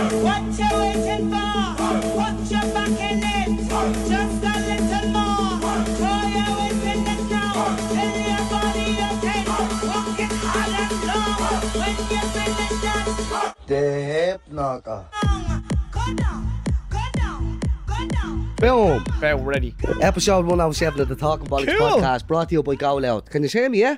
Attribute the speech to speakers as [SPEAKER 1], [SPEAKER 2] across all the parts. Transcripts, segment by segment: [SPEAKER 1] What you waiting for? Put your back in it. Just a little more. Throw your weight in it now. Till your body okay. Walk it hard and long. When you finish that
[SPEAKER 2] The hip knocker.
[SPEAKER 1] song, go down, go down, go down.
[SPEAKER 3] Boom. About ready.
[SPEAKER 2] Episode 107 of the Talking Bollocks
[SPEAKER 3] Cool.
[SPEAKER 2] podcast brought to you by Go Loud. Can you hear me, yeah?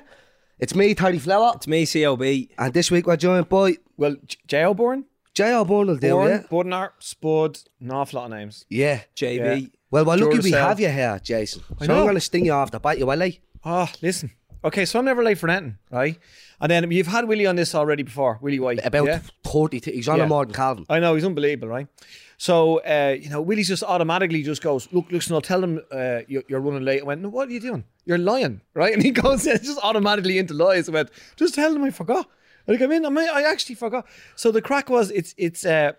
[SPEAKER 2] It's me, Terry Flower,
[SPEAKER 4] It's me, CLB.
[SPEAKER 2] and this week we're joined by
[SPEAKER 3] Well, J- Jailborn,
[SPEAKER 2] J.R. O'Byrne will do, yeah?
[SPEAKER 3] Born, Bordenart, Spud, an awful lot of names.
[SPEAKER 2] Yeah.
[SPEAKER 4] JB.
[SPEAKER 2] Well, we're lucky
[SPEAKER 3] Jordan
[SPEAKER 2] we
[SPEAKER 3] Sell.
[SPEAKER 2] have you here, Jason. So
[SPEAKER 3] I
[SPEAKER 2] I'm
[SPEAKER 3] know.
[SPEAKER 2] going to sting you off the bat, you will, eh?
[SPEAKER 3] Ah, listen. Okay, so I'm never late for anything, right? And then you've had Willie on this already before, Willie White.
[SPEAKER 2] About
[SPEAKER 3] yeah?
[SPEAKER 2] 40, he's on
[SPEAKER 3] Yeah.
[SPEAKER 2] a more than Calvin.
[SPEAKER 3] I know he's unbelievable, right? So uh, you know, Willie's just automatically just goes, "Look, listen, I'll tell them uh, you're, you're running late." I went, "No, what are you doing? You're lying, right?" And he goes, "It's just automatically into lies." I went, "Just tell them I forgot." Like I mean, I mean, I actually forgot. So the crack was, it's it's uh,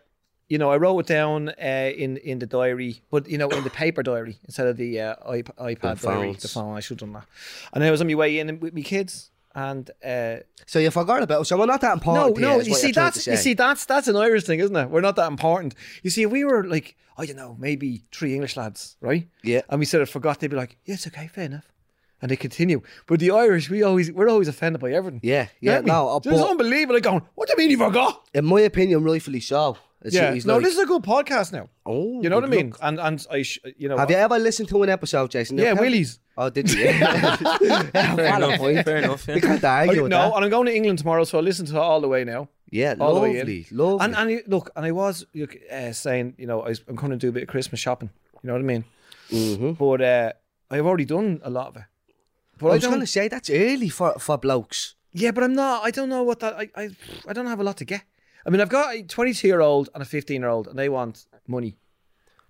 [SPEAKER 3] you know, I wrote it down uh, in in the diary, but you know, in the paper diary instead of the uh, iP- iPad
[SPEAKER 2] The
[SPEAKER 3] diary,
[SPEAKER 2] phones.
[SPEAKER 3] the phone. I should have done that. And I was on my way in with my kids, and. Uh,
[SPEAKER 2] So you forgot about us, so we're not that
[SPEAKER 3] no,
[SPEAKER 2] important. here,
[SPEAKER 3] no.
[SPEAKER 2] is
[SPEAKER 3] You
[SPEAKER 2] what
[SPEAKER 3] see,
[SPEAKER 2] you're trying
[SPEAKER 3] that's
[SPEAKER 2] to
[SPEAKER 3] you
[SPEAKER 2] say.
[SPEAKER 3] see, that's that's an Irish thing, isn't it? We're not that important. You see, if we were like, I don't know, maybe three English lads, right?
[SPEAKER 2] Yeah.
[SPEAKER 3] And we sort of forgot. They'd be like, "Yeah, it's okay, fair enough," and they continue. But the Irish, we always we're always offended by everything.
[SPEAKER 2] Yeah, yeah,
[SPEAKER 3] Aren't we?
[SPEAKER 2] no, uh,
[SPEAKER 3] So it's
[SPEAKER 2] but-
[SPEAKER 3] unbelievable. Like going, what do you mean you forgot?
[SPEAKER 2] In my opinion, rightfully so. It's-
[SPEAKER 3] Yeah.
[SPEAKER 2] he's
[SPEAKER 3] No,
[SPEAKER 2] like,
[SPEAKER 3] this is a good podcast now.
[SPEAKER 2] Oh,
[SPEAKER 3] you know what I
[SPEAKER 2] good
[SPEAKER 3] mean? And and I, sh- you know,
[SPEAKER 2] Have you ever listened to an episode, Jason?
[SPEAKER 3] yeah,
[SPEAKER 2] Okay.
[SPEAKER 3] Willie's.
[SPEAKER 2] Oh, did you? Yeah.
[SPEAKER 4] Fair
[SPEAKER 2] Valid
[SPEAKER 4] enough.
[SPEAKER 2] point.
[SPEAKER 4] Fair enough.
[SPEAKER 2] You
[SPEAKER 4] Yeah.
[SPEAKER 2] can't argue
[SPEAKER 3] I-
[SPEAKER 2] with
[SPEAKER 3] no,
[SPEAKER 2] that.
[SPEAKER 3] and I'm going to England tomorrow, so I listen to it all the way now.
[SPEAKER 2] Yeah,
[SPEAKER 3] all the
[SPEAKER 2] lovely,
[SPEAKER 3] way in.
[SPEAKER 2] lovely.
[SPEAKER 3] And, and you- look, and I was look, uh, saying, you know, I was, I'm going to do a bit of Christmas shopping. You know what I mean?
[SPEAKER 2] Mhm.
[SPEAKER 3] But uh, I've already done a lot of it. But
[SPEAKER 2] I
[SPEAKER 3] I,
[SPEAKER 2] was
[SPEAKER 3] don't.
[SPEAKER 2] going to say that's early for, for blokes.
[SPEAKER 3] Yeah, but I'm not. I don't know what that. I, I I don't have a lot to get. I mean, I've got a 22 year old and a 15 year old, and they want money.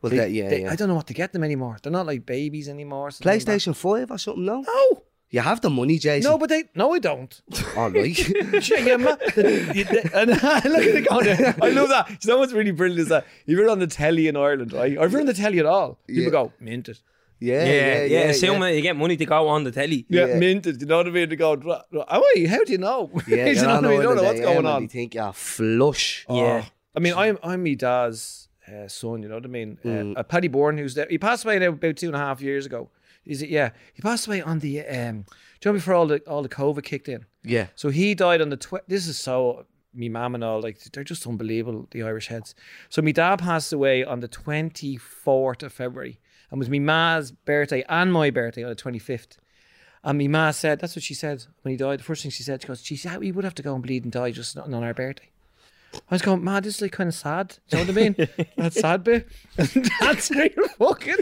[SPEAKER 2] Well,
[SPEAKER 3] They-
[SPEAKER 2] that, yeah,
[SPEAKER 3] they-
[SPEAKER 2] yeah.
[SPEAKER 3] I don't know what to get them anymore. They're not like babies anymore. something like that.
[SPEAKER 2] PlayStation Five or something? No,
[SPEAKER 3] No,
[SPEAKER 2] you have the money, Jason.
[SPEAKER 3] no, but they. No, I don't.
[SPEAKER 2] all right.
[SPEAKER 3] Yeah, yeah, ma- the- you- the- and look at the guy there. I love that. You know what's really brilliant is that if you're on the telly in Ireland, right? Or if you're on the telly at all, people
[SPEAKER 2] Yeah.
[SPEAKER 3] go, minted.
[SPEAKER 2] yeah, yeah,
[SPEAKER 4] Yeah,
[SPEAKER 2] yeah.
[SPEAKER 4] yeah. Assuming that you get money to go on the telly.
[SPEAKER 3] Yeah,
[SPEAKER 2] Yeah.
[SPEAKER 3] minted. You know what I mean? They go, "Dra- dra- how are you? How do you know?
[SPEAKER 2] Yeah,
[SPEAKER 3] you
[SPEAKER 2] you're
[SPEAKER 3] know what
[SPEAKER 2] on
[SPEAKER 3] I mean? You don't know
[SPEAKER 2] holiday
[SPEAKER 3] what's going
[SPEAKER 2] and
[SPEAKER 3] on. Oh,
[SPEAKER 2] You think you're flush.
[SPEAKER 4] Yeah.
[SPEAKER 3] I mean, I'm I'm my dad's uh, son. You know what I mean? Uh, uh, Paddy Bourne, who's there, he passed away now about two and a half years ago. Is it? Yeah, he passed away on the um, do you know before all the all the COVID kicked in.
[SPEAKER 2] Yeah,
[SPEAKER 3] So he died on the tw- this is so me mum and all like they're just unbelievable the Irish heads. So me dad passed away on the 24th of February and was me ma's birthday and my birthday on the 25th. And me ma said that's what she said when he died. The first thing she said she goes, "Geez, we would have to go and bleed and die just not on our birthday." I was going, "Ma, this is like kind of sad." Do you know what I mean? that sad bit. that's how you're fucking.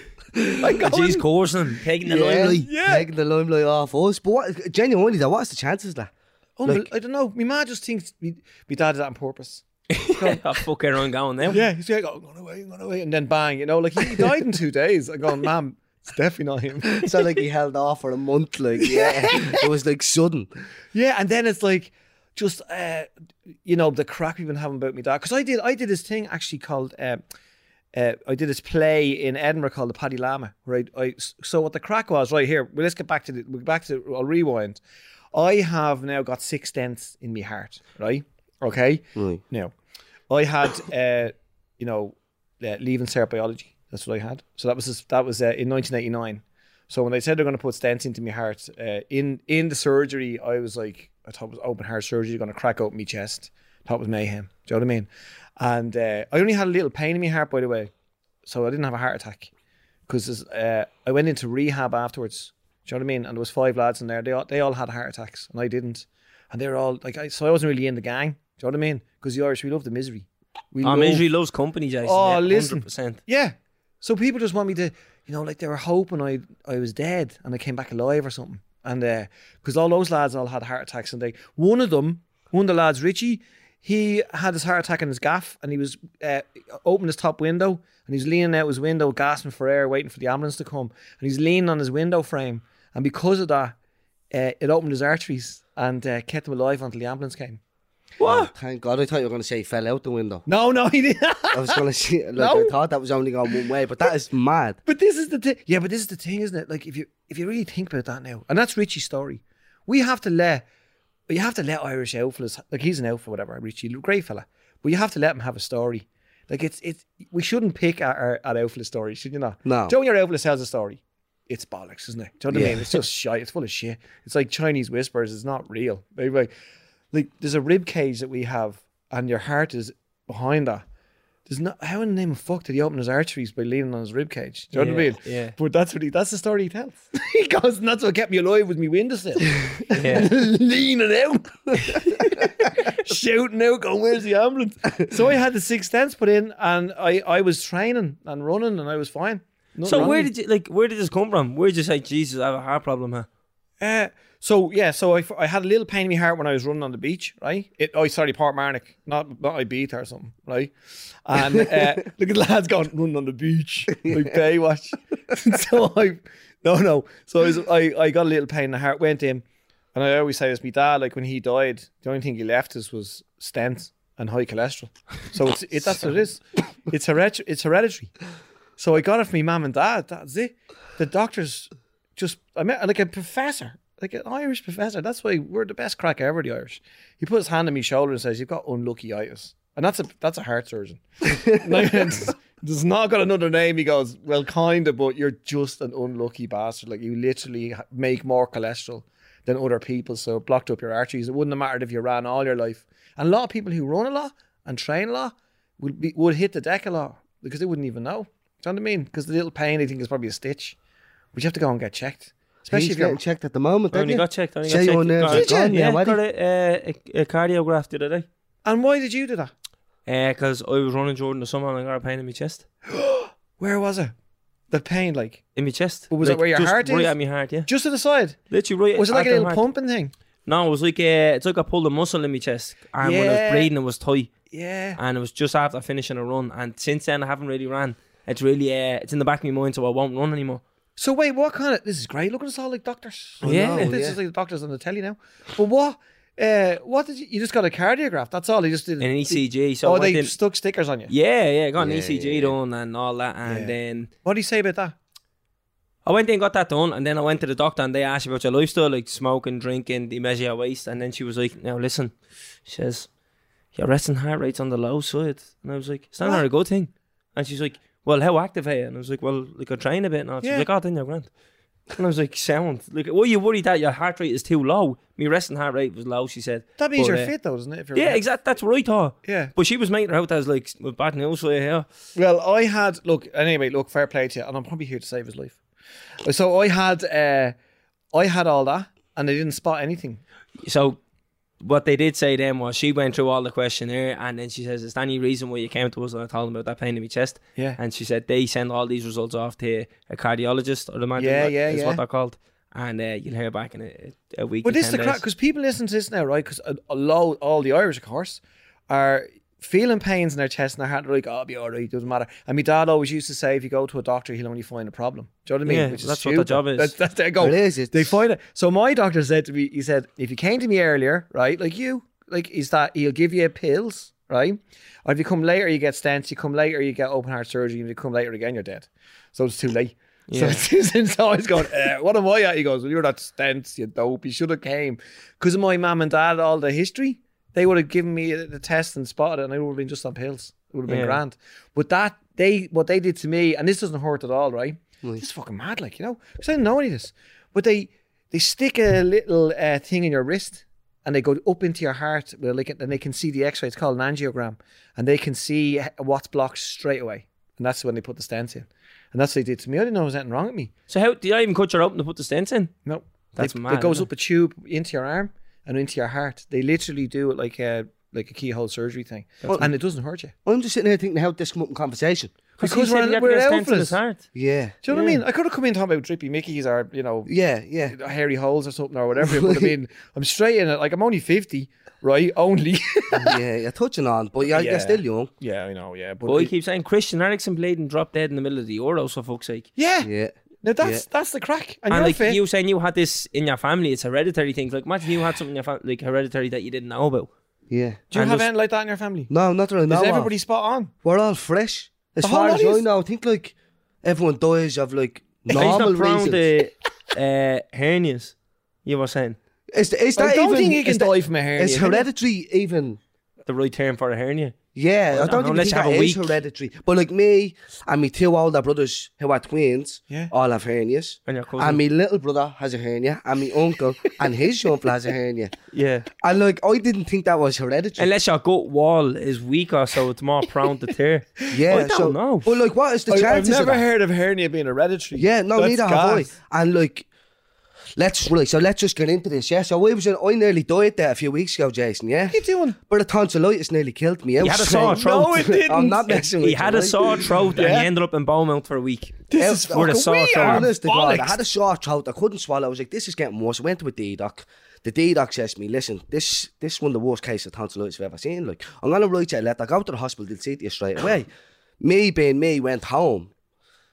[SPEAKER 3] Like going,
[SPEAKER 4] Jeez, coursing, taking the
[SPEAKER 2] yeah.
[SPEAKER 4] limelight.
[SPEAKER 3] Yeah.
[SPEAKER 2] Taking the limelight off us. But what, genuinely though, what's the chances of that?
[SPEAKER 3] unbel- I don't know. Me ma just thinks me, me dad did that on purpose.
[SPEAKER 4] Oh, fuck everyone going now.
[SPEAKER 3] Yeah, he's like, "Oh, I'm going away, I'm going away. And then bang, you know, like he died in two days. I'm going, ma'am, it's definitely not him.
[SPEAKER 2] So like he held off for a month. Like yeah, it was like sudden.
[SPEAKER 3] Yeah, and then it's like, just, uh, you know, the crap we've been having about me dad. Because I did, I did this thing actually called, uh, uh, I did this play in Edinburgh called the Paddy Lama, right? I, so what the crack was, right here, well, let's get back to the, we'll back to, I'll rewind. I have now got six dents in my heart, right? Okay.
[SPEAKER 2] Right.
[SPEAKER 3] Now, I had, uh, you know, uh, leaving cert biology. That's what I had. So that was that was uh, in 1989. So when they said they're going to put stents into my heart uh, in in the surgery, I was like, I thought it was open heart surgery. You're going to crack open my chest. Thought it was mayhem. Do you know what I mean? And uh, I only had a little pain in my heart, by the way, so I didn't have a heart attack because uh, I went into rehab afterwards. Do you know what I mean? And there was five lads in there. They all, they all had heart attacks, and I didn't. And they were all like, I, so I wasn't really in the gang. Do you know what I mean? Because the Irish, we love the misery. We
[SPEAKER 4] Oh,
[SPEAKER 3] love-
[SPEAKER 4] misery loves company, Jason.
[SPEAKER 3] Oh,
[SPEAKER 4] yeah,
[SPEAKER 3] listen.
[SPEAKER 4] 100%.
[SPEAKER 3] Yeah. So people just want me to, you know, like they were hoping I I was dead and I came back alive or something. And because all those lads all had heart attacks, and they one of them, one of the lads, Richie, he had his heart attack in his gaff, and he was uh, opened his top window, and he's leaning out his window, gasping for air, waiting for the ambulance to come, and he's leaning on his window frame, and because of that, uh, it opened his arteries and uh, kept him alive until the ambulance came.
[SPEAKER 4] What?
[SPEAKER 2] Oh, Thank God. I thought you were going to say he fell out the window.
[SPEAKER 3] No, no, he didn't.
[SPEAKER 2] I was going to say like I
[SPEAKER 3] No.
[SPEAKER 2] thought that was only going one way, but that is mad.
[SPEAKER 3] But this is the thing. Yeah, but this is the thing, isn't it? Like if you if you really think about that now, and that's Richie's story. We have to let you have to let Irish outfielders like he's an outfielder, whatever. Richie, great fella. But you have to let them have a story. Like it's it's we shouldn't pick at our at outfit stories, should you not?
[SPEAKER 2] No.
[SPEAKER 3] Do you know when your outfit tells a story? It's bollocks, isn't it? Do you know what I
[SPEAKER 2] Yeah.
[SPEAKER 3] mean? It's just shite. It's full of shit. It's like Chinese whispers. It's not real. Like, like, like there's a rib cage that we have, and your heart is behind that. There's not how in the name of fuck did he open his arteries by leaning on his rib cage? Do you know what I
[SPEAKER 4] Yeah,
[SPEAKER 3] mean?
[SPEAKER 4] yeah.
[SPEAKER 3] But that's what he that's the story he tells. he goes, and that's what kept me alive with me windowsill.
[SPEAKER 4] Yeah.
[SPEAKER 3] Leaning out. Shouting out, going, Where's the ambulance? So I had the sixth sense put in and I, I was training and running and I was fine. Nothing
[SPEAKER 4] So
[SPEAKER 3] wrong
[SPEAKER 4] where
[SPEAKER 3] with me.
[SPEAKER 4] did you like? Where did this come from? Where did you say, Jesus, I have a heart problem, huh?
[SPEAKER 3] Uh, so yeah, so I, I had a little pain in my heart when I was running on the beach, right? It, oh, sorry, Port Marnock, not not Ibiza or something, right? And uh, look at the lads going running on the beach like Baywatch. so I, no, no. So I, was, I I got a little pain in the heart, went in, and I always say it's my dad. Like when he died, the only thing he left us was stents and high cholesterol. So it's it, that's what it is. It's hereditary. It's hereditary. So I got it from my mum and dad. That's it. The doctors just I met like a professor, like an Irish professor. That's why we're the best crack ever, the Irish. He put his hand on my shoulder and says, "You've got unlucky itis," and that's a that's a heart surgeon. Like, it's- There's not got another name. He goes, "Well, kinda, but you're just an unlucky bastard. Like you literally ha- make more cholesterol than other people, so it blocked up your arteries. It wouldn't have mattered if you ran all your life. And a lot of people who run a lot and train a lot would be would hit the deck a lot because they wouldn't even know. Do you know what I mean? Because the little pain, they think, is probably a stitch. But you have to go and get checked. Especially
[SPEAKER 2] He's
[SPEAKER 3] if you're
[SPEAKER 2] getting checked at
[SPEAKER 3] er
[SPEAKER 2] the moment.
[SPEAKER 4] I only
[SPEAKER 2] didn't
[SPEAKER 4] got checked. I Only
[SPEAKER 2] Say
[SPEAKER 4] got
[SPEAKER 2] your
[SPEAKER 4] checked.
[SPEAKER 2] nerves
[SPEAKER 4] Got-
[SPEAKER 2] are gone now,
[SPEAKER 4] yeah,
[SPEAKER 2] Waddy.
[SPEAKER 4] got Eh, a, a, a cardiograph the other day.
[SPEAKER 3] And why did you do that?
[SPEAKER 4] Because Eh, I was running Jordan the summer and I got a pain in my chest.
[SPEAKER 3] Where was it? The pain, like
[SPEAKER 4] In my chest.
[SPEAKER 3] was it where your
[SPEAKER 4] just
[SPEAKER 3] heart
[SPEAKER 4] Right
[SPEAKER 3] is?
[SPEAKER 4] at my heart, yeah.
[SPEAKER 3] just to the side.
[SPEAKER 4] Literally right
[SPEAKER 3] Was it like
[SPEAKER 4] at
[SPEAKER 3] a
[SPEAKER 4] the
[SPEAKER 3] little
[SPEAKER 4] heart.
[SPEAKER 3] pumping thing?
[SPEAKER 4] No, it was like uh, it's like I pulled a muscle in my chest, and when I
[SPEAKER 3] Yeah.
[SPEAKER 4] was breathing, it was tight,
[SPEAKER 3] Yeah.
[SPEAKER 4] and it was just after finishing a run. And since then, I haven't really ran. It's really uh, it's in the back of my mind, so I won't run anymore.
[SPEAKER 3] So wait, what kind of this is great? Look at us all like doctors.
[SPEAKER 4] I Yeah. know,
[SPEAKER 3] this
[SPEAKER 2] yeah.
[SPEAKER 3] is like the doctors on the telly now. But what? Uh, what did you? You just got a cardiograph. That's all. You just did
[SPEAKER 4] An ECG, so
[SPEAKER 3] oh,
[SPEAKER 4] I
[SPEAKER 3] they
[SPEAKER 4] didn't-
[SPEAKER 3] stuck stickers on you.
[SPEAKER 4] yeah, yeah, got an
[SPEAKER 2] Yeah,
[SPEAKER 4] ECG
[SPEAKER 2] yeah, yeah.
[SPEAKER 4] done and all that, and
[SPEAKER 3] Yeah.
[SPEAKER 4] then
[SPEAKER 3] What do you say about that?
[SPEAKER 4] I went in and got that done, and then I went to the doctor, and they asked about your lifestyle, like smoking, drinking, they measure your waist, and then she was like, "Now listen," she says, "Your resting heart rate's on the low side," and I was like, "It's not
[SPEAKER 3] What?
[SPEAKER 4] a good thing," and she's like, "Well, how active are you?" And I was like, "Well, like I train a bit now." She's
[SPEAKER 3] Yeah.
[SPEAKER 4] like, "Oh, then you're grand." And I was like, "Sound like were you worried that your heart rate is too low?" My resting heart rate was low. She said,
[SPEAKER 3] That means
[SPEAKER 4] But,
[SPEAKER 3] you're
[SPEAKER 4] uh,
[SPEAKER 3] fit, though, doesn't it? If you're
[SPEAKER 4] "Yeah, exactly. That's what I thought."
[SPEAKER 3] Yeah.
[SPEAKER 4] But she was making it out as like with bad news for you here.
[SPEAKER 3] Well, I had look anyway. Look, fair play to you, and I'm probably here to save his life. So I had, uh, I had all that, and I didn't spot anything.
[SPEAKER 4] So what they did say then was she went through all the questionnaire and then she says, Is there any reason why you came to us? And I told them about that pain in my chest.
[SPEAKER 3] Yeah.
[SPEAKER 4] And she said they send all these results off to a cardiologist, I'd imagine
[SPEAKER 3] Yeah,
[SPEAKER 4] that
[SPEAKER 3] yeah,
[SPEAKER 4] is
[SPEAKER 3] yeah.
[SPEAKER 4] what they're called. And uh, you'll hear back in a, a week.
[SPEAKER 3] But
[SPEAKER 4] to
[SPEAKER 3] this is the
[SPEAKER 4] 10
[SPEAKER 3] crack
[SPEAKER 4] days.
[SPEAKER 3] because people listen to this now, right? Because a, a lot, all the Irish, of course, are feeling pains in their chest and their heart. They're like, "Oh, I'll be all right. Doesn't matter." And my dad always used to say, "If you go to a doctor, he'll only find a problem." Do you know what I mean?
[SPEAKER 4] Yeah, that's what their
[SPEAKER 3] stupid.
[SPEAKER 4] job is.
[SPEAKER 3] That's, that's their goal.
[SPEAKER 2] It is, it's-
[SPEAKER 3] They find it. So my doctor said to me, he said, "If you came to me earlier, right, like you, like is that he'll give you pills." Right, or if you come later, you get stents. You come later, you get open heart surgery. And if you come later again, you're dead. So it's too late.
[SPEAKER 4] Yeah.
[SPEAKER 3] So it's, it's always going, uh, what am I at? He goes, well, you're not stents, you dope. You should have came. Because of my mum and dad, all the history, they would have given me the test and spotted it, and I would have been just on pills. It would have been
[SPEAKER 4] Yeah.
[SPEAKER 3] grand. But that, they, what they did to me, and this doesn't hurt at all, right? It's fucking mad, like, you know? Because I didn't know any of this. But they, they stick a little uh, thing in your wrist and they go up into your heart where they can, and they can see the x-ray it's called an angiogram and they can see what's blocked straight away and that's when they put the stent in and that's what they did to me i didn't know there was anything wrong with me
[SPEAKER 4] So how do you even cut your open to put the stents in?
[SPEAKER 3] no
[SPEAKER 4] That's
[SPEAKER 3] it,
[SPEAKER 4] mad,
[SPEAKER 3] it goes
[SPEAKER 4] isn't
[SPEAKER 3] up a tube into your arm and into your heart they literally do it like a like a keyhole surgery thing and it doesn't hurt you
[SPEAKER 2] he? I'm just sitting here thinking how this come up in conversation.
[SPEAKER 3] because
[SPEAKER 4] he said
[SPEAKER 3] we're,
[SPEAKER 4] he had
[SPEAKER 3] an-
[SPEAKER 4] to
[SPEAKER 3] we're
[SPEAKER 4] get stents in his
[SPEAKER 3] alphas
[SPEAKER 4] heart.
[SPEAKER 2] Yeah.
[SPEAKER 3] do you know what i mean i could have come in talking about drippy mickeys or you know
[SPEAKER 2] Yeah, yeah.
[SPEAKER 3] hairy holes or something or whatever but i mean i'm straight in it like i'm only 50 right only
[SPEAKER 2] yeah, you're touching on, but you're,
[SPEAKER 3] Yeah.
[SPEAKER 2] you're still young.
[SPEAKER 3] yeah i know yeah but
[SPEAKER 4] Boy keeps saying Christian Eriksen played and dropped dead in the middle of the Euros for fuck's sake.
[SPEAKER 3] yeah
[SPEAKER 2] Yeah.
[SPEAKER 3] Now that's that's the crack, and,
[SPEAKER 4] And
[SPEAKER 3] you're
[SPEAKER 4] like
[SPEAKER 3] fit.
[SPEAKER 4] you saying you had this in your family, it's hereditary things. Like imagine you had something in your family like hereditary that you didn't know about.
[SPEAKER 2] Yeah.
[SPEAKER 3] Do you
[SPEAKER 4] and
[SPEAKER 3] have
[SPEAKER 4] just-
[SPEAKER 3] anything like that in your family?
[SPEAKER 2] No, not really.
[SPEAKER 3] Is
[SPEAKER 2] No,
[SPEAKER 3] everybody spot on?
[SPEAKER 2] we're all fresh. As
[SPEAKER 3] The whole
[SPEAKER 2] far
[SPEAKER 3] lot
[SPEAKER 2] as I
[SPEAKER 3] is.
[SPEAKER 2] know, I think like everyone dies of like
[SPEAKER 4] He's
[SPEAKER 2] normal
[SPEAKER 4] not prone
[SPEAKER 2] reasons.
[SPEAKER 4] to uh, hernias. You were saying
[SPEAKER 2] Is, is that
[SPEAKER 3] I don't
[SPEAKER 2] even?
[SPEAKER 3] think you
[SPEAKER 2] is
[SPEAKER 3] can
[SPEAKER 2] that-
[SPEAKER 3] die from a hernia.
[SPEAKER 2] Is
[SPEAKER 3] can you?
[SPEAKER 2] hereditary even?
[SPEAKER 4] the right term for a hernia.
[SPEAKER 2] Yeah,
[SPEAKER 4] Well,
[SPEAKER 2] I don't
[SPEAKER 4] no,
[SPEAKER 2] even
[SPEAKER 4] let's
[SPEAKER 2] think
[SPEAKER 4] have
[SPEAKER 2] that
[SPEAKER 4] a
[SPEAKER 2] is
[SPEAKER 4] week.
[SPEAKER 2] hereditary. But like me and my two older brothers who are twins
[SPEAKER 3] Yeah.
[SPEAKER 2] all have hernias.
[SPEAKER 4] And your cousin.
[SPEAKER 2] And my little brother has a hernia, and my uncle and his uncle has a hernia.
[SPEAKER 4] yeah.
[SPEAKER 2] And like, I didn't think that was hereditary.
[SPEAKER 4] Unless your gut wall is weaker, so it's more prone to tear.
[SPEAKER 2] yeah,
[SPEAKER 4] I don't
[SPEAKER 2] so,
[SPEAKER 4] know.
[SPEAKER 2] But like, what is the
[SPEAKER 3] I, have
[SPEAKER 2] chances? of
[SPEAKER 3] never
[SPEAKER 2] that?
[SPEAKER 3] heard of hernia being hereditary.
[SPEAKER 2] Yeah, no,
[SPEAKER 3] That's
[SPEAKER 2] neither have I.
[SPEAKER 3] gas.
[SPEAKER 2] And like, let's right. So let's just get into this. Yeah. So I was in, I nearly died there a few weeks ago, Jason. Yeah.
[SPEAKER 3] What are you doing?
[SPEAKER 2] But the tonsillitis nearly killed me. I
[SPEAKER 4] You
[SPEAKER 2] was
[SPEAKER 4] had a sore
[SPEAKER 2] saying-
[SPEAKER 4] throat.
[SPEAKER 3] No, it didn't.
[SPEAKER 2] I'm not messing with
[SPEAKER 4] He
[SPEAKER 2] you,
[SPEAKER 4] had a
[SPEAKER 2] right?
[SPEAKER 4] sore throat and
[SPEAKER 3] Yeah.
[SPEAKER 4] he ended up in Beaumont for a week.
[SPEAKER 3] This is
[SPEAKER 2] Yeah,
[SPEAKER 4] With a
[SPEAKER 2] fucking
[SPEAKER 4] sore
[SPEAKER 2] weird.
[SPEAKER 4] throat.
[SPEAKER 2] Honest to God, I
[SPEAKER 3] Bollocks.
[SPEAKER 2] had a sore throat. I couldn't swallow. I was like, this is getting worse. I went to a D-doc. The D-doc says to me, listen, this this is one of the worst cases of tonsillitis I've ever seen. Like, I'm going to write you a letter. Go to the hospital. They'll see to you straight away. me being me went home.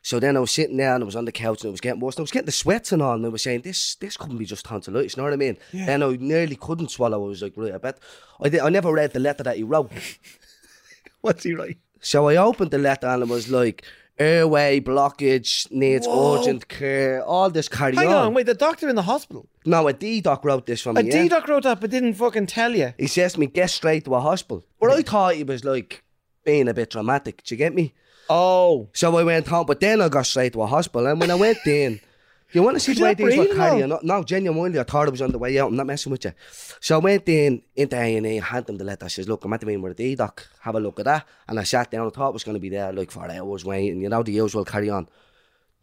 [SPEAKER 2] So then I was sitting there and I was on the couch and it was getting worse. And I was getting the sweats and all. And I was saying, this this couldn't be just tonsillitis. You know what I mean? Then I nearly couldn't swallow. I was like, right, I bet. I, did, I never read the letter that he wrote.
[SPEAKER 3] What's he right?
[SPEAKER 2] So I opened the letter and it was like, airway blockage needs urgent care, all this carry
[SPEAKER 3] Hang on,
[SPEAKER 2] on.
[SPEAKER 3] wait. The doctor in the hospital.
[SPEAKER 2] No, a D-doc wrote this from
[SPEAKER 3] A
[SPEAKER 2] me.
[SPEAKER 3] D
[SPEAKER 2] yeah?
[SPEAKER 3] doc wrote that, but didn't fucking tell you.
[SPEAKER 2] He says to me, get straight to a hospital. But I thought he was like being a bit dramatic. Do you get me?
[SPEAKER 3] Oh,
[SPEAKER 2] So I went home, but then I got straight to a hospital. And when I went in, you want to see the way
[SPEAKER 3] not
[SPEAKER 2] things were
[SPEAKER 3] breathing now?
[SPEAKER 2] carrying on? No, genuinely, I thought I was on the way out. I'm not messing with you. So I went in into A and E, handed them the letter. I says, "Look, I'm at the meeting with the D doc. Have a look at that." And I sat down. I thought I was going to be there like for hours waiting. You know, the usual carry on.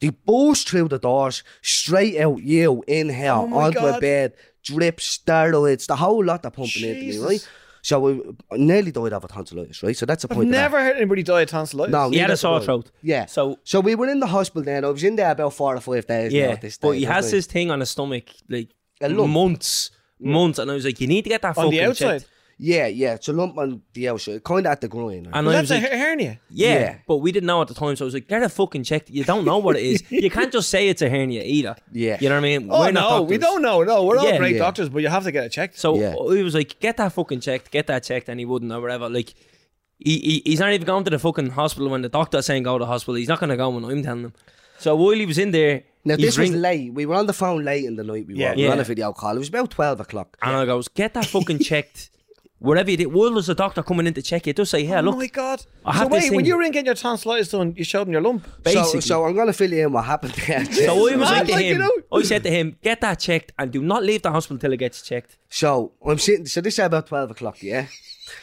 [SPEAKER 2] They burst through the doors, straight out you in here
[SPEAKER 3] Oh my
[SPEAKER 2] onto a
[SPEAKER 3] God.
[SPEAKER 2] bed, drip, steroids, the whole lot of pumping into me,
[SPEAKER 3] Jesus.
[SPEAKER 2] right? So we I nearly died of a tonsillitis, right? So that's a
[SPEAKER 3] I've
[SPEAKER 2] point. of that.
[SPEAKER 3] never heard anybody die of tonsillitis.
[SPEAKER 2] No,
[SPEAKER 4] He had
[SPEAKER 2] neither
[SPEAKER 4] a sore
[SPEAKER 2] did I.
[SPEAKER 4] throat.
[SPEAKER 2] Yeah.
[SPEAKER 4] So-
[SPEAKER 2] so we were in the hospital then. I was in there about four or five days. now
[SPEAKER 4] Yeah,
[SPEAKER 2] at this
[SPEAKER 4] but
[SPEAKER 2] stage,
[SPEAKER 4] he has
[SPEAKER 2] okay?
[SPEAKER 4] this thing on his stomach like
[SPEAKER 2] A lump.
[SPEAKER 4] months, months, and I was like, you need to get that
[SPEAKER 3] on
[SPEAKER 4] fucking
[SPEAKER 3] the outside.
[SPEAKER 4] checked.
[SPEAKER 2] Yeah, yeah. It's a lump on the outside, kind of at the groin. right?
[SPEAKER 4] And I
[SPEAKER 3] Well,
[SPEAKER 4] was
[SPEAKER 3] that's a
[SPEAKER 4] like,
[SPEAKER 3] her- hernia.
[SPEAKER 4] yeah,
[SPEAKER 2] Yeah.
[SPEAKER 4] but we didn't know at the time, so I was like, get it fucking checked. You don't know what it is. you can't just say it's a hernia either.
[SPEAKER 2] Yeah.
[SPEAKER 4] you know what I mean.
[SPEAKER 3] Oh no, we
[SPEAKER 4] doctors.
[SPEAKER 3] don't know. No, we're all
[SPEAKER 4] Yeah.
[SPEAKER 3] great
[SPEAKER 2] Yeah.
[SPEAKER 3] doctors, but you have to get it checked.
[SPEAKER 4] So
[SPEAKER 2] Yeah.
[SPEAKER 4] he was like, get that fucking checked, get that checked, and he wouldn't or whatever. Like, he, he he's not even going to the fucking hospital when the doctor's saying go to the hospital. He's not going to go when I'm telling him. So while he was in there,
[SPEAKER 2] now
[SPEAKER 4] he's
[SPEAKER 2] this
[SPEAKER 4] ring-
[SPEAKER 2] was late. We were on the phone late in the night. We were,
[SPEAKER 3] Yeah.
[SPEAKER 2] we were on
[SPEAKER 4] Yeah.
[SPEAKER 2] a video call. It was about twelve o'clock.
[SPEAKER 4] and I goes, get that fucking checked. Whatever you did, while there's a doctor coming in to check you, just say, yeah,
[SPEAKER 3] oh
[SPEAKER 4] look,
[SPEAKER 3] my god.
[SPEAKER 4] I
[SPEAKER 3] so
[SPEAKER 4] have this
[SPEAKER 3] wait, when
[SPEAKER 4] thing-
[SPEAKER 3] you were in getting your tonsillitis done, you showed him your lump.
[SPEAKER 2] So,
[SPEAKER 4] basically.
[SPEAKER 2] so I'm gonna fill you in what happened there.
[SPEAKER 4] So I was
[SPEAKER 3] Mad,
[SPEAKER 4] like to
[SPEAKER 3] like, you
[SPEAKER 4] him,
[SPEAKER 3] know?
[SPEAKER 4] I said to him, get that checked and do not leave the hospital till it gets checked.
[SPEAKER 2] So I'm sitting. So this is about twelve o'clock. Yeah.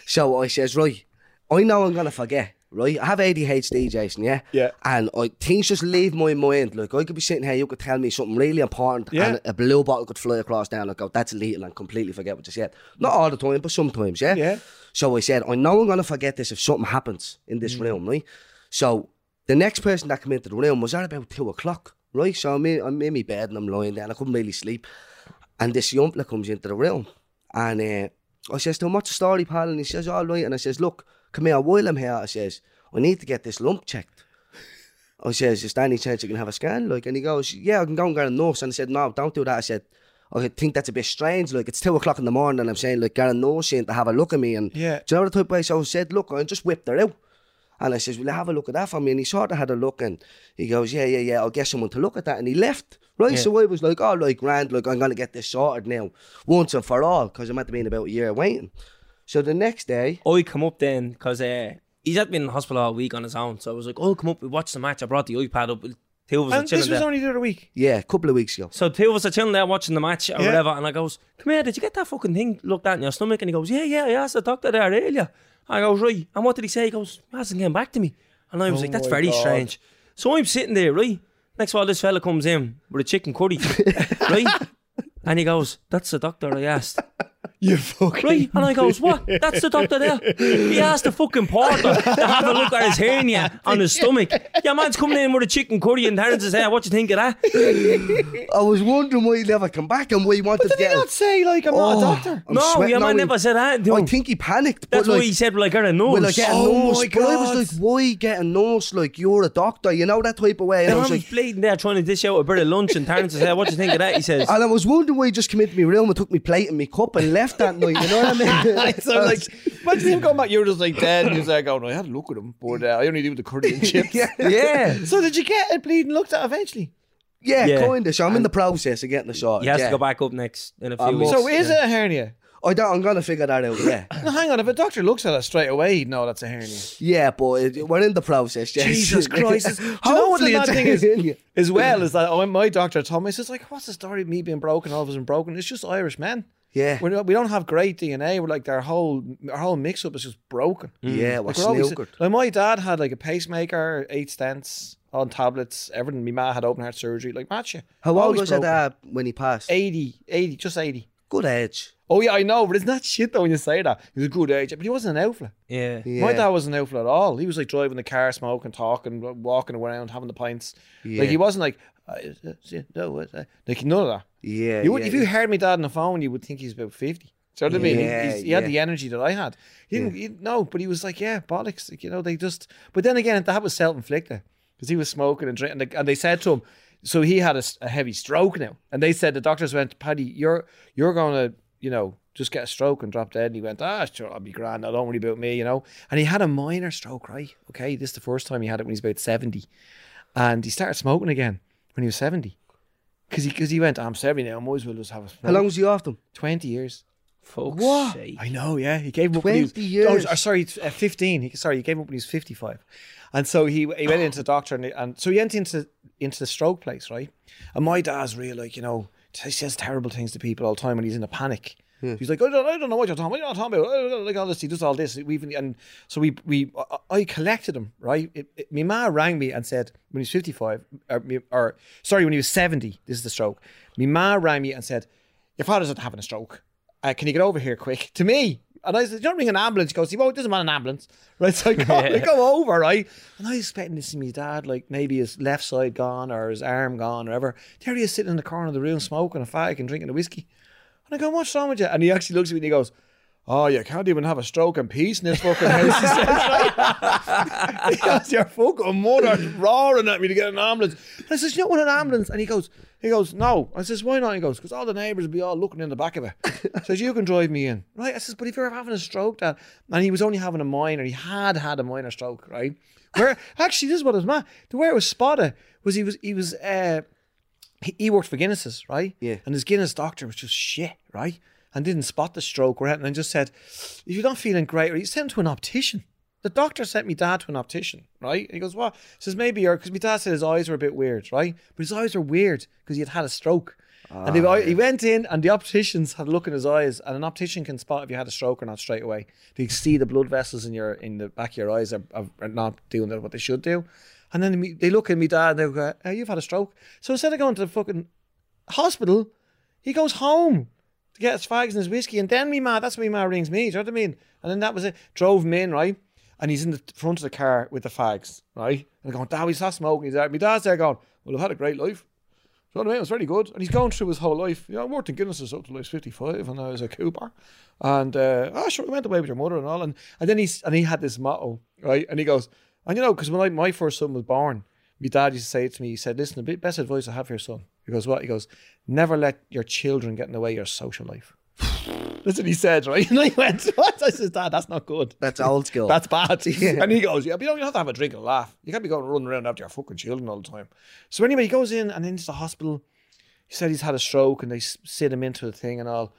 [SPEAKER 2] So I says, right, I know I'm gonna forget. Right, I have ADHD, Jason. Yeah.
[SPEAKER 3] Yeah.
[SPEAKER 2] And I things just leave my mind. Like I could be sitting here, you could tell me something really important,
[SPEAKER 3] Yeah.
[SPEAKER 2] and a blue bottle could fly across down. I go, that's illegal, and completely forget what you said. Not all the time, but sometimes. Yeah.
[SPEAKER 3] Yeah.
[SPEAKER 2] So I said, I know I'm gonna forget this if something happens in this room, right? So the next person that came into the room was at about two o'clock, right? So I'm in, I'm in my bed and I'm lying there, and I couldn't really sleep. And this yumpler comes into the room. And uh, I says to him, what's the story, pal? And he says, all right. And I says, look, come here, while I'm here, I says, I need to get this lump checked. I says, is there any chance you can have a scan? Like, and he goes, yeah, I can go and get a nurse. And I said, no, don't do that. I said, I think that's a bit strange. Like, it's two o'clock in the morning and I'm saying, like, get a nurse in to have a look at me. And
[SPEAKER 3] Yeah.
[SPEAKER 2] do you know the type of way? So I said, look, I just whipped her out. And I says, Will you have a look at that for me? And he sort of had a look and he goes, Yeah, yeah, yeah, I'll get someone to look at that. And he left. Right. So I was like, Oh, like, grand, like, I'm going to get this sorted now once and for all because I'm at the been about a year waiting. So the next day,
[SPEAKER 4] I come up then because uh, he's had been in hospital all week on his own. So I was like, oh, come up, we watch the match. I brought the iPad up. Two of us are
[SPEAKER 3] And
[SPEAKER 4] chilling
[SPEAKER 3] this was
[SPEAKER 4] there.
[SPEAKER 3] only the other week.
[SPEAKER 2] yeah, a couple of weeks ago.
[SPEAKER 4] so two of us are chilling there watching the match or
[SPEAKER 3] Yeah.
[SPEAKER 4] whatever. And I goes, come here, did you get that fucking thing looked at in your stomach? And he goes, yeah, yeah, I asked the doctor there earlier. I goes, right. And what did he say? He goes, he hasn't came back to me. And I was like, that's
[SPEAKER 3] Oh my
[SPEAKER 4] very
[SPEAKER 3] God.
[SPEAKER 4] strange. So I'm sitting there, right? Next while this fella comes in with a chicken curry, right? And he goes, that's the doctor I asked.
[SPEAKER 3] You fucking
[SPEAKER 4] Right? And I goes, what? That's the doctor there. He asked the fucking porter to have a look at his hernia on his stomach. Your man's coming in with a chicken curry and Terrence is there. What you think of that?
[SPEAKER 2] I was wondering why he never come back and why he wanted to
[SPEAKER 3] Did
[SPEAKER 2] get.
[SPEAKER 3] he not say like I'm not a
[SPEAKER 2] Oh,
[SPEAKER 3] doctor?
[SPEAKER 2] I'm
[SPEAKER 4] no,
[SPEAKER 2] sweating
[SPEAKER 4] your man
[SPEAKER 2] now, he-
[SPEAKER 4] never said that. to
[SPEAKER 2] I
[SPEAKER 4] him.
[SPEAKER 2] think he panicked.
[SPEAKER 4] That's
[SPEAKER 2] but
[SPEAKER 4] why
[SPEAKER 2] like,
[SPEAKER 4] he said, like, I don't know.
[SPEAKER 2] Will I get a
[SPEAKER 3] Oh
[SPEAKER 2] nurse?
[SPEAKER 3] my
[SPEAKER 2] But I
[SPEAKER 3] God.
[SPEAKER 2] was like, why get a nurse? Like, you're a doctor, you know, that type of way. And
[SPEAKER 4] And
[SPEAKER 2] I
[SPEAKER 4] I
[SPEAKER 2] was
[SPEAKER 4] was
[SPEAKER 2] like,
[SPEAKER 4] bleeding there trying to dish out a bit of lunch, and Terrence is there. What do you think of that? He says,
[SPEAKER 2] And I was wondering why he just came into my room and took me plate and my cup and left that night. You know what I mean?
[SPEAKER 3] so like, imagine him going back. You were just like dead, and he's like, "Oh no, I had a look at him, but uh, I only do the curry and chips."
[SPEAKER 4] Yeah.
[SPEAKER 3] So did you get it bleeding looked at eventually?
[SPEAKER 2] yeah,
[SPEAKER 4] Yeah.
[SPEAKER 2] kind of. So I'm in the process of getting the shot.
[SPEAKER 4] He has
[SPEAKER 2] yeah.
[SPEAKER 4] to go back up next in a few
[SPEAKER 2] Um,
[SPEAKER 4] weeks.
[SPEAKER 3] So is
[SPEAKER 4] Yeah.
[SPEAKER 3] it a hernia?
[SPEAKER 2] I don't, I'm gonna figure that out. Yeah,
[SPEAKER 3] No, hang on. If a doctor looks at it straight away, he'd know that's a hernia.
[SPEAKER 2] yeah, but it, we're in the process. yes.
[SPEAKER 3] Jesus Christ! it's- Do you know what the
[SPEAKER 2] Hopefully
[SPEAKER 3] mad
[SPEAKER 2] it's-
[SPEAKER 3] thing is as well is that oh, my doctor told me, it's like, what's the story of me being broken, all of us being broken? It's just Irish men.
[SPEAKER 2] Yeah,
[SPEAKER 3] We're not, we don't have great DNA. We're like their whole our whole mix up is just broken.
[SPEAKER 2] yeah, we're
[SPEAKER 3] Like, we're always,
[SPEAKER 2] snookered.
[SPEAKER 3] like my dad had like a pacemaker, eight stents on tablets, everything. My ma had open heart surgery. Like match you.
[SPEAKER 2] How old
[SPEAKER 3] Always
[SPEAKER 2] was your
[SPEAKER 3] broken.
[SPEAKER 2] dad when he passed?
[SPEAKER 3] 80, 80, just 80.
[SPEAKER 2] Good age.
[SPEAKER 3] Oh yeah, I know, but isn't that shit though when you say that? He was a good age, but he wasn't an outfit.
[SPEAKER 4] Yeah.
[SPEAKER 2] Yeah.
[SPEAKER 3] My dad wasn't an outfit at all. He was like driving the car, smoking, talking, walking around, having the pints.
[SPEAKER 2] Yeah.
[SPEAKER 3] Like he wasn't like, I- uh, see, no, uh, like none of that.
[SPEAKER 2] Yeah,
[SPEAKER 3] You would,
[SPEAKER 2] yeah,
[SPEAKER 3] if you
[SPEAKER 2] yeah.
[SPEAKER 3] heard my dad on the phone, you would think he's about fifty. Do you know what I mean? He-
[SPEAKER 2] Yeah,
[SPEAKER 3] he's- he had
[SPEAKER 2] yeah.
[SPEAKER 3] the energy that I had. He didn't he- no, but he was like, yeah, bollocks. Like, you know, they just. But then again, that was self-inflicted because he was smoking and drinking, and they, and they said to him, so he had a, s- a heavy stroke now, and they said the doctors went, Paddy, you're you're gonna, you know. Just get a stroke and drop dead. And he went, ah, sure, I'll be grand. I don't worry about me, you know. And he had a minor stroke, right? Okay, this is the first time he had it when he's about 70. And he started smoking again when he was 70. Because he, cause he went, I'm 70 now, I might as well just have a smoke.
[SPEAKER 2] How long was he off them?
[SPEAKER 3] 20 years.
[SPEAKER 4] Fuck's sake.
[SPEAKER 3] I know, yeah. He gave up when he was,
[SPEAKER 2] 20 years.
[SPEAKER 3] Oh, sorry, uh, 15. He, sorry, he gave up when he was 55. And so he he went into the doctor and, and so he went into into the stroke place, right? And my dad's real like, you know, he says terrible things to people all the time when he's in a panic. He's like, I don't, I don't know what you're talking about. You're not talking about I don't know," like all this. He does all this. We even and so we we I- I collected him, right? It, it, my ma rang me and said when he was 55, or, me- or sorry, when he was 70. This is the stroke. My ma rang me and said, your father's not having a stroke. Uh, can you get over here quick? To me. And I said, don't ring an ambulance. He goes, he won't, doesn't want an ambulance. Right, so I go, I go over, right? And I was expecting to see my dad, like maybe his left side gone or his arm gone or whatever. There he is sitting in the corner of the room smoking a fag and drinking a whiskey. And I go, what's wrong with you? And he actually looks at me and he goes, oh, you can't even have a stroke in peace in this fucking house. He says, right? he goes, your fucking mother's roaring at me to get an ambulance. And I says, you don't want an ambulance? And he goes, he goes, no. I says, why not? He goes, because all the neighbours will be all looking in the back of it. says, you can drive me in. Right? I says, but if you're having a stroke, Dad. And he was only having a minor. He had had a minor stroke, right? Where, actually, this is what was mad. The way it was spotted was he was, he was, uh, he, he worked for Guinness's, right?
[SPEAKER 2] Yeah.
[SPEAKER 3] And his Guinness doctor was just shit, right? And didn't spot the stroke or anything and just said, if you're not feeling great, or you sent him to an optician. The doctor sent me dad to an optician, right? And he goes, what? He says, maybe you're, because my dad said his eyes were a bit weird, right? But his eyes were weird because he had had a stroke. and he, he went in and the opticians had a look in his eyes and an optician can spot if you had a stroke or not straight away. They can see the blood vessels in your in the back of your eyes are, are, are not doing what they should do. And then me- they look at me dad and they go, oh, you've had a stroke. So instead of going to the fucking hospital, he goes home to get his fags and his whiskey, and then me ma, that's when me ma rings me. Do you know what I mean? And then that was it. Drove him in, right? And he's in the front of the car with the fags, right? And I'm going, Dad, he's not smoking. He's out. My dad's there going, Well, I've had a great life. Do you know what I mean? It was very good. And he's gone through his whole life. You know, I worked in Guinness's up till I was 55 and I was a Cooper. And, uh, oh, sure, I went away with your mother and all. And, and then he's, and he had this motto, right? And he goes, and you know, because when I, my first son was born, my dad used to say to me, he said, listen, the bit- best advice I have for your son. He goes, what? He goes, never let your children get in the way of your social life. That's what he said, right? And I went, what? I says, Dad, that's not good.
[SPEAKER 2] That's old school.
[SPEAKER 3] That's bad. And he goes, yeah, but you don't have to have a drink and laugh. You can't be going running around after your fucking children all the time. So anyway, he goes in and into the hospital. He said he's had a stroke and they s- sit him into the thing and all.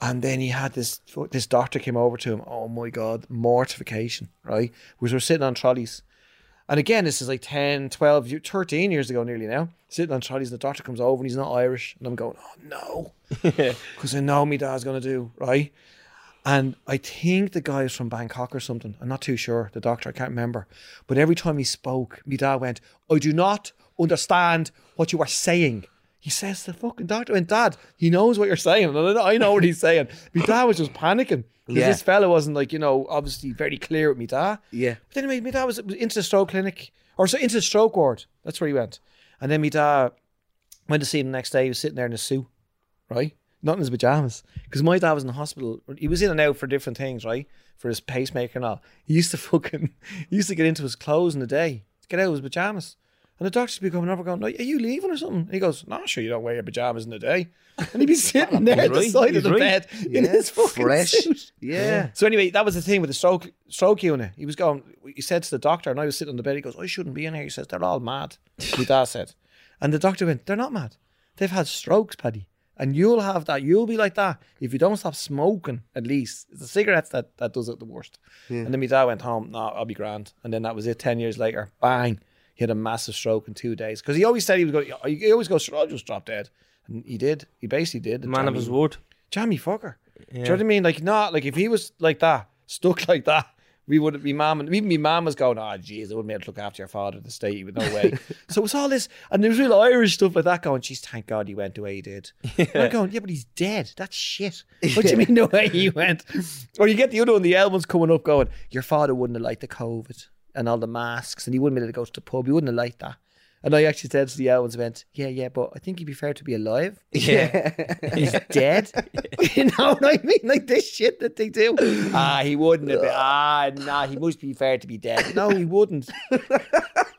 [SPEAKER 3] And then he had this this doctor came over to him. Oh my god, mortification, right? Because we're sitting on trolleys. And again, this is like 10, 12, year- 13 years ago nearly now. Sitting on trolleys and the doctor comes over and he's not Irish. And I'm going, oh no. Because I know my dad's going to do, right? And I think the guy is from Bangkok or something. I'm not too sure. The doctor, I can't remember. But every time he spoke, my dad went, I do not understand what you are saying. He says to the fucking doctor, and dad, he knows what you're saying. And I know- I know what he's saying. My dad was just panicking. Because
[SPEAKER 2] Yeah.
[SPEAKER 3] this fella wasn't like, you know, obviously very clear with me dad.
[SPEAKER 2] Yeah.
[SPEAKER 3] But then anyway, my dad was was into the stroke clinic, or so into the stroke ward. That's where he went. And then my dad went to see him the next day. He was sitting there in a suit, right? Not in his pajamas. Because my dad was in the hospital. He was in and out for different things, right? For his pacemaker and all. He used to fucking, he used to get into his clothes in the day, to get out of his pajamas. And the doctor's be coming over going, like, are you leaving or something? And he goes, no, sure, you don't wear your pajamas in the day. And he'd be sitting there at the
[SPEAKER 4] right,
[SPEAKER 3] side
[SPEAKER 4] he's
[SPEAKER 3] of the
[SPEAKER 4] right.
[SPEAKER 3] bed in his fucking
[SPEAKER 2] fresh.
[SPEAKER 3] suit.
[SPEAKER 2] Yeah.
[SPEAKER 3] So anyway, that was the thing with the stroke stroke unit. He was going. He said to the doctor, and I was sitting on the bed. He goes, "I shouldn't be in here." He says, "They're all mad." My dad said, and the doctor went, "They're not mad. They've had strokes, Paddy." And you'll have that. You'll be like that if you don't stop smoking. At least it's the cigarettes that that does it the worst. And then my dad went home. No, I'll be grand. And then that was it. Ten years later, bang, he had a massive stroke in two days because he always said he was going. He always goes, "Sure, I'll just drop dead." And he did. He basically did.
[SPEAKER 4] man of his word.
[SPEAKER 3] Jammy fucker. Do you know what I mean? Like, not like if he was like that, stuck like that, we would be mom and even me mom was going, Oh jeez, I wouldn't be able to look after your father in the state with no way. so it's all this and there's real Irish stuff like that going, Jeez, thank God he went the way he did. And I'm going, Yeah, but he's dead. That's shit. What do you mean the way he went? Or you get the other one, the L one's coming up going, Your father wouldn't have liked the COVID and all the masks and he wouldn't be able to go to the pub, he wouldn't have liked that. And I actually said to the L ones went, Yeah, yeah, but I think he'd be fair to be alive
[SPEAKER 4] Yeah.
[SPEAKER 3] he's dead. you know what I mean? Like this shit that they do. Ah, he wouldn't have been. Ah, nah, he must be fair to be dead. No, he wouldn't.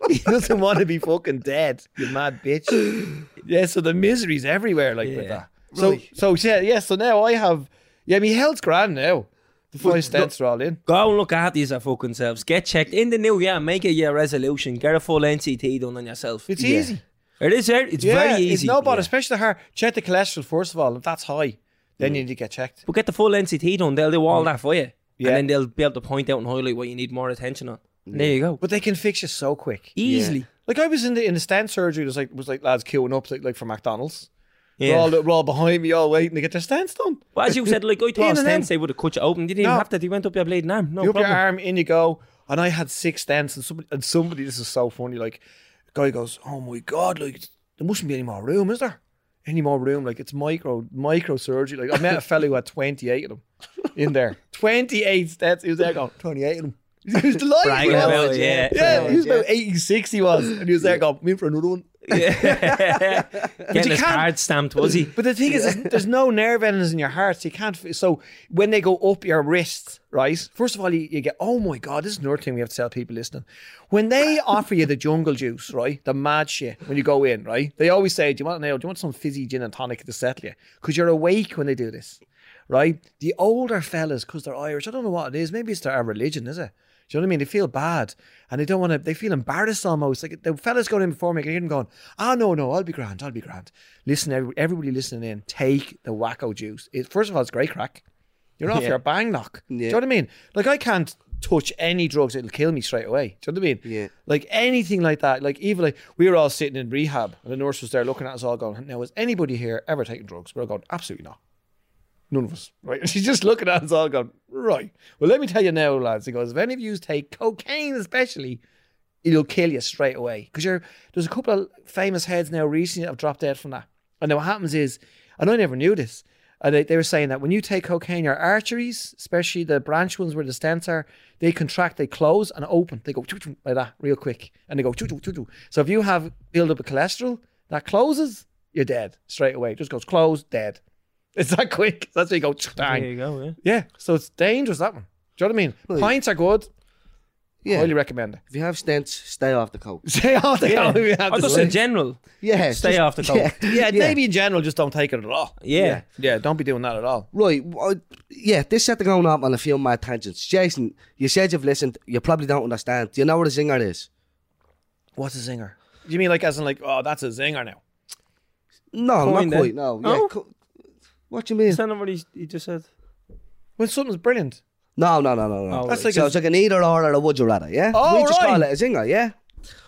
[SPEAKER 3] he doesn't want to be fucking dead. You mad bitch. Yeah, so the misery's everywhere, like with
[SPEAKER 4] Yeah.
[SPEAKER 3] that. So,
[SPEAKER 2] Right.
[SPEAKER 3] so yeah, yeah. So now I have. Yeah, my health's grand now. The five stents are all in.
[SPEAKER 4] Go and look at these fucking selves. Get checked in the new year. Make it your resolution. Get a full NCT done on yourself.
[SPEAKER 3] It's
[SPEAKER 2] Yeah.
[SPEAKER 3] easy.
[SPEAKER 4] It is very, it's
[SPEAKER 3] Yeah,
[SPEAKER 4] very
[SPEAKER 3] It's
[SPEAKER 4] easy.
[SPEAKER 3] no bother, especially the heart. Check the cholesterol first of all. If that's high, then you need to get checked.
[SPEAKER 4] But get the full NCT done. They'll do all that for you.
[SPEAKER 3] Mm. Yeah. Mm.
[SPEAKER 4] And then they'll be able to point out and highlight what you need more attention on. And There you go.
[SPEAKER 3] But they can fix you so quick.
[SPEAKER 4] Easily.
[SPEAKER 3] Like I was in the in the stand surgery. It was like was like lads queuing up like, like for McDonald's.
[SPEAKER 4] Yeah.
[SPEAKER 3] We're all we're all behind me, all waiting to get their stents done.
[SPEAKER 4] Well, as you said, like, I
[SPEAKER 3] In and
[SPEAKER 4] thought stents,
[SPEAKER 3] out.
[SPEAKER 4] they would have cut you open. You didn't
[SPEAKER 3] No.
[SPEAKER 4] even have to. They went up your blade arm. No
[SPEAKER 3] You up your
[SPEAKER 4] problem.
[SPEAKER 3] arm, in you go. And I had six stents, and somebody and somebody. This is so funny. Like, guy goes, "Oh my god! Like, there mustn't be any more room, is there? Any more room? Like, it's micro micro surgery. Like, I met a fellow who had twenty eight of them in there. Twenty eight stents. He was there going twenty eight of them. He was delighted.
[SPEAKER 4] Bragging
[SPEAKER 3] man.
[SPEAKER 4] about it, yeah.
[SPEAKER 3] Yeah, he was about 86 he was. And he was there going, me in for another one.
[SPEAKER 4] Yeah.
[SPEAKER 3] you
[SPEAKER 4] Getting his
[SPEAKER 3] can't-
[SPEAKER 4] card stamped, was he?
[SPEAKER 3] But the thing is, is, there's no nerve endings in your heart, so you can't. f- So when they go up your wrist, right? First of all, you, you get, oh my god, this is another thing we have to tell people listening. When they offer you the jungle juice, right, the mad shit when you go in, right? They always say, do you want an ale? Do you want some fizzy gin and tonic to settle you? Because you're awake when they do this, right? The older fellas, because they're Irish, I don't know what it is. Maybe it's their our religion, is it? Do you know what I mean? They feel bad and they don't want to, they feel embarrassed almost. Like the fellas going in before me, I can hear them going, oh, no, no, I'll be grand, I'll be grand. Listen, every- everybody listening in, take the wacko juice. It, first of all, it's great crack. You're off your bang knock. Do you know what I mean? Like, I can't touch any drugs, it'll kill me straight away. Do you know what I mean?
[SPEAKER 2] Yeah.
[SPEAKER 3] Like anything like that. Like, even like, we were all sitting in rehab and the nurse was there looking at us all going, now, has anybody here ever taken drugs? We're all going, absolutely not. None of us, right? She's just looking at us all going, right. Well, let me tell you now, lads. He goes, if any of you take cocaine, especially, it'll kill you straight away. Because you're there's a couple of famous heads now recently that have dropped dead from that. And then what happens is, and I never knew this. And they, they were saying that when you take cocaine, your arteries, especially the branch ones where the stents are, they contract, they close and open. They go choo-choo like that real quick. And they go choo-choo, choo-choo. So if you have build up of cholesterol, that closes, you're dead straight away. It just goes close, dead. It's that quick. That's where you go,
[SPEAKER 4] There
[SPEAKER 3] bang.
[SPEAKER 4] you go, yeah.
[SPEAKER 3] Yeah. So it's dangerous, that one. Do you know what I mean? Pints are good.
[SPEAKER 2] Yeah.
[SPEAKER 3] Highly recommend it.
[SPEAKER 2] If you have stents, stay off the coke.
[SPEAKER 3] Say off the yeah.
[SPEAKER 4] Yeah.
[SPEAKER 3] we have
[SPEAKER 4] Or
[SPEAKER 3] to
[SPEAKER 4] just
[SPEAKER 3] say.
[SPEAKER 4] in general.
[SPEAKER 2] Yeah,
[SPEAKER 4] Stay
[SPEAKER 2] just-
[SPEAKER 4] off the coke.
[SPEAKER 3] Yeah, maybe in general, just don't take it at all.
[SPEAKER 4] Yeah.
[SPEAKER 3] yeah, Yeah, don't be doing that at all.
[SPEAKER 2] Right, well, yeah, this set to going up on a few mad tangents. Jason, you said you've listened, you probably don't understand. Do you know what a zinger is?
[SPEAKER 3] What's a zinger? You mean like as in like, oh, that's a zinger now?
[SPEAKER 2] No,
[SPEAKER 4] Coin
[SPEAKER 2] not
[SPEAKER 4] then.
[SPEAKER 2] quite, no. Yeah,
[SPEAKER 4] No?
[SPEAKER 2] co- what do you mean?
[SPEAKER 4] Is that not what he, he just said?
[SPEAKER 3] When something's brilliant.
[SPEAKER 2] No, no, no, no,
[SPEAKER 4] Oh,
[SPEAKER 2] no.
[SPEAKER 4] That's
[SPEAKER 3] right. like
[SPEAKER 2] so
[SPEAKER 3] a-
[SPEAKER 2] it's like an either or or a would you rather, yeah?
[SPEAKER 3] Oh,
[SPEAKER 2] we just
[SPEAKER 3] right.
[SPEAKER 2] call it a zinger, yeah?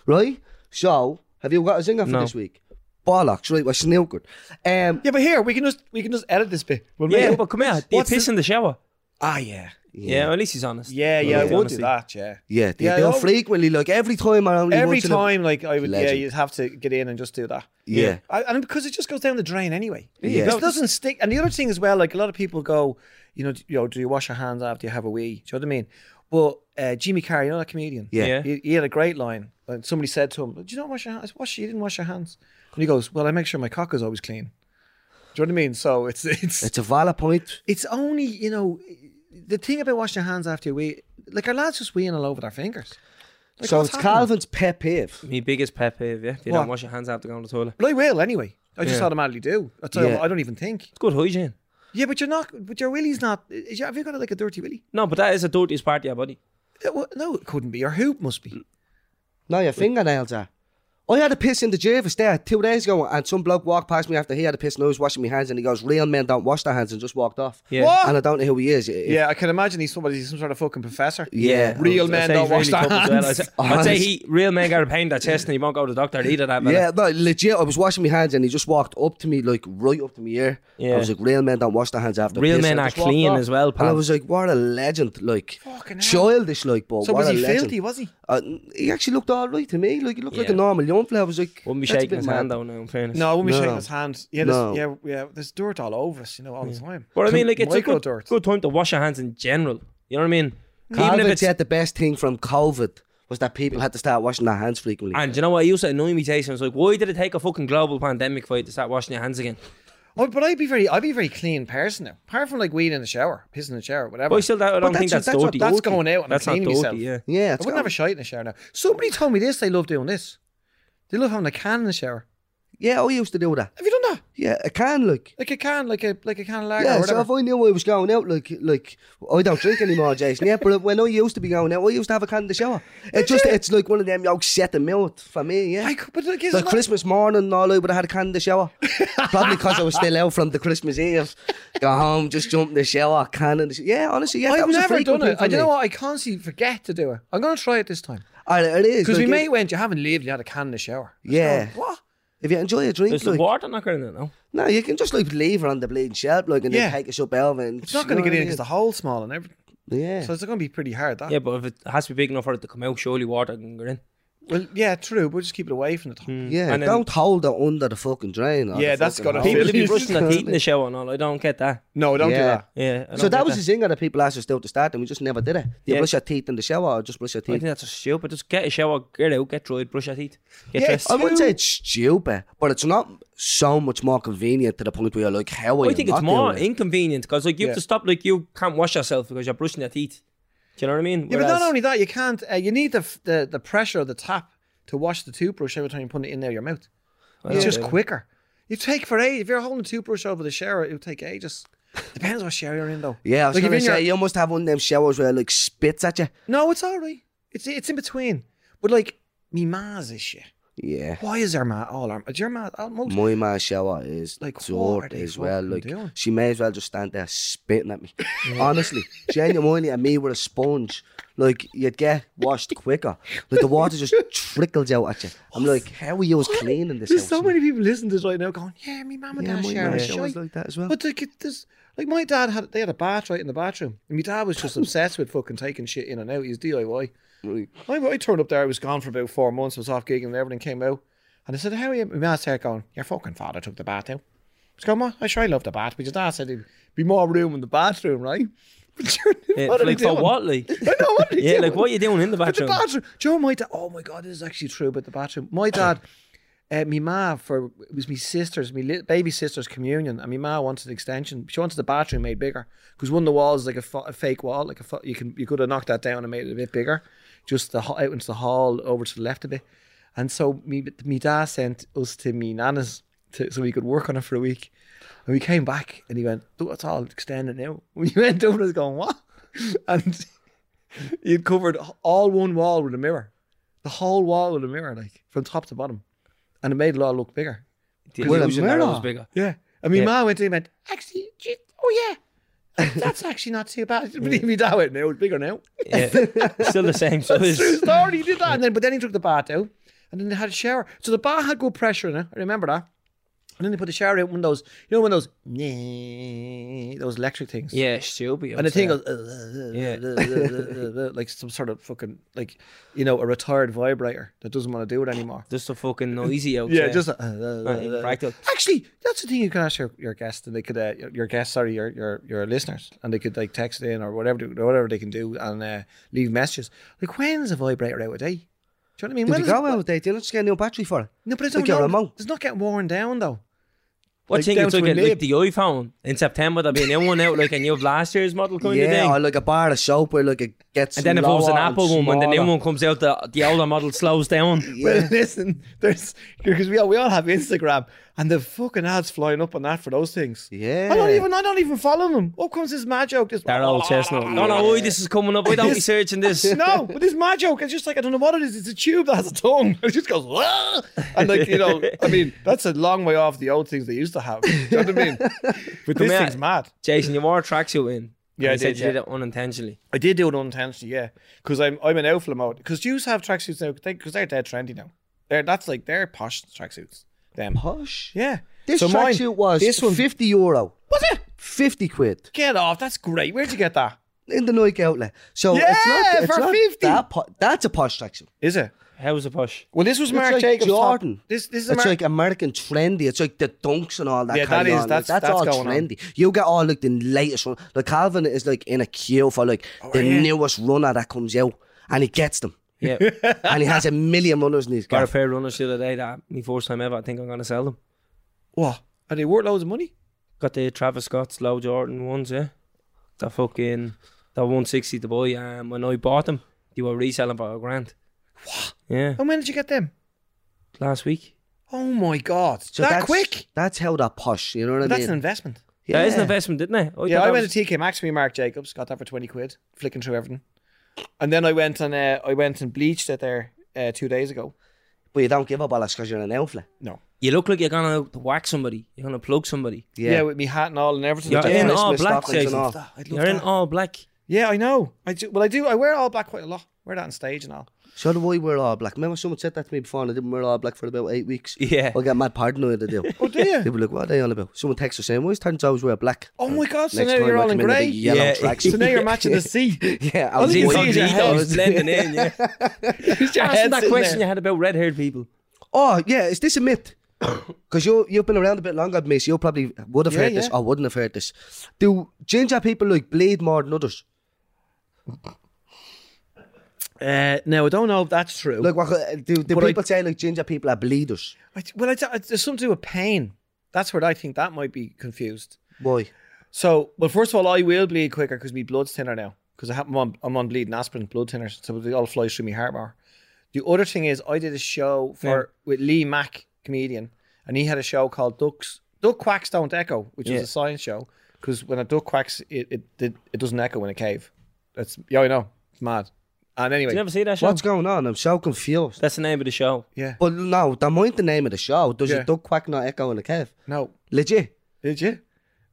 [SPEAKER 2] Right? So, have you got a zinger for
[SPEAKER 4] No.
[SPEAKER 2] this week? Bollocks, right, we're snookered. Um,
[SPEAKER 3] Yeah, but here we can just we can just edit this bit. We'll make
[SPEAKER 4] Yeah,
[SPEAKER 3] it-
[SPEAKER 4] but come here. Do you
[SPEAKER 3] What's
[SPEAKER 4] piss
[SPEAKER 3] the-
[SPEAKER 4] in the shower?
[SPEAKER 3] Ah, yeah,
[SPEAKER 4] Yeah. well, at least he's honest.
[SPEAKER 3] yeah, yeah. I
[SPEAKER 4] Yeah.
[SPEAKER 3] would do
[SPEAKER 4] Honestly.
[SPEAKER 3] that. Yeah,
[SPEAKER 2] yeah, they
[SPEAKER 3] Yeah, I
[SPEAKER 2] do
[SPEAKER 3] always-
[SPEAKER 2] frequently, like every time I only
[SPEAKER 3] Every
[SPEAKER 2] once in a-
[SPEAKER 3] time, like I would, yeah,
[SPEAKER 2] Legend.
[SPEAKER 3] you'd have to get in and just do that.
[SPEAKER 2] Yeah.
[SPEAKER 3] I, and because it just goes down the drain anyway.
[SPEAKER 2] Yeah.
[SPEAKER 3] It doesn't stick. And the other thing as well, like a lot of people go, you know, d- you know, do you wash your hands after you have a wee? Do you know what I mean? But uh, Jimmy Carr, you know that comedian?
[SPEAKER 2] Yeah.
[SPEAKER 4] Yeah.
[SPEAKER 3] He, he had a great line. And somebody said to him, "Do you not wash your hands? I said, Wash, you didn't wash your hands." And he goes, "Well, I make sure my cock is always clean." Do you know what I mean? So it's it's
[SPEAKER 2] It's a valid point.
[SPEAKER 3] it's only you know the thing about washing your hands after you wee, like our lads just weeing all over their fingers. Like,
[SPEAKER 2] so
[SPEAKER 3] what's
[SPEAKER 2] it's
[SPEAKER 3] happening?
[SPEAKER 2] Calvin's pet peeve.
[SPEAKER 4] My biggest pet peeve, yeah. If you
[SPEAKER 3] What?
[SPEAKER 4] don't wash your hands after going to the toilet.
[SPEAKER 3] But I will anyway. I just
[SPEAKER 4] Yeah.
[SPEAKER 3] automatically do. I tell you
[SPEAKER 2] Yeah.
[SPEAKER 3] what, I don't even think.
[SPEAKER 4] It's good hygiene.
[SPEAKER 3] Yeah, but you're not. But your willy's not. Is your, have you got like a dirty willy?
[SPEAKER 4] No, but that is the dirtiest part of your body.
[SPEAKER 3] Uh, well, No, it couldn't be. Your hoop must be.
[SPEAKER 2] No, your fingernails are. I had a piss in the Jervis there two days ago, and some bloke walked past me after he had a piss and I was washing my hands, and he goes, "Real men don't wash their hands," and just walked off.
[SPEAKER 4] Yeah.
[SPEAKER 3] What?
[SPEAKER 2] And I don't know who he is.
[SPEAKER 3] Yeah, I can imagine he's somebody, he's some sort of fucking professor.
[SPEAKER 2] Yeah.
[SPEAKER 3] real
[SPEAKER 4] I'd
[SPEAKER 3] men
[SPEAKER 4] say
[SPEAKER 3] don't
[SPEAKER 4] he's
[SPEAKER 3] wash
[SPEAKER 4] really
[SPEAKER 3] their
[SPEAKER 4] tough as
[SPEAKER 3] hands.
[SPEAKER 4] well. I'd say- I'd say
[SPEAKER 2] Honest.
[SPEAKER 4] he real men got a pain in their chest and he won't go to the doctor either. That man.
[SPEAKER 2] Yeah, no, legit. I was washing my hands and he just walked up to me, like right up to my ear.
[SPEAKER 4] Yeah.
[SPEAKER 2] I was like, real men don't wash their hands after.
[SPEAKER 4] real
[SPEAKER 2] piss,"
[SPEAKER 4] men
[SPEAKER 2] and I
[SPEAKER 4] are
[SPEAKER 2] just walked
[SPEAKER 4] clean
[SPEAKER 2] off.
[SPEAKER 4] as well.
[SPEAKER 2] And I
[SPEAKER 4] Pal.
[SPEAKER 2] was like, what a legend! Like
[SPEAKER 3] Fucking hell.
[SPEAKER 2] childish, like, but
[SPEAKER 3] So
[SPEAKER 2] what
[SPEAKER 3] was he
[SPEAKER 2] a legend.
[SPEAKER 3] filthy, was he?
[SPEAKER 2] Uh, he actually looked all right to me. Like he looked like a
[SPEAKER 4] Yeah.
[SPEAKER 2] normal young fella. I was like,
[SPEAKER 4] Wouldn't be
[SPEAKER 2] "That's a
[SPEAKER 4] shaking
[SPEAKER 2] bit
[SPEAKER 4] his
[SPEAKER 2] mad."
[SPEAKER 4] hand though now. In fairness.
[SPEAKER 3] No, I wouldn't be
[SPEAKER 2] No.
[SPEAKER 3] shaking his hands. Yeah, there's,
[SPEAKER 2] No.
[SPEAKER 3] yeah, yeah. There's dirt all over us, you know, all the time.
[SPEAKER 4] But I mean, like it's a
[SPEAKER 3] micro
[SPEAKER 4] good,
[SPEAKER 3] dirt.
[SPEAKER 4] good time to wash your hands in general. You know what I mean?
[SPEAKER 2] COVID
[SPEAKER 4] Even if it's
[SPEAKER 2] said the best thing from COVID was that people had to start washing their hands frequently.
[SPEAKER 4] and you know what? I used to annoy me, Jason. I was like, why did it take a fucking global pandemic for you to start washing your hands again?
[SPEAKER 3] Oh, but I'd be very, I'd be a very clean person now. Apart from like weed in the shower, pissing in the shower, whatever.
[SPEAKER 4] But I still, I don't
[SPEAKER 2] that's what-
[SPEAKER 4] think that's,
[SPEAKER 2] that's what-
[SPEAKER 4] dirty.
[SPEAKER 3] That's going out and
[SPEAKER 4] That's
[SPEAKER 3] I'm
[SPEAKER 4] not
[SPEAKER 3] cleaning myself.
[SPEAKER 4] dirty. Yeah.
[SPEAKER 2] yeah,
[SPEAKER 3] I
[SPEAKER 2] it's
[SPEAKER 3] wouldn't have a
[SPEAKER 2] got,
[SPEAKER 3] shite in the shower now. Somebody told me this. They love doing this. They love having a can in the shower.
[SPEAKER 2] yeah. I used to do that.
[SPEAKER 3] Have you done that?
[SPEAKER 2] Yeah, I can like.
[SPEAKER 3] Like a can, like a like a can of lager or
[SPEAKER 2] Yeah, so
[SPEAKER 3] whatever.
[SPEAKER 2] if I knew I was going out, like, like I don't drink anymore, Jason. Yeah, but when I used to be going out, I used to have a can in the shower. It just, it's like one of them yolks set the milk for me. Yeah,
[SPEAKER 3] I could, but like, it's
[SPEAKER 2] like
[SPEAKER 3] not-
[SPEAKER 2] Christmas morning, and all I would have had a can in the shower. Probably because I was still out from the Christmas Eve. Go home, just jump in the shower, can in the shower. Yeah, honestly, yeah, that
[SPEAKER 3] I've
[SPEAKER 2] was a
[SPEAKER 3] never
[SPEAKER 2] frequent
[SPEAKER 3] done it.
[SPEAKER 2] thing for
[SPEAKER 3] I you know
[SPEAKER 2] me.
[SPEAKER 3] what? I constantly forget to do it. I'm gonna try it this time
[SPEAKER 2] All right, it is
[SPEAKER 3] because we
[SPEAKER 2] like,
[SPEAKER 3] may
[SPEAKER 2] if-
[SPEAKER 3] went. You haven't lived. You had a can in the shower. It's
[SPEAKER 2] Yeah.
[SPEAKER 3] not- what?
[SPEAKER 2] If you enjoy a drink,
[SPEAKER 4] Is the
[SPEAKER 2] like,
[SPEAKER 4] water not going in it now?
[SPEAKER 2] No, you can just like leave her on the bleeding shelf, like, and
[SPEAKER 3] Yeah.
[SPEAKER 2] then take us up over. And
[SPEAKER 3] It's not gonna get in because the hole's small and everything.
[SPEAKER 2] yeah.
[SPEAKER 3] So it's gonna be pretty hard. That.
[SPEAKER 4] Yeah, but if it has to be big enough for it to come out, surely water can get in.
[SPEAKER 3] Well, yeah, true. We'll just keep it away from the top.
[SPEAKER 2] yeah,
[SPEAKER 4] and then-
[SPEAKER 2] don't hold her under the fucking drain. or
[SPEAKER 3] Yeah,
[SPEAKER 2] the
[SPEAKER 3] that's
[SPEAKER 2] fucking
[SPEAKER 3] gotta
[SPEAKER 2] hose.
[SPEAKER 3] feel-
[SPEAKER 4] People be
[SPEAKER 3] It's
[SPEAKER 4] brushing their
[SPEAKER 2] just-
[SPEAKER 4] teeth in the shower and all. I don't get that.
[SPEAKER 3] No, don't do
[SPEAKER 2] Yeah.
[SPEAKER 3] that.
[SPEAKER 4] Yeah. I
[SPEAKER 2] So
[SPEAKER 4] don't
[SPEAKER 2] that
[SPEAKER 4] get
[SPEAKER 2] was the thing that people asked us still to start, and we just never did it. You
[SPEAKER 4] Yeah.
[SPEAKER 2] brush your teeth in the shower, or just brush your
[SPEAKER 4] I think
[SPEAKER 2] teeth.
[SPEAKER 4] that's just stupid. Just get a shower, get out, get dried, brush your teeth, get
[SPEAKER 3] Yeah,
[SPEAKER 4] dressed.
[SPEAKER 2] I wouldn't say it's stupid, but it's not so much more convenient to the point where you're like, how are
[SPEAKER 4] I
[SPEAKER 2] you
[SPEAKER 4] think
[SPEAKER 2] not
[SPEAKER 4] it's more
[SPEAKER 2] doing it?
[SPEAKER 4] inconvenient because like you
[SPEAKER 3] Yeah.
[SPEAKER 4] have to stop. Like you can't wash yourself because you're brushing your teeth. Do you know what I mean?
[SPEAKER 3] Yeah, but not
[SPEAKER 4] Whereas-
[SPEAKER 3] only that, you can't. Uh, you need the, f- the the pressure of the tap to wash the toothbrush every time you put it in there your mouth.
[SPEAKER 4] Yeah.
[SPEAKER 3] It's just quicker. You take for ages. If you're holding a toothbrush over the shower, it'll take ages. Depends what shower you're in, though.
[SPEAKER 2] Yeah, I was
[SPEAKER 3] Like, if
[SPEAKER 2] gonna
[SPEAKER 3] in your-
[SPEAKER 2] say you must have one of them showers where it, like spits at you.
[SPEAKER 3] No, it's all right. It's it's in between. But like, me ma's is shit.
[SPEAKER 2] Yeah,
[SPEAKER 3] Why is her ma all her? Is your ma all most?
[SPEAKER 2] my ma's shower is
[SPEAKER 3] Like,
[SPEAKER 2] like
[SPEAKER 3] what are
[SPEAKER 2] dirt
[SPEAKER 3] they
[SPEAKER 2] as well.
[SPEAKER 3] fucking
[SPEAKER 2] Like
[SPEAKER 3] doing?
[SPEAKER 2] she may as well just stand there spitting at me. Honestly, genuinely, at me with a sponge. Like you'd get washed quicker. Like the water just trickles out at you. I'm like, how are you cleaning this?
[SPEAKER 3] There's
[SPEAKER 2] house?
[SPEAKER 3] so many people listening to this right now going, "Yeah, me mum and
[SPEAKER 2] Yeah,
[SPEAKER 3] dad
[SPEAKER 2] my
[SPEAKER 3] share
[SPEAKER 2] ma
[SPEAKER 3] a
[SPEAKER 2] showers
[SPEAKER 3] shite."
[SPEAKER 2] like that as well.
[SPEAKER 3] But like, it, there's like my dad had they had a bath right in the bathroom, and my dad was just obsessed with fucking taking shit in and out. He's DIY.
[SPEAKER 2] Right.
[SPEAKER 3] I, I turned up there. I was gone for about four months. I was off gigging, and everything came out. And I said, "How are you?" My dad started going, "Your fucking father took the bath out." I was going, "Ma, I sure love the bath, but your dad said there'd be more room in the bathroom, right?" But you're,
[SPEAKER 4] Yeah,
[SPEAKER 3] what are
[SPEAKER 4] like
[SPEAKER 3] they doing?
[SPEAKER 4] for what? Like
[SPEAKER 3] I know what are they
[SPEAKER 4] yeah, like
[SPEAKER 3] doing?
[SPEAKER 4] what are you doing in the
[SPEAKER 3] But the
[SPEAKER 4] bathroom?
[SPEAKER 3] bathroom. Joe, you know my dad? Oh my god, this is actually true about the bathroom. My dad, uh, my ma for it was my sister's, my li- baby sister's communion, and my ma wanted an extension. She wanted the bathroom made bigger because one of the walls is like a, fa- a fake wall, like a fa- you can you could have knocked that down and made it a bit bigger, just the ho- out into the hall over to the left a bit. And so me, me dad sent us to me nana's to, so we could work on it for a week. And we came back and he went, "Oh, it's all extended now." We went over and I was going, "What?" And He'd covered all one wall with a mirror, the whole wall with a mirror, like from top to bottom, and it made it all look bigger.
[SPEAKER 4] The
[SPEAKER 2] Well, a
[SPEAKER 4] illusion that it
[SPEAKER 2] mirror.
[SPEAKER 4] was bigger.
[SPEAKER 3] Yeah, and my
[SPEAKER 4] Yeah.
[SPEAKER 3] ma went in and went, actually, gee, oh yeah, that's actually not too bad. Believe me, that went now, it's bigger now.
[SPEAKER 4] Yeah. Still the same size.
[SPEAKER 3] True story, he did that, and then but then he took the bath out, and then they had a shower. So the bath had good pressure in it. I remember that. And then they put the shower out one of those, you know, one of those, those electric things.
[SPEAKER 4] Yeah, stupid.
[SPEAKER 3] And the thing
[SPEAKER 4] was
[SPEAKER 3] goes, uh,
[SPEAKER 4] Yeah.
[SPEAKER 3] yeah. uh, like some sort of fucking, like, you know, a retired vibrator that doesn't want to do it anymore.
[SPEAKER 4] just so fucking noisy out
[SPEAKER 3] Yeah,
[SPEAKER 4] there.
[SPEAKER 3] just. Uh, uh, uh,
[SPEAKER 4] practical.
[SPEAKER 3] Actually, that's the thing you can ask your, your guest, and they could, uh, your, your guests, sorry, your, your your listeners, and they could like text in or whatever, they- whatever they can do, and uh, leave messages. Like, when's a vibrator out of date? Do you know what I mean?
[SPEAKER 2] Did
[SPEAKER 3] When
[SPEAKER 2] you
[SPEAKER 3] is
[SPEAKER 2] go
[SPEAKER 3] it-
[SPEAKER 2] out there? Did you not just get a new battery for it?
[SPEAKER 3] No, but I don't
[SPEAKER 2] Like your
[SPEAKER 3] know.
[SPEAKER 2] remote.
[SPEAKER 3] It's not getting worn down though.
[SPEAKER 4] What
[SPEAKER 3] like
[SPEAKER 4] thing
[SPEAKER 3] down
[SPEAKER 4] it's
[SPEAKER 3] to
[SPEAKER 4] like,
[SPEAKER 3] a
[SPEAKER 4] a- like
[SPEAKER 3] nib.
[SPEAKER 4] the iPhone in September there'll be a new one out like and you have last year's model kind of
[SPEAKER 2] Yeah,
[SPEAKER 4] thing.
[SPEAKER 2] or like a bar of soap where like it gets.
[SPEAKER 4] and then if it was an
[SPEAKER 2] lower
[SPEAKER 4] Apple
[SPEAKER 2] and
[SPEAKER 4] one, when the new
[SPEAKER 2] smaller.
[SPEAKER 4] one comes out, the, the older model slows down.
[SPEAKER 2] Yeah.
[SPEAKER 3] Well, listen, there's because we all we all have Instagram, And the fucking ads flying up on that for those things.
[SPEAKER 2] Yeah.
[SPEAKER 3] I don't even I don't even follow them. Up comes this mad joke. This
[SPEAKER 4] That old chestnut. No, no, oi, this is coming up. I don't be searching this.
[SPEAKER 3] no, but this mad joke. It's just like I don't know what it is. It's a tube that has a tongue. It just goes "Wah!" and like you know. I mean, that's a long way off the old things they used to have. Do you know what I mean? But this
[SPEAKER 4] here.
[SPEAKER 3] thing's mad.
[SPEAKER 4] Jason, you wore a tracksuit in.
[SPEAKER 3] Yeah,
[SPEAKER 4] And
[SPEAKER 3] I
[SPEAKER 4] you said
[SPEAKER 3] did,
[SPEAKER 4] you
[SPEAKER 3] yeah.
[SPEAKER 4] did it unintentionally.
[SPEAKER 3] I did do it unintentionally, yeah, because I'm I'm in outflow mode. Because Jews have tracksuits now, because they, are dead trendy now. They're that's like they're posh tracksuits. Them,
[SPEAKER 2] Hush.
[SPEAKER 3] yeah.
[SPEAKER 2] This
[SPEAKER 3] So mine-
[SPEAKER 2] tracksuit was
[SPEAKER 3] this one.
[SPEAKER 2] 50 euro.
[SPEAKER 3] Was it?
[SPEAKER 2] 50 quid
[SPEAKER 3] Get off! That's great. Where'd you get that?
[SPEAKER 2] in the Nike outlet. So it's
[SPEAKER 3] Yeah,
[SPEAKER 2] not, it's
[SPEAKER 3] for
[SPEAKER 2] not
[SPEAKER 3] 50.
[SPEAKER 2] That po- that's a posh tracksuit.
[SPEAKER 3] Is it?
[SPEAKER 4] How's the push?
[SPEAKER 3] Well, this was
[SPEAKER 2] It's
[SPEAKER 3] Mark
[SPEAKER 2] like
[SPEAKER 3] Jacobs. top-
[SPEAKER 2] Jordan.
[SPEAKER 3] This this is
[SPEAKER 2] It's
[SPEAKER 3] Mark.
[SPEAKER 2] like American trendy. It's like the dunks and all that.
[SPEAKER 3] Yeah, that
[SPEAKER 2] carry
[SPEAKER 3] is-
[SPEAKER 2] on. Like,
[SPEAKER 3] that's-
[SPEAKER 2] that's,
[SPEAKER 3] that's
[SPEAKER 2] all
[SPEAKER 3] going on.
[SPEAKER 2] trendy. You get all like the latest one. Like Calvin is like in a queue for like
[SPEAKER 3] Oh,
[SPEAKER 2] the
[SPEAKER 3] yeah.
[SPEAKER 2] newest runner that comes out, and he gets them,
[SPEAKER 4] Yeah.
[SPEAKER 2] and he has a million runners in his
[SPEAKER 4] Got a
[SPEAKER 2] car.
[SPEAKER 4] pair of runners the other day that my first time ever. I think I'm gonna sell them.
[SPEAKER 3] what? Are they worth loads of money?
[SPEAKER 4] Got the Travis Scott's Low Jordan ones, yeah. The fucking that 160 the boy. Um, when I bought them, they were reselling for a grand. What? Yeah,
[SPEAKER 3] And when did you get them?
[SPEAKER 4] last week.
[SPEAKER 3] Oh my god!
[SPEAKER 2] So
[SPEAKER 3] that
[SPEAKER 2] that's,
[SPEAKER 3] quick?
[SPEAKER 2] That's how that posh. You know what I
[SPEAKER 3] That's
[SPEAKER 2] mean?
[SPEAKER 3] an investment.
[SPEAKER 2] yeah.
[SPEAKER 4] That is an investment, didn't it?
[SPEAKER 3] Yeah, I went to TK Maxx with Mark Jacobs, got that for twenty quid, flicking through everything, and then I went and uh, I went and bleached it there uh, two days ago.
[SPEAKER 2] But you don't give up all that because you're an outlet.
[SPEAKER 3] No.
[SPEAKER 4] you look like you're gonna whack somebody. You're gonna plug somebody.
[SPEAKER 3] Yeah.
[SPEAKER 2] Yeah.
[SPEAKER 3] with me hat and all and everything.
[SPEAKER 4] You're
[SPEAKER 3] Like,
[SPEAKER 4] in
[SPEAKER 2] Christmas
[SPEAKER 4] all black,
[SPEAKER 2] stockings and
[SPEAKER 4] Jason.
[SPEAKER 2] all.
[SPEAKER 3] I'd love
[SPEAKER 4] You're in
[SPEAKER 3] that.
[SPEAKER 4] all black.
[SPEAKER 3] Yeah, I know. I do. Well, I do. I wear all black quite a lot. Wear that on stage and all.
[SPEAKER 2] So do I wear all black. Remember someone said that to me before and I didn't wear all black for about eight weeks.
[SPEAKER 4] Yeah.
[SPEAKER 2] I got mad paranoid I do.
[SPEAKER 3] Oh, do you?
[SPEAKER 2] People like, what are they on about? Someone texts us saying, why is turns always wear black?
[SPEAKER 3] oh my god! So
[SPEAKER 2] Next
[SPEAKER 3] now
[SPEAKER 2] time
[SPEAKER 3] you're
[SPEAKER 2] I
[SPEAKER 3] all in
[SPEAKER 2] come in, it'll
[SPEAKER 3] grey.
[SPEAKER 2] be yellow
[SPEAKER 4] Yeah.
[SPEAKER 2] tracks.
[SPEAKER 3] So now you're matching the sea.
[SPEAKER 2] Yeah, I
[SPEAKER 3] I
[SPEAKER 2] was
[SPEAKER 3] think it's
[SPEAKER 2] white.
[SPEAKER 3] easier.
[SPEAKER 2] I was-
[SPEAKER 4] blending in. Yeah.
[SPEAKER 3] Just your
[SPEAKER 4] Answer
[SPEAKER 3] head
[SPEAKER 4] that
[SPEAKER 3] sitting
[SPEAKER 4] question
[SPEAKER 3] there.
[SPEAKER 4] you had about red-haired people.
[SPEAKER 2] Oh, yeah, is this a myth? Because you you've been around a bit longer than me, so you probably would have
[SPEAKER 3] Yeah,
[SPEAKER 2] heard this
[SPEAKER 3] yeah.
[SPEAKER 2] or wouldn't have heard this. Do ginger people like bleed more than others?
[SPEAKER 3] Uh, no, I don't know if that's true.
[SPEAKER 2] Like, what, uh, do, do
[SPEAKER 3] But I-
[SPEAKER 2] people say like ginger people are bleeders?
[SPEAKER 3] I, well, it's, it's, there's something to do with pain. That's where I think that might be confused.
[SPEAKER 2] Why?
[SPEAKER 3] So, well, first of all, I will bleed quicker because my blood's thinner now. Because I'm on, I'm on bleeding aspirin, blood thinners, so they all flies through my heart more. The other thing is, I did a show for with Lee Mack, comedian, and he had a show called Ducks Duck Quacks Don't Echo, which
[SPEAKER 4] Yeah.
[SPEAKER 3] was a science show. Because when a duck quacks, it it, it it doesn't echo in a cave. That's yeah, I know, it's mad. And anyway,
[SPEAKER 4] Did you ever see that show?
[SPEAKER 2] What's going on? I'm so confused.
[SPEAKER 4] That's the name of the show.
[SPEAKER 3] yeah,
[SPEAKER 2] But no, don't mind the name of the show. Does
[SPEAKER 3] Yeah.
[SPEAKER 2] a duck quack not echo in the cave?
[SPEAKER 3] no,
[SPEAKER 2] Legit.
[SPEAKER 3] did you?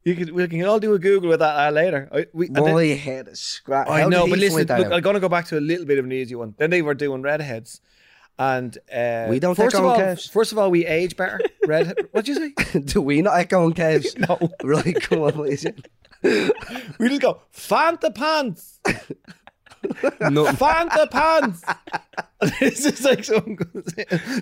[SPEAKER 3] You could we can all do a Google with that uh, later. I, we, and then-
[SPEAKER 2] Boy, your head is scratch.
[SPEAKER 3] I
[SPEAKER 2] How did
[SPEAKER 3] know,
[SPEAKER 2] he
[SPEAKER 3] but listen,
[SPEAKER 2] find that
[SPEAKER 3] look,
[SPEAKER 2] out?
[SPEAKER 3] I'm going to go back to a little bit of an easy one. Then they were doing redheads, and uh,
[SPEAKER 2] We don't
[SPEAKER 3] First
[SPEAKER 2] take
[SPEAKER 3] of
[SPEAKER 2] our own
[SPEAKER 3] all,
[SPEAKER 2] caves.
[SPEAKER 3] first of all, we age better. Red, what'd you say?
[SPEAKER 2] do we not echo in caves?
[SPEAKER 3] No,
[SPEAKER 2] right, come on, what is it?
[SPEAKER 3] we just go Fanta pants,
[SPEAKER 4] No,
[SPEAKER 3] Fanta pants. this is like some,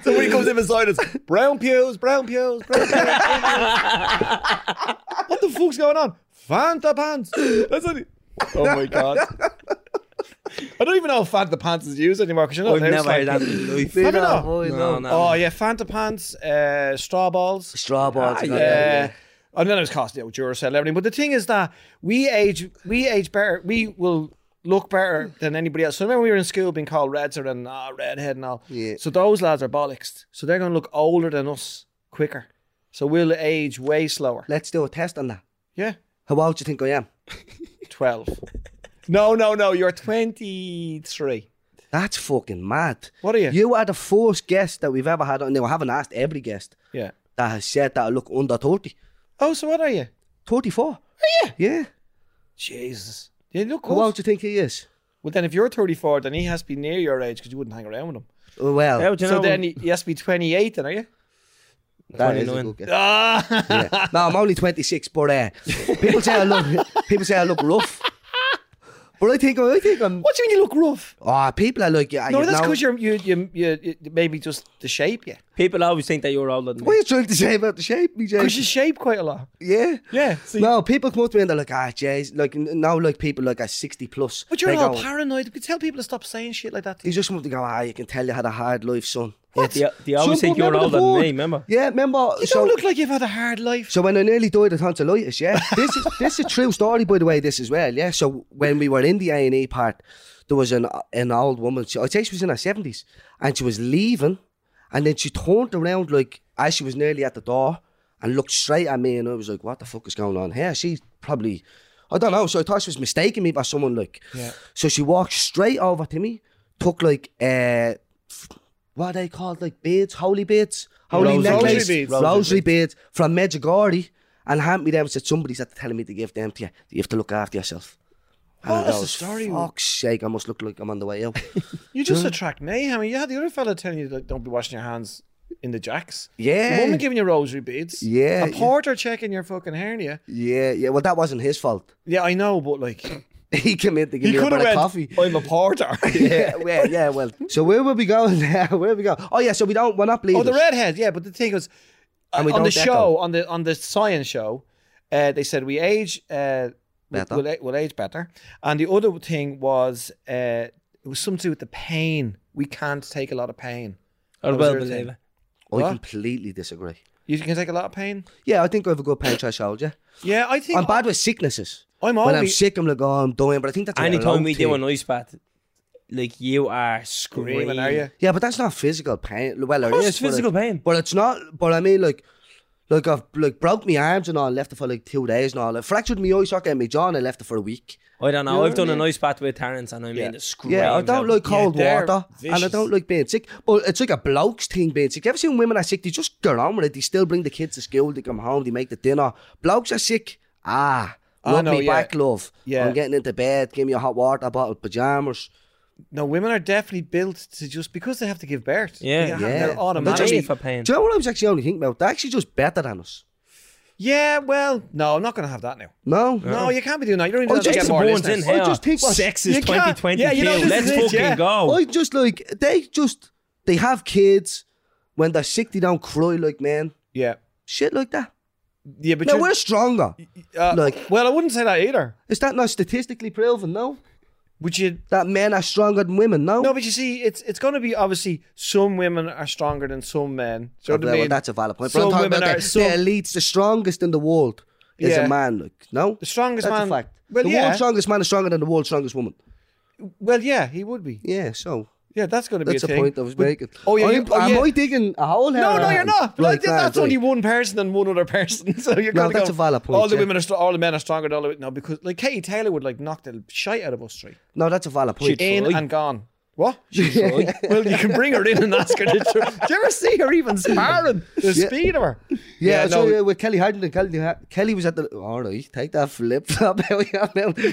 [SPEAKER 3] somebody comes in beside us, brown pews, brown pews, brown pews. what the fuck's going on? Fanta pants. That's what. it- Oh my god. I don't even know if Fanta pants is used anymore because you know
[SPEAKER 4] I've
[SPEAKER 3] there's
[SPEAKER 4] never heard
[SPEAKER 3] like-
[SPEAKER 4] that in my life.
[SPEAKER 3] Have you not?
[SPEAKER 2] boy,
[SPEAKER 4] No, no.
[SPEAKER 3] Oh yeah, Fanta pants, uh, straw balls.
[SPEAKER 2] Straw balls.
[SPEAKER 4] Ah,
[SPEAKER 3] Uh,
[SPEAKER 2] yeah, yeah.
[SPEAKER 3] I know it was costing out Duracell and everything, but the thing is that we age, we age better. We will look better than anybody else. So remember, we were in school being called reds or then ah redhead and all.
[SPEAKER 2] Yeah.
[SPEAKER 3] So those lads are bollocks. So they're going to look older than us quicker. So we'll age way slower.
[SPEAKER 2] Let's do a test on that.
[SPEAKER 3] Yeah,
[SPEAKER 2] How old do you think I am?
[SPEAKER 3] twelve. no, no, no. You're twenty three.
[SPEAKER 2] That's fucking mad.
[SPEAKER 3] What are you?
[SPEAKER 2] You are the first guest that we've ever had. on- No, I haven't asked every guest
[SPEAKER 3] Yeah.
[SPEAKER 2] that has said that I look under 30.
[SPEAKER 3] Oh, so what are you?
[SPEAKER 2] 34. Yeah. Yeah.
[SPEAKER 3] Jesus, you look
[SPEAKER 2] How old
[SPEAKER 3] good.
[SPEAKER 2] do you think he is?
[SPEAKER 3] Well, then if you're thirty four, then he has to be near your age because you wouldn't hang around with him.
[SPEAKER 2] Oh, Well,
[SPEAKER 4] How do you
[SPEAKER 3] so
[SPEAKER 4] know?
[SPEAKER 3] then he, he has to be 28 then, are you?
[SPEAKER 2] that is a
[SPEAKER 4] 29.
[SPEAKER 2] good guess.
[SPEAKER 3] Ah!
[SPEAKER 2] Yeah. No, I'm only 26, but uh, people say I look people say I look rough. But I think I think I'm.
[SPEAKER 3] what do you mean you look rough?
[SPEAKER 2] Ah, people are like, yeah,
[SPEAKER 3] No,
[SPEAKER 2] you
[SPEAKER 3] that's
[SPEAKER 2] know-
[SPEAKER 3] because you're you, you, you, you maybe just the shape, yeah.
[SPEAKER 4] People always think that you're older than
[SPEAKER 2] What are
[SPEAKER 4] me.
[SPEAKER 2] you trying to say about the shape, me, Jay?
[SPEAKER 3] Because you shape quite a lot.
[SPEAKER 2] Yeah.
[SPEAKER 3] Yeah. So you-
[SPEAKER 2] No, people come up to me and they're like, ah, Jays, like n- now, like people like are 60 plus.
[SPEAKER 3] but you're
[SPEAKER 2] they
[SPEAKER 3] all
[SPEAKER 2] go-
[SPEAKER 3] paranoid. You could tell people to stop saying shit like that. to
[SPEAKER 2] You
[SPEAKER 3] you.
[SPEAKER 2] just want to go, ah, you can tell you had a hard life, son.
[SPEAKER 4] They, they always
[SPEAKER 2] Some
[SPEAKER 4] think you're
[SPEAKER 2] remember the
[SPEAKER 4] older than
[SPEAKER 2] word.
[SPEAKER 4] me, remember?
[SPEAKER 2] Yeah, remember?
[SPEAKER 3] You
[SPEAKER 2] so,
[SPEAKER 3] don't look like you've had a hard life.
[SPEAKER 2] so when I nearly died of tonsillitis, yeah, this is this is a true story, by the way, this as well, yeah. So when we were in the A and E part, there was an an old woman. She, I'd say she was in her seventies, and she was leaving, and then she turned around like as she was nearly at the door, and looked straight at me, and I was like, "What the fuck is going on here?" She probably, I don't know. So I thought she was mistaking me by someone like.
[SPEAKER 3] Yeah.
[SPEAKER 2] So she walked straight over to me, took like uh, f- what are they called, like beads, holy beads, holy
[SPEAKER 3] Rosary
[SPEAKER 2] necklace,
[SPEAKER 3] beads.
[SPEAKER 2] rosary, beads from Medjugorje, and handed me them. and Said somebody's had telling me to give them to you. You have to look after yourself. And I
[SPEAKER 3] What is the
[SPEAKER 2] goes,
[SPEAKER 3] Oh, story?
[SPEAKER 2] Fuck's sake! I must look like I'm on the way out.
[SPEAKER 3] You just attract mayhem. You had the other fella telling you like don't be washing your hands in the jacks.
[SPEAKER 2] Yeah.
[SPEAKER 3] The woman giving you rosary beads.
[SPEAKER 2] Yeah,
[SPEAKER 3] A
[SPEAKER 2] yeah.
[SPEAKER 3] porter checking your fucking hernia.
[SPEAKER 2] yeah, yeah. Well, that wasn't his fault.
[SPEAKER 3] Yeah, I know, but like
[SPEAKER 2] He came in to give
[SPEAKER 3] he
[SPEAKER 2] me a
[SPEAKER 3] could have
[SPEAKER 2] bit
[SPEAKER 3] read
[SPEAKER 2] of coffee.
[SPEAKER 3] I'm a porter.
[SPEAKER 2] yeah, well, yeah, well. So where will we go now? Where will we go? Oh yeah, so we don't. We're not bleeding.
[SPEAKER 3] Oh, the redhead. Yeah, but the thing was,
[SPEAKER 2] And we
[SPEAKER 3] on the
[SPEAKER 2] don't
[SPEAKER 3] show, on the on the science show, uh, they said we age uh, we-
[SPEAKER 2] Better.
[SPEAKER 3] We'll, a- we'll age better. And the other thing was uh, it was something to do with the pain. We can't take a lot of pain.
[SPEAKER 4] I
[SPEAKER 3] was
[SPEAKER 4] well
[SPEAKER 3] your thing.
[SPEAKER 4] believe it.
[SPEAKER 2] I
[SPEAKER 3] What?
[SPEAKER 2] completely disagree.
[SPEAKER 3] You can take a lot of pain.
[SPEAKER 2] Yeah, I think I have a good pain threshold. Yeah,
[SPEAKER 3] Yeah, I think
[SPEAKER 2] I'm bad with sicknesses.
[SPEAKER 3] I'm
[SPEAKER 2] when I'm
[SPEAKER 3] always
[SPEAKER 2] sick, I'm like, oh, I'm dying. But I think that's like a
[SPEAKER 4] Anytime
[SPEAKER 2] long
[SPEAKER 4] we
[SPEAKER 2] thing.
[SPEAKER 4] do an ice bath, like you are screaming.
[SPEAKER 3] screaming, are you?
[SPEAKER 2] Yeah, but that's not physical pain. Well, it
[SPEAKER 4] course
[SPEAKER 2] is
[SPEAKER 4] it's
[SPEAKER 2] but it-
[SPEAKER 4] physical pain.
[SPEAKER 2] but it's not. But I mean, like, like I've like broke my arms and all, left it for like two days and all. I fractured my eye socket and my jaw, and I left it for a week.
[SPEAKER 4] I don't know.
[SPEAKER 2] know
[SPEAKER 4] I've
[SPEAKER 2] what
[SPEAKER 4] done
[SPEAKER 2] I
[SPEAKER 4] an ice bath with Terence, and I mean the scream.
[SPEAKER 3] oh,
[SPEAKER 2] Yeah, I don't like cold
[SPEAKER 3] they're
[SPEAKER 2] water and I
[SPEAKER 3] vicious.
[SPEAKER 2] don't like being sick. But it's like a bloke's thing being sick. You ever seen women are sick? They just go on with it. They still bring the kids to school. They come home. They make the dinner. Blokes are sick. Ah,
[SPEAKER 3] I
[SPEAKER 2] rub
[SPEAKER 3] know,
[SPEAKER 2] me
[SPEAKER 3] yeah.
[SPEAKER 2] back, love.
[SPEAKER 3] Yeah.
[SPEAKER 2] I'm getting into bed. Give me a hot water bottle, pajamas.
[SPEAKER 3] no. Women are definitely built to just because they have to give birth.
[SPEAKER 4] Yeah.
[SPEAKER 3] they have,
[SPEAKER 2] Yeah.
[SPEAKER 3] they're
[SPEAKER 4] I'm
[SPEAKER 2] They're
[SPEAKER 3] automatic.
[SPEAKER 4] just for pain.
[SPEAKER 2] Do you know what I was actually only thinking about? They're actually just better than us.
[SPEAKER 3] Yeah, well, no, I'm not going to have that now.
[SPEAKER 2] No,
[SPEAKER 3] No, you can't be doing that. You're only
[SPEAKER 2] Oh,
[SPEAKER 3] doing that to get
[SPEAKER 2] just the
[SPEAKER 3] more
[SPEAKER 4] Born's in
[SPEAKER 3] listeners.
[SPEAKER 2] I
[SPEAKER 4] here.
[SPEAKER 2] just think-
[SPEAKER 4] Sex is
[SPEAKER 3] You can't-
[SPEAKER 4] 2020.
[SPEAKER 3] yeah, you know,
[SPEAKER 4] kill.
[SPEAKER 3] this
[SPEAKER 4] Let's
[SPEAKER 3] is it,
[SPEAKER 4] fucking
[SPEAKER 3] yeah. Oh,
[SPEAKER 4] go.
[SPEAKER 2] I just like they just they have kids when they're sick. They don't cry like men.
[SPEAKER 3] Yeah,
[SPEAKER 2] Shit like that.
[SPEAKER 3] yeah, but
[SPEAKER 2] No,
[SPEAKER 3] you're-
[SPEAKER 2] we're stronger.
[SPEAKER 3] uh,
[SPEAKER 2] like-
[SPEAKER 3] well, I wouldn't say that either.
[SPEAKER 2] Is that not statistically proven? No.
[SPEAKER 3] Would you?
[SPEAKER 2] that men are stronger than women. No,
[SPEAKER 3] No, but you see, it's it's going to be obviously some women are stronger than some men. Do you know what I
[SPEAKER 2] well,
[SPEAKER 3] mean?
[SPEAKER 2] Oh, that's a valid point. But
[SPEAKER 3] Some
[SPEAKER 2] I'm talking
[SPEAKER 3] women
[SPEAKER 2] about
[SPEAKER 3] are-
[SPEAKER 2] the,
[SPEAKER 3] some-
[SPEAKER 2] the elites, the strongest in the world is
[SPEAKER 3] Yeah.
[SPEAKER 2] a man. Like no,
[SPEAKER 3] The strongest
[SPEAKER 2] that's
[SPEAKER 3] man-
[SPEAKER 2] A fact.
[SPEAKER 3] Well,
[SPEAKER 2] the
[SPEAKER 3] yeah.
[SPEAKER 2] world's strongest man is stronger than the world's strongest woman.
[SPEAKER 3] Well, yeah, he would be.
[SPEAKER 2] Yeah, so
[SPEAKER 3] Yeah, that's going to be
[SPEAKER 2] that's
[SPEAKER 3] a
[SPEAKER 2] a
[SPEAKER 3] thing.
[SPEAKER 2] point I was
[SPEAKER 3] But-
[SPEAKER 2] making.
[SPEAKER 3] Oh yeah, you-
[SPEAKER 2] am,
[SPEAKER 3] oh,
[SPEAKER 2] am
[SPEAKER 3] yeah.
[SPEAKER 2] I digging a hole here?
[SPEAKER 3] No, no, you're not. But
[SPEAKER 2] Like
[SPEAKER 3] I think that's only one person and one other person. So you're
[SPEAKER 2] No,
[SPEAKER 3] gonna
[SPEAKER 2] that's
[SPEAKER 3] go,
[SPEAKER 2] a valid point,
[SPEAKER 3] All the
[SPEAKER 2] yeah.
[SPEAKER 3] women are, str- all the men are stronger than all the no, because like Katie Taylor would like knock the shite out of us three,
[SPEAKER 2] No, that's a valid point.
[SPEAKER 3] in
[SPEAKER 4] try.
[SPEAKER 3] and gone. What? well, you can bring her in and ask her to. Tr- Do you ever see her even sparring? The speed of her.
[SPEAKER 2] Yeah, so
[SPEAKER 3] no,
[SPEAKER 2] uh, with Kelly Harrington, Kelly, Kelly was at the. All right, take that flip flop.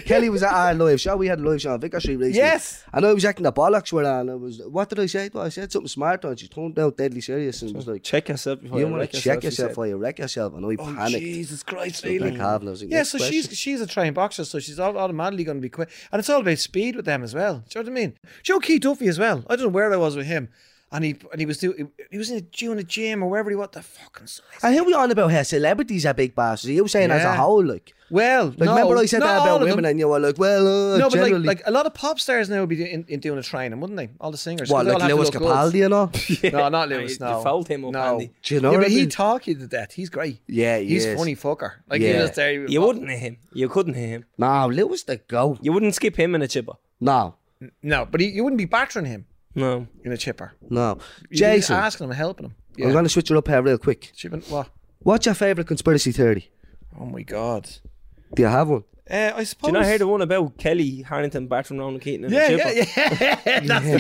[SPEAKER 2] Kelly was at our live show. We had a live show on Vicar Street recently.
[SPEAKER 3] Yes.
[SPEAKER 2] And I was acting the bollocks with her. And I was, what did I say? Well, I said something smart, and she turned down deadly serious and was like,
[SPEAKER 4] Check yourself before
[SPEAKER 2] you
[SPEAKER 4] you
[SPEAKER 2] want
[SPEAKER 4] wreck
[SPEAKER 2] to check
[SPEAKER 4] she
[SPEAKER 2] yourself
[SPEAKER 4] said.
[SPEAKER 2] before you wreck yourself. And I panicked.
[SPEAKER 3] Oh, Jesus Christ,
[SPEAKER 2] Like
[SPEAKER 3] really?
[SPEAKER 2] Calvin, I was like,
[SPEAKER 3] Yeah,
[SPEAKER 2] next
[SPEAKER 3] so
[SPEAKER 2] question.
[SPEAKER 3] she's she's a trained boxer, so she's au- automatically going to be quick, and it's all about speed with them as well. Do you know what I mean? Joe Keith Duffy as well. I don't know where I was with him, and he and he was doing he was in a, doing a gym or wherever he was. The fucking size.
[SPEAKER 2] And here we are on about how celebrities are big bastards. You were saying as a
[SPEAKER 3] Yeah.
[SPEAKER 2] whole, like,
[SPEAKER 3] Well,
[SPEAKER 2] like
[SPEAKER 3] no,
[SPEAKER 2] remember I said
[SPEAKER 3] not
[SPEAKER 2] that
[SPEAKER 3] all
[SPEAKER 2] about
[SPEAKER 3] of
[SPEAKER 2] women,
[SPEAKER 3] Them.
[SPEAKER 2] and you were like, well, uh,
[SPEAKER 3] No, but like,
[SPEAKER 2] generally,
[SPEAKER 3] like a lot of pop stars now would be in, in doing a training, wouldn't they? All the singers. 'cause
[SPEAKER 2] what,
[SPEAKER 3] they
[SPEAKER 2] like
[SPEAKER 3] all
[SPEAKER 2] Lewis
[SPEAKER 3] have to look good.
[SPEAKER 2] Capaldi and all.
[SPEAKER 3] No, not Lewis.
[SPEAKER 4] You-
[SPEAKER 3] No,
[SPEAKER 4] you fouled him up,
[SPEAKER 3] no.
[SPEAKER 4] Andy.
[SPEAKER 2] Do you know
[SPEAKER 3] Yeah,
[SPEAKER 2] what
[SPEAKER 3] but
[SPEAKER 2] I
[SPEAKER 3] he
[SPEAKER 2] mean?
[SPEAKER 3] talk you to death. He's great.
[SPEAKER 2] Yeah, he
[SPEAKER 3] he's
[SPEAKER 2] is.
[SPEAKER 3] funny fucker. Like
[SPEAKER 2] Yeah.
[SPEAKER 3] you just "Oh, there.
[SPEAKER 4] You wouldn't hit him. You couldn't hit him.
[SPEAKER 2] No, Lewis the go.
[SPEAKER 4] You wouldn't skip him in a chipper.
[SPEAKER 2] No,
[SPEAKER 3] No, but he, you wouldn't be battering him
[SPEAKER 4] No.
[SPEAKER 3] in a chipper.
[SPEAKER 2] no.
[SPEAKER 3] You'd be
[SPEAKER 2] Jason,
[SPEAKER 3] asking him, helping him.
[SPEAKER 2] I'm going to switch it up here real quick.
[SPEAKER 3] Shipping, what?
[SPEAKER 2] What's your favourite conspiracy theory?
[SPEAKER 3] Oh my god.
[SPEAKER 2] Do you have one?
[SPEAKER 3] Uh, I suppose.
[SPEAKER 4] Did I hear the one about Kelly Harrington back from Ronald Keaton in
[SPEAKER 3] Yeah,
[SPEAKER 4] a chipper?
[SPEAKER 3] yeah, yeah. That's the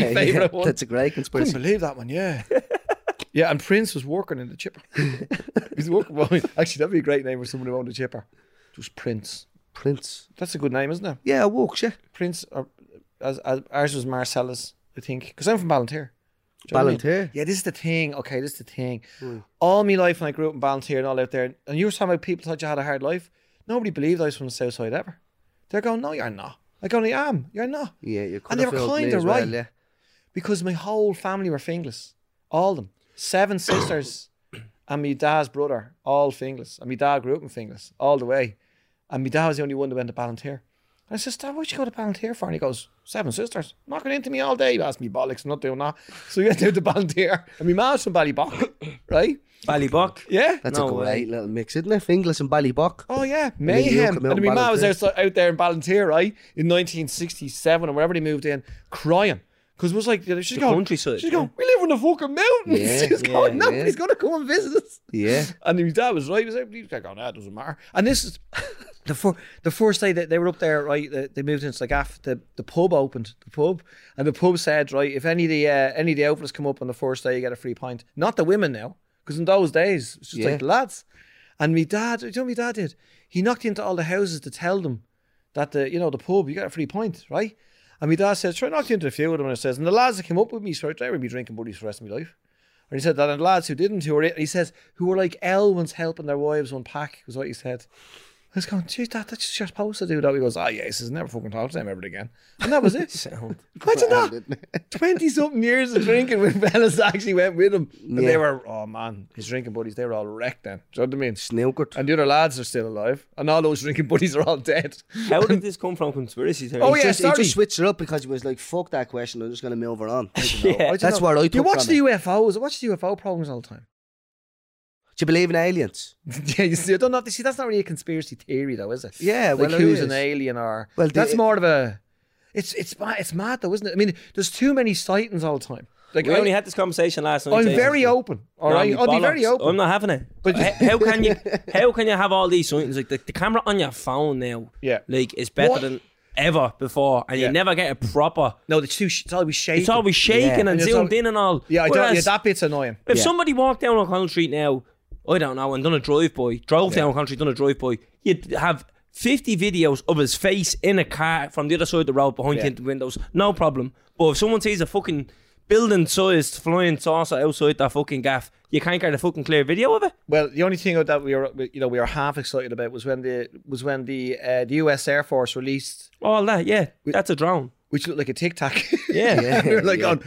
[SPEAKER 2] Yeah,
[SPEAKER 3] favorite
[SPEAKER 2] yeah,
[SPEAKER 3] one.
[SPEAKER 2] That's a great
[SPEAKER 3] couldn't
[SPEAKER 2] conspiracy.
[SPEAKER 3] believe that one. Yeah. yeah, and Prince was working in the chipper. He's working. Well, actually, that'd be a great name for someone who owned a chipper. Just Prince.
[SPEAKER 2] Prince.
[SPEAKER 3] That's a good name, isn't it?
[SPEAKER 2] Yeah, it works, yeah.
[SPEAKER 3] Prince. Or, as, as ours was Marcellus, I think, because I'm from Ballantyre. Do you know what I mean?
[SPEAKER 2] Ballantyre.
[SPEAKER 3] Yeah, this is the thing. Okay, this is the thing. All my life when I grew up in Ballantyre and all out there, and you were talking about people thought you had a hard life. Nobody believed I was from the South Side ever. They're going, no, you're not. I go, I am. You're not.
[SPEAKER 2] Yeah, you could
[SPEAKER 3] And they
[SPEAKER 2] have
[SPEAKER 3] were
[SPEAKER 2] fooled me
[SPEAKER 3] kinda
[SPEAKER 2] as well,
[SPEAKER 3] right.
[SPEAKER 2] yeah.
[SPEAKER 3] Because my whole family were Finglas. All of them. Seven sisters and my dad's brother, all Finglas. And my dad grew up in Finglas all the way. And my dad was the only one that went to Ballantyre. And I says, Dad, why'd you go to Ballantyre for? And he goes, Seven sisters. Knocking into me all day. You asked me bollocks, I'm not doing that. So we went out to Ballantyre. And my mom's from Ballybock, right?
[SPEAKER 4] Ballybock.
[SPEAKER 3] Yeah.
[SPEAKER 2] That's
[SPEAKER 4] No
[SPEAKER 2] a great
[SPEAKER 4] way.
[SPEAKER 2] little mix, isn't it? Finglas and Ballybock.
[SPEAKER 3] Oh yeah,
[SPEAKER 2] then you
[SPEAKER 3] mayhem.
[SPEAKER 2] come
[SPEAKER 3] And,
[SPEAKER 2] out
[SPEAKER 3] my
[SPEAKER 2] in
[SPEAKER 3] mom was
[SPEAKER 2] Ballantyre.
[SPEAKER 3] out, out there in Ballantyre, right, in 1967 or wherever they moved in, crying, Because it was like, she's
[SPEAKER 4] The
[SPEAKER 3] going,
[SPEAKER 4] countryside,
[SPEAKER 3] she's going, we live in the fucking mountains.
[SPEAKER 2] Yeah,
[SPEAKER 3] she's going,
[SPEAKER 2] yeah, yeah.
[SPEAKER 3] nobody's going to come and visit us.
[SPEAKER 2] Yeah.
[SPEAKER 3] And his dad was right. He was like, he's like, oh, no, it doesn't matter. And this is the fir- the first day that they were up there, right? They, they moved into like after the, the pub opened, the pub, and the pub said, right, if any of the uh, any of the outfits come up on the first day, you get a free pint. Not the women now, because in those days it's just
[SPEAKER 2] Yeah.
[SPEAKER 3] like lads. And me dad, you know, what me dad did. He knocked into all the houses to tell them that the you know the pub you got a free pint, right? And my dad says, sure, I knocked into a few of them, and it says, and the lads that came up with me, sure, they would be drinking buddies for the rest of my life. And he said that, and lads who didn't, who were, he says, who were like Elwins helping their wives unpack, was what he said. I was going, geez, that, that's just you're supposed to do that. He goes, oh, yeah, he says, never fucking talk to them ever again. And that was it.
[SPEAKER 4] Sound.
[SPEAKER 3] Imagine that. 20 something years of drinking when fellas actually went with him. And they
[SPEAKER 2] Yeah.
[SPEAKER 3] were, oh man, his drinking buddies, they were all wrecked then. Do you know what I mean?
[SPEAKER 2] Snookered.
[SPEAKER 3] And the other lads are still alive. And all those drinking buddies are all dead.
[SPEAKER 4] How did this come from conspiracy theory?
[SPEAKER 3] Oh, yeah,
[SPEAKER 2] just, he
[SPEAKER 3] sorry.
[SPEAKER 2] just switched it up because he was like, fuck that question, I'm just going to move her on.
[SPEAKER 4] Yeah.
[SPEAKER 3] I don't
[SPEAKER 2] That's
[SPEAKER 3] know.
[SPEAKER 2] what I
[SPEAKER 3] You
[SPEAKER 2] took
[SPEAKER 3] watch
[SPEAKER 2] from
[SPEAKER 3] the
[SPEAKER 2] it.
[SPEAKER 3] UFOs. I watch the UFO programs all the time.
[SPEAKER 2] Do you believe in aliens?
[SPEAKER 3] yeah, you see, I don't know. See, that's not really a conspiracy theory, though, is it?
[SPEAKER 2] Yeah,
[SPEAKER 3] like
[SPEAKER 2] well, it
[SPEAKER 3] who's
[SPEAKER 2] is.
[SPEAKER 3] an alien or
[SPEAKER 2] Well, the-
[SPEAKER 3] that's more of a. It's it's ma- it's mad though, isn't it? I mean, there's too many sightings all the time. Like
[SPEAKER 4] We
[SPEAKER 3] I,
[SPEAKER 4] only had this conversation last night.
[SPEAKER 3] I'm
[SPEAKER 4] Jason.
[SPEAKER 3] very open. All
[SPEAKER 4] No,
[SPEAKER 3] right,
[SPEAKER 4] you
[SPEAKER 3] I'll be very
[SPEAKER 4] bollocks.
[SPEAKER 3] open.
[SPEAKER 4] I'm not having it.
[SPEAKER 3] But-
[SPEAKER 4] But how can you? How can you have all these sightings? Like the, the camera on your phone now.
[SPEAKER 3] Yeah.
[SPEAKER 4] Like is better
[SPEAKER 3] What?
[SPEAKER 4] than ever before, and
[SPEAKER 3] Yeah.
[SPEAKER 4] you never get a proper.
[SPEAKER 3] No, it's too. sh- It's always shaking.
[SPEAKER 4] It's always shaking
[SPEAKER 2] Yeah.
[SPEAKER 4] and,
[SPEAKER 3] And it's
[SPEAKER 4] zoomed
[SPEAKER 3] always-
[SPEAKER 4] in and all.
[SPEAKER 3] Yeah, I don't, yeah,
[SPEAKER 4] Whereas
[SPEAKER 3] that bit's annoying.
[SPEAKER 4] If
[SPEAKER 2] Yeah.
[SPEAKER 4] somebody walked down O'Connell Street now, I don't know, and done a drive by, drove down O'Connell Street, done a drive by, you'd have 50 videos of his face in a car from the other side of the road behind
[SPEAKER 3] Yeah.
[SPEAKER 4] tinted windows, no problem. But if someone sees a fucking building sized flying saucer outside that fucking gaff, you can't get a fucking clear video of it.
[SPEAKER 3] Well, the only thing that we were, you know, we were half excited about was when the was when the uh, the U.S. Air Force released,
[SPEAKER 4] All that, yeah, that's a drone.
[SPEAKER 3] which looked like a tic tac.
[SPEAKER 4] Yeah,
[SPEAKER 3] we were like,
[SPEAKER 2] yeah.
[SPEAKER 3] on,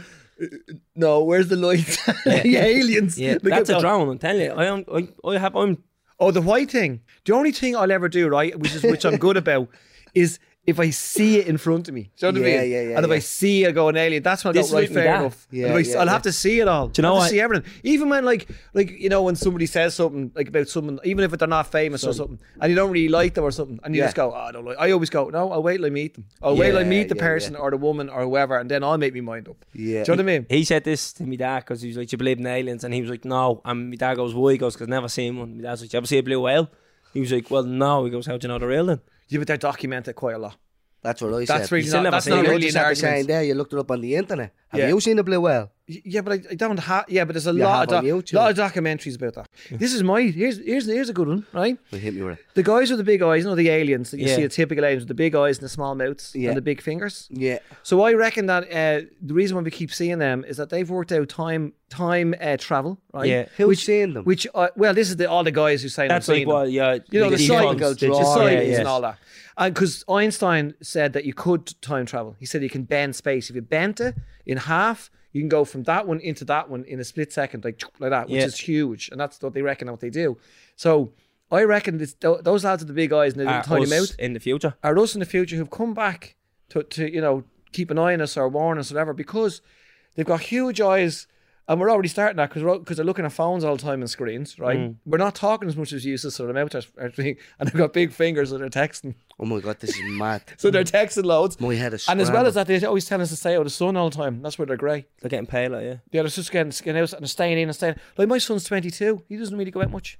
[SPEAKER 3] no, where's the light? the aliens.
[SPEAKER 4] yeah,
[SPEAKER 3] They kept
[SPEAKER 4] that's a
[SPEAKER 3] going,
[SPEAKER 4] drone. I'm telling you, I, am, I, I have, I'm
[SPEAKER 3] Oh, the white thing. The only thing I'll ever do, right, which is which I'm good about, is if I see it in front of me. Do you know what I
[SPEAKER 2] Yeah,
[SPEAKER 3] mean?
[SPEAKER 2] yeah, yeah,
[SPEAKER 3] And if I
[SPEAKER 2] yeah.
[SPEAKER 3] see it going alien, that's when I
[SPEAKER 4] This
[SPEAKER 3] go,
[SPEAKER 4] is
[SPEAKER 3] right,
[SPEAKER 4] written
[SPEAKER 3] fair
[SPEAKER 4] down.
[SPEAKER 3] enough.
[SPEAKER 2] Yeah,
[SPEAKER 3] And if I,
[SPEAKER 2] yeah,
[SPEAKER 3] I'll
[SPEAKER 2] yeah.
[SPEAKER 3] have to see it all. Do
[SPEAKER 4] you know
[SPEAKER 3] I have
[SPEAKER 4] what?
[SPEAKER 3] to see everything. Even when like like you know, when somebody says something like about someone, even if they're not famous or something, and you don't really like them or something, and you
[SPEAKER 2] Yeah.
[SPEAKER 3] just go, oh, I don't like I always go, No, I'll wait till I meet them. I'll wait till I
[SPEAKER 2] Yeah,
[SPEAKER 3] meet the
[SPEAKER 2] yeah,
[SPEAKER 3] person or the woman or whoever, and then I'll make me mind up.
[SPEAKER 2] Yeah.
[SPEAKER 3] Do you know what I mean?
[SPEAKER 4] He said this to me dad because he was like, "Do you believe in aliens?" And he was like, "No." And my dad goes, "Why?" He goes, "Because never seen one." My dad's like, "You ever see a blue whale?" He was like, "Well, no." He goes, "How do you know they're real then?"
[SPEAKER 3] Yeah, but they're documented quite a lot.
[SPEAKER 2] That's what I said.
[SPEAKER 3] That's really
[SPEAKER 4] still
[SPEAKER 3] not,
[SPEAKER 4] never
[SPEAKER 3] that's
[SPEAKER 4] seen
[SPEAKER 3] not
[SPEAKER 4] it.
[SPEAKER 2] You
[SPEAKER 3] really
[SPEAKER 2] just
[SPEAKER 3] an
[SPEAKER 2] had the
[SPEAKER 3] argument.
[SPEAKER 2] saying there, you looked it up on the internet. Have
[SPEAKER 3] Yeah.
[SPEAKER 2] you seen a blue whale?
[SPEAKER 3] Yeah, but I, I don't have. Yeah, but there's a
[SPEAKER 2] You
[SPEAKER 3] lot
[SPEAKER 2] have
[SPEAKER 3] of
[SPEAKER 2] on
[SPEAKER 3] doc-
[SPEAKER 2] YouTube.
[SPEAKER 3] lot of documentaries about that. This is my here's here's here's a good one, right?
[SPEAKER 2] They hit me with it.
[SPEAKER 3] The guys with the big eyes, you know, the aliens that you
[SPEAKER 4] Yeah.
[SPEAKER 3] see, the typical aliens with the big eyes and the small mouths
[SPEAKER 2] Yeah.
[SPEAKER 3] and the big fingers.
[SPEAKER 2] Yeah.
[SPEAKER 3] So I reckon that uh, the reason why we keep seeing them is that they've worked out time time uh, travel, right?
[SPEAKER 4] Yeah.
[SPEAKER 2] Who's
[SPEAKER 3] which
[SPEAKER 2] seeing them?
[SPEAKER 3] which uh, well, this is the all the guys who say
[SPEAKER 4] That's
[SPEAKER 3] I'm
[SPEAKER 4] like,
[SPEAKER 3] seeing
[SPEAKER 4] well,
[SPEAKER 3] them.
[SPEAKER 4] yeah,
[SPEAKER 3] You know
[SPEAKER 4] like
[SPEAKER 3] the
[SPEAKER 4] default
[SPEAKER 3] sightings, the
[SPEAKER 4] digits. Yeah,
[SPEAKER 3] sightings
[SPEAKER 4] yeah.
[SPEAKER 3] and all that, and because Einstein said that you could time travel. He said you can bend space. If you bend it in half, you can go from that one into that one in a split second, like like that, which
[SPEAKER 4] Yeah.
[SPEAKER 3] is huge. And that's what they reckon what they do. So I reckon this, tho- those lads with the big eyes and the little
[SPEAKER 4] Are
[SPEAKER 3] tiny
[SPEAKER 4] Uh, us
[SPEAKER 3] mouth
[SPEAKER 4] in the future.
[SPEAKER 3] are us in the future who've come back to, to you know keep an eye on us or warn us or whatever because they've got huge eyes and we're already starting that because because they're looking at phones all the time and screens right
[SPEAKER 2] Mm.
[SPEAKER 3] we're not talking as much as you used to so their mouth are, are big, and they've got big fingers so they're texting
[SPEAKER 2] Oh my God, this is mad.
[SPEAKER 3] so they're texting loads
[SPEAKER 2] My head is
[SPEAKER 3] and as well
[SPEAKER 2] scrambled.
[SPEAKER 3] as that they always tell us to stay out of the sun all the time that's where they're grey
[SPEAKER 4] They're getting paler, yeah.
[SPEAKER 3] yeah they're just getting, getting out and staying in and staying like my son's 22 he doesn't really go out much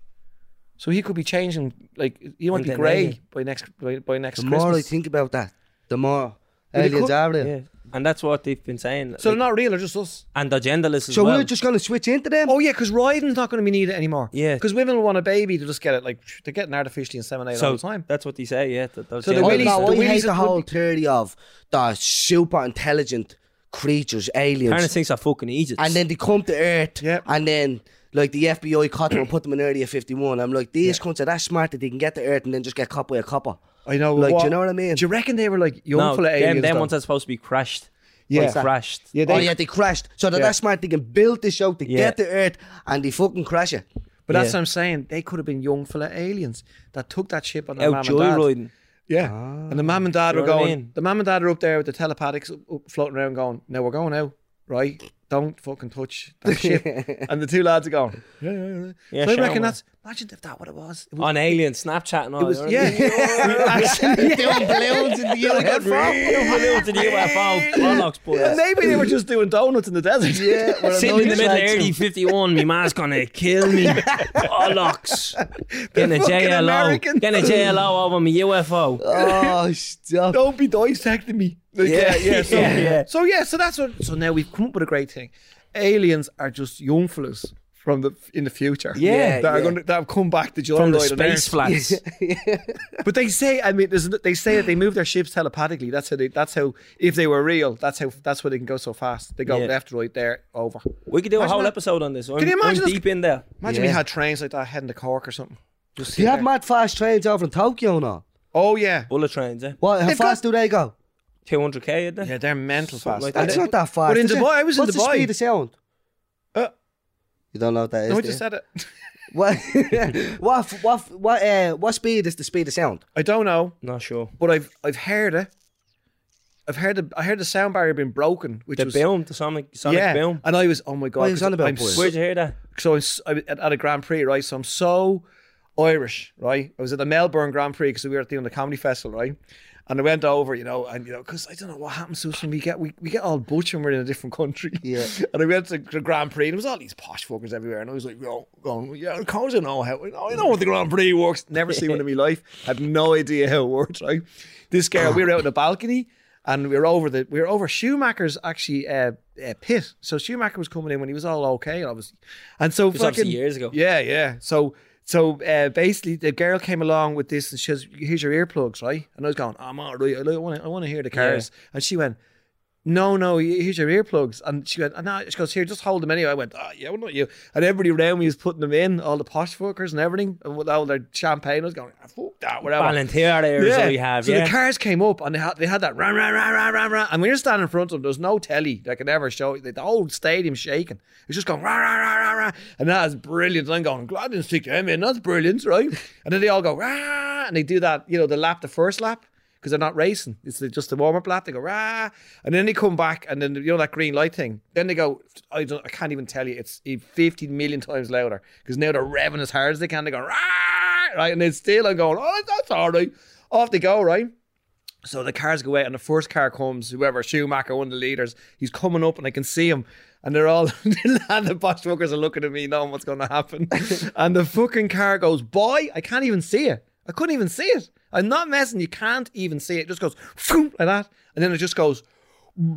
[SPEAKER 3] so he could be changing like he might be
[SPEAKER 4] Into an alien.
[SPEAKER 3] grey by next by, by next
[SPEAKER 2] The more I
[SPEAKER 3] Christmas
[SPEAKER 2] think about that, the more
[SPEAKER 3] Well, they
[SPEAKER 2] aliens
[SPEAKER 3] could-
[SPEAKER 2] are real.
[SPEAKER 4] yeah. And that's what they've been saying.
[SPEAKER 3] so
[SPEAKER 4] So
[SPEAKER 3] they're not real they're just us
[SPEAKER 4] and they're genderless as
[SPEAKER 2] So
[SPEAKER 4] well.
[SPEAKER 2] we're just going to switch into them?
[SPEAKER 3] Oh yeah, because riding's not going to be needed anymore.
[SPEAKER 4] Yeah.
[SPEAKER 3] because women will want a baby to just get it. Like they're getting artificially inseminated all
[SPEAKER 4] so
[SPEAKER 3] the time.
[SPEAKER 4] that's what they say, yeah. That, those
[SPEAKER 3] So the
[SPEAKER 2] I,
[SPEAKER 3] Willies-
[SPEAKER 4] genderless-
[SPEAKER 2] no,
[SPEAKER 3] the
[SPEAKER 2] I hate
[SPEAKER 3] Willies
[SPEAKER 2] the
[SPEAKER 3] would be-
[SPEAKER 2] whole theory of the super intelligent creatures,
[SPEAKER 4] Parents
[SPEAKER 2] aliens,
[SPEAKER 4] thinks are fucking Egypt.
[SPEAKER 2] and then they come to Earth,
[SPEAKER 3] Yep.
[SPEAKER 2] and then like the FBI caught them and put them in Area 51. I'm like, these cunts are that smart that they can get to Earth and then just get caught by a copper.
[SPEAKER 3] I know.
[SPEAKER 2] Like, do
[SPEAKER 3] what-
[SPEAKER 2] you know what I mean?
[SPEAKER 3] Do you reckon they were like young
[SPEAKER 4] no,
[SPEAKER 3] full of aliens?
[SPEAKER 4] them, them
[SPEAKER 3] though?
[SPEAKER 4] ones are supposed to be crashed.
[SPEAKER 3] Yeah.
[SPEAKER 4] Like, crashed.
[SPEAKER 3] yeah, they,
[SPEAKER 2] oh yeah, they crashed. So they're
[SPEAKER 3] Yeah.
[SPEAKER 2] that smart they can build this out, they
[SPEAKER 4] Yeah.
[SPEAKER 2] get to Earth, and they fucking crash it.
[SPEAKER 3] but that's
[SPEAKER 4] yeah.
[SPEAKER 3] what I'm saying. They could have been young full of aliens that took that ship on their
[SPEAKER 4] Out
[SPEAKER 3] mum and dad.
[SPEAKER 4] joyriding.
[SPEAKER 3] Yeah, and the mum and dad
[SPEAKER 4] Oh, Ah. Do you
[SPEAKER 3] were
[SPEAKER 4] know what I
[SPEAKER 3] going.
[SPEAKER 4] mean?
[SPEAKER 3] The mum and dad are up there with the telepathics up- up floating around, going, "Now we're going out." right? Don't fucking touch that shit. and the two lads are going, yeah, yeah, yeah.
[SPEAKER 4] Yeah,
[SPEAKER 3] so I
[SPEAKER 4] sure,
[SPEAKER 3] reckon
[SPEAKER 4] man.
[SPEAKER 3] that's, imagine if that what it was. It was
[SPEAKER 4] on Alien, Snapchat and all.
[SPEAKER 3] it was, yeah. we actually,
[SPEAKER 2] Doing balloons in the UFO.
[SPEAKER 4] Balloons in the UFO. Bollocks, boys.
[SPEAKER 3] And maybe they were just doing donuts in the desert. Yeah.
[SPEAKER 4] Sitting in the middle of early 51, my ma's gonna kill me. Bollocks. Getting a
[SPEAKER 3] fucking
[SPEAKER 4] JLO.
[SPEAKER 3] American.
[SPEAKER 4] Getting a JLO over my UFO.
[SPEAKER 2] Oh, stop.
[SPEAKER 3] Don't be dissecting me. Like, yeah,
[SPEAKER 2] Yeah.
[SPEAKER 3] yeah, so,
[SPEAKER 4] Yeah, yeah.
[SPEAKER 3] So yeah, so that's what. So now we've come up with a great thing. Aliens are just young fellas from the in the future.
[SPEAKER 2] Yeah,
[SPEAKER 3] that are
[SPEAKER 2] yeah.
[SPEAKER 3] going to that have come back to join
[SPEAKER 4] From the
[SPEAKER 3] Lloyd on
[SPEAKER 4] space
[SPEAKER 3] Earth.
[SPEAKER 4] flats.
[SPEAKER 3] But they say, I mean, there's, no- they say that they move their ships telepathically. That's how they. That's how if they were real, that's how that's where they can go so fast. They go
[SPEAKER 4] Yeah.
[SPEAKER 3] left, right, there, over.
[SPEAKER 4] We could do a
[SPEAKER 3] Imagine
[SPEAKER 4] whole
[SPEAKER 3] that-
[SPEAKER 4] episode on this. I'm,
[SPEAKER 3] Can you imagine
[SPEAKER 4] I'm
[SPEAKER 3] us-
[SPEAKER 4] deep in there.
[SPEAKER 3] Imagine we
[SPEAKER 2] Yeah.
[SPEAKER 3] had trains like that heading to Cork or something. Just
[SPEAKER 2] Do you
[SPEAKER 3] sit
[SPEAKER 2] have
[SPEAKER 3] there.
[SPEAKER 2] mad fast trains over in Tokyo now?
[SPEAKER 3] Oh yeah,
[SPEAKER 4] Bullet trains, eh?
[SPEAKER 2] What? How
[SPEAKER 3] They've
[SPEAKER 2] fast do they go?
[SPEAKER 4] 200k, isn't it?
[SPEAKER 3] yeah, they're mental fast.
[SPEAKER 4] like that.
[SPEAKER 3] And
[SPEAKER 2] That's
[SPEAKER 3] they-
[SPEAKER 2] not that fast.
[SPEAKER 3] But in
[SPEAKER 2] is it?
[SPEAKER 3] Dubai, I was in
[SPEAKER 2] What's
[SPEAKER 3] Dubai.
[SPEAKER 2] the speed of sound?
[SPEAKER 3] Uh,
[SPEAKER 2] You don't know what that is.
[SPEAKER 3] no, I
[SPEAKER 2] do
[SPEAKER 3] just
[SPEAKER 2] you?
[SPEAKER 3] said it.
[SPEAKER 2] what, what, what, what, uh, what speed is the speed of sound?
[SPEAKER 3] I don't know.
[SPEAKER 4] Not sure.
[SPEAKER 3] but I've I've heard it. I've heard the I heard the sound barrier being broken, which
[SPEAKER 4] The
[SPEAKER 3] was
[SPEAKER 4] boom, the Sonic, Sonic
[SPEAKER 3] yeah,
[SPEAKER 4] boom.
[SPEAKER 3] and I was oh my god,
[SPEAKER 2] What are you
[SPEAKER 3] 'cause
[SPEAKER 2] on about,
[SPEAKER 3] I'm
[SPEAKER 2] boys?
[SPEAKER 3] so-
[SPEAKER 4] Where'd you hear that?
[SPEAKER 3] so I was, I was at, at a Grand Prix, right? So I'm so Irish, right? I was at the Melbourne Grand Prix because we were doing the comedy festival, right? And I went over, you know, and you know, because I don't know what happens to us when we get we, we get all butch when we're in a different country.
[SPEAKER 2] Yeah.
[SPEAKER 3] And I went to the Grand Prix, and there was all these posh fuckers everywhere, and I was like, yo, going, yeah, of course I know how, I know what the Grand Prix works. Never seen one in my life. Had no idea how it works. Right? This girl, we were out on the balcony, and we were over the we were over Schumacher's actually uh, uh, pit. So Schumacher was coming in when he was all okay, obviously, and so
[SPEAKER 4] was obviously
[SPEAKER 3] fucking-
[SPEAKER 4] years ago.
[SPEAKER 3] Yeah, yeah. So so uh, basically, the girl came along with this, and she says, "Here's your earplugs, right?" And I was going, "I'm all right. I want to I want to hear the cars." And she went. No, no, here's your earplugs. And she went, oh, no, she goes, here, just hold them anyway. I went, oh, yeah, well, not you. And everybody around me was putting them in, all the posh fuckers and everything, and with all their champagne. I was going, ah, fuck that, whatever.
[SPEAKER 4] Volunteer there is all you have,
[SPEAKER 3] So
[SPEAKER 4] yeah.
[SPEAKER 3] the cars came up and they had they had that ran ran ran ran ran ran, and when you're standing in front of them, there's no telly that can ever show you. The whole stadium shaking. It's just going ran ran ran ran ran, and that's brilliant. And I'm going, glad I didn't stick to him in. That's brilliant, right? And then they all go rah, and they do that, you know, the lap, the first lap. Because they're not racing. It's the- just the warm up lap. They go, rah. And then they come back, and then, you know, that green light thing. Then they go, I, don't, I can't even tell you. It's 50 million times louder. Because now they're revving as hard as they can. They go, rah. Right. And then still, I'm going, oh, that's all right off they go, right? So the cars go out, and the first car comes, whoever Schumacher, one of the leaders, he's coming up, and I can see him. And they're all the land of boss fuckers are looking at me, knowing what's going to happen. and the fucking car goes, boy, I can't even see it. I couldn't even see it. I'm not messing. You can't even see it. It just goes like that, and then it just goes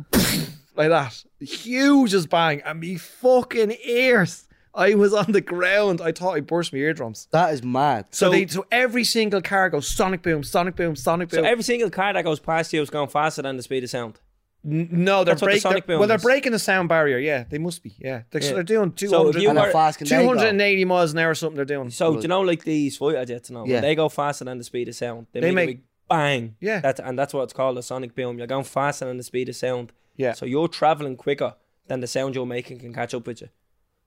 [SPEAKER 3] like that. Huge as bang, and me fucking ears. I was on the ground. I thought I burst my eardrums.
[SPEAKER 2] That is mad.
[SPEAKER 3] So, they, so every single car goes sonic boom, sonic boom, sonic boom.
[SPEAKER 4] So every single car that goes past you is going faster than the speed of sound.
[SPEAKER 3] N- No, they're
[SPEAKER 4] That's what the
[SPEAKER 3] breaking.
[SPEAKER 4] sonic boom
[SPEAKER 3] well, they're
[SPEAKER 4] is.
[SPEAKER 3] breaking the sound barrier. Yeah, they must be. Yeah, they're,
[SPEAKER 4] Yeah.
[SPEAKER 3] they're doing
[SPEAKER 4] So if
[SPEAKER 3] 200,
[SPEAKER 4] you
[SPEAKER 2] And
[SPEAKER 4] were-
[SPEAKER 2] how fast can they go?
[SPEAKER 3] 280 miles an hour or something. They're doing.
[SPEAKER 4] So do you know like these fighter jets now?
[SPEAKER 2] Yeah.
[SPEAKER 4] When they go faster than the speed of sound. They,
[SPEAKER 3] They
[SPEAKER 4] make, a
[SPEAKER 3] make-
[SPEAKER 4] big bang.
[SPEAKER 3] Yeah.
[SPEAKER 4] That's and that's what it's called a sonic boom. You're going faster than the speed of sound.
[SPEAKER 3] Yeah.
[SPEAKER 4] So you're traveling quicker than the sound you're making can catch up with you.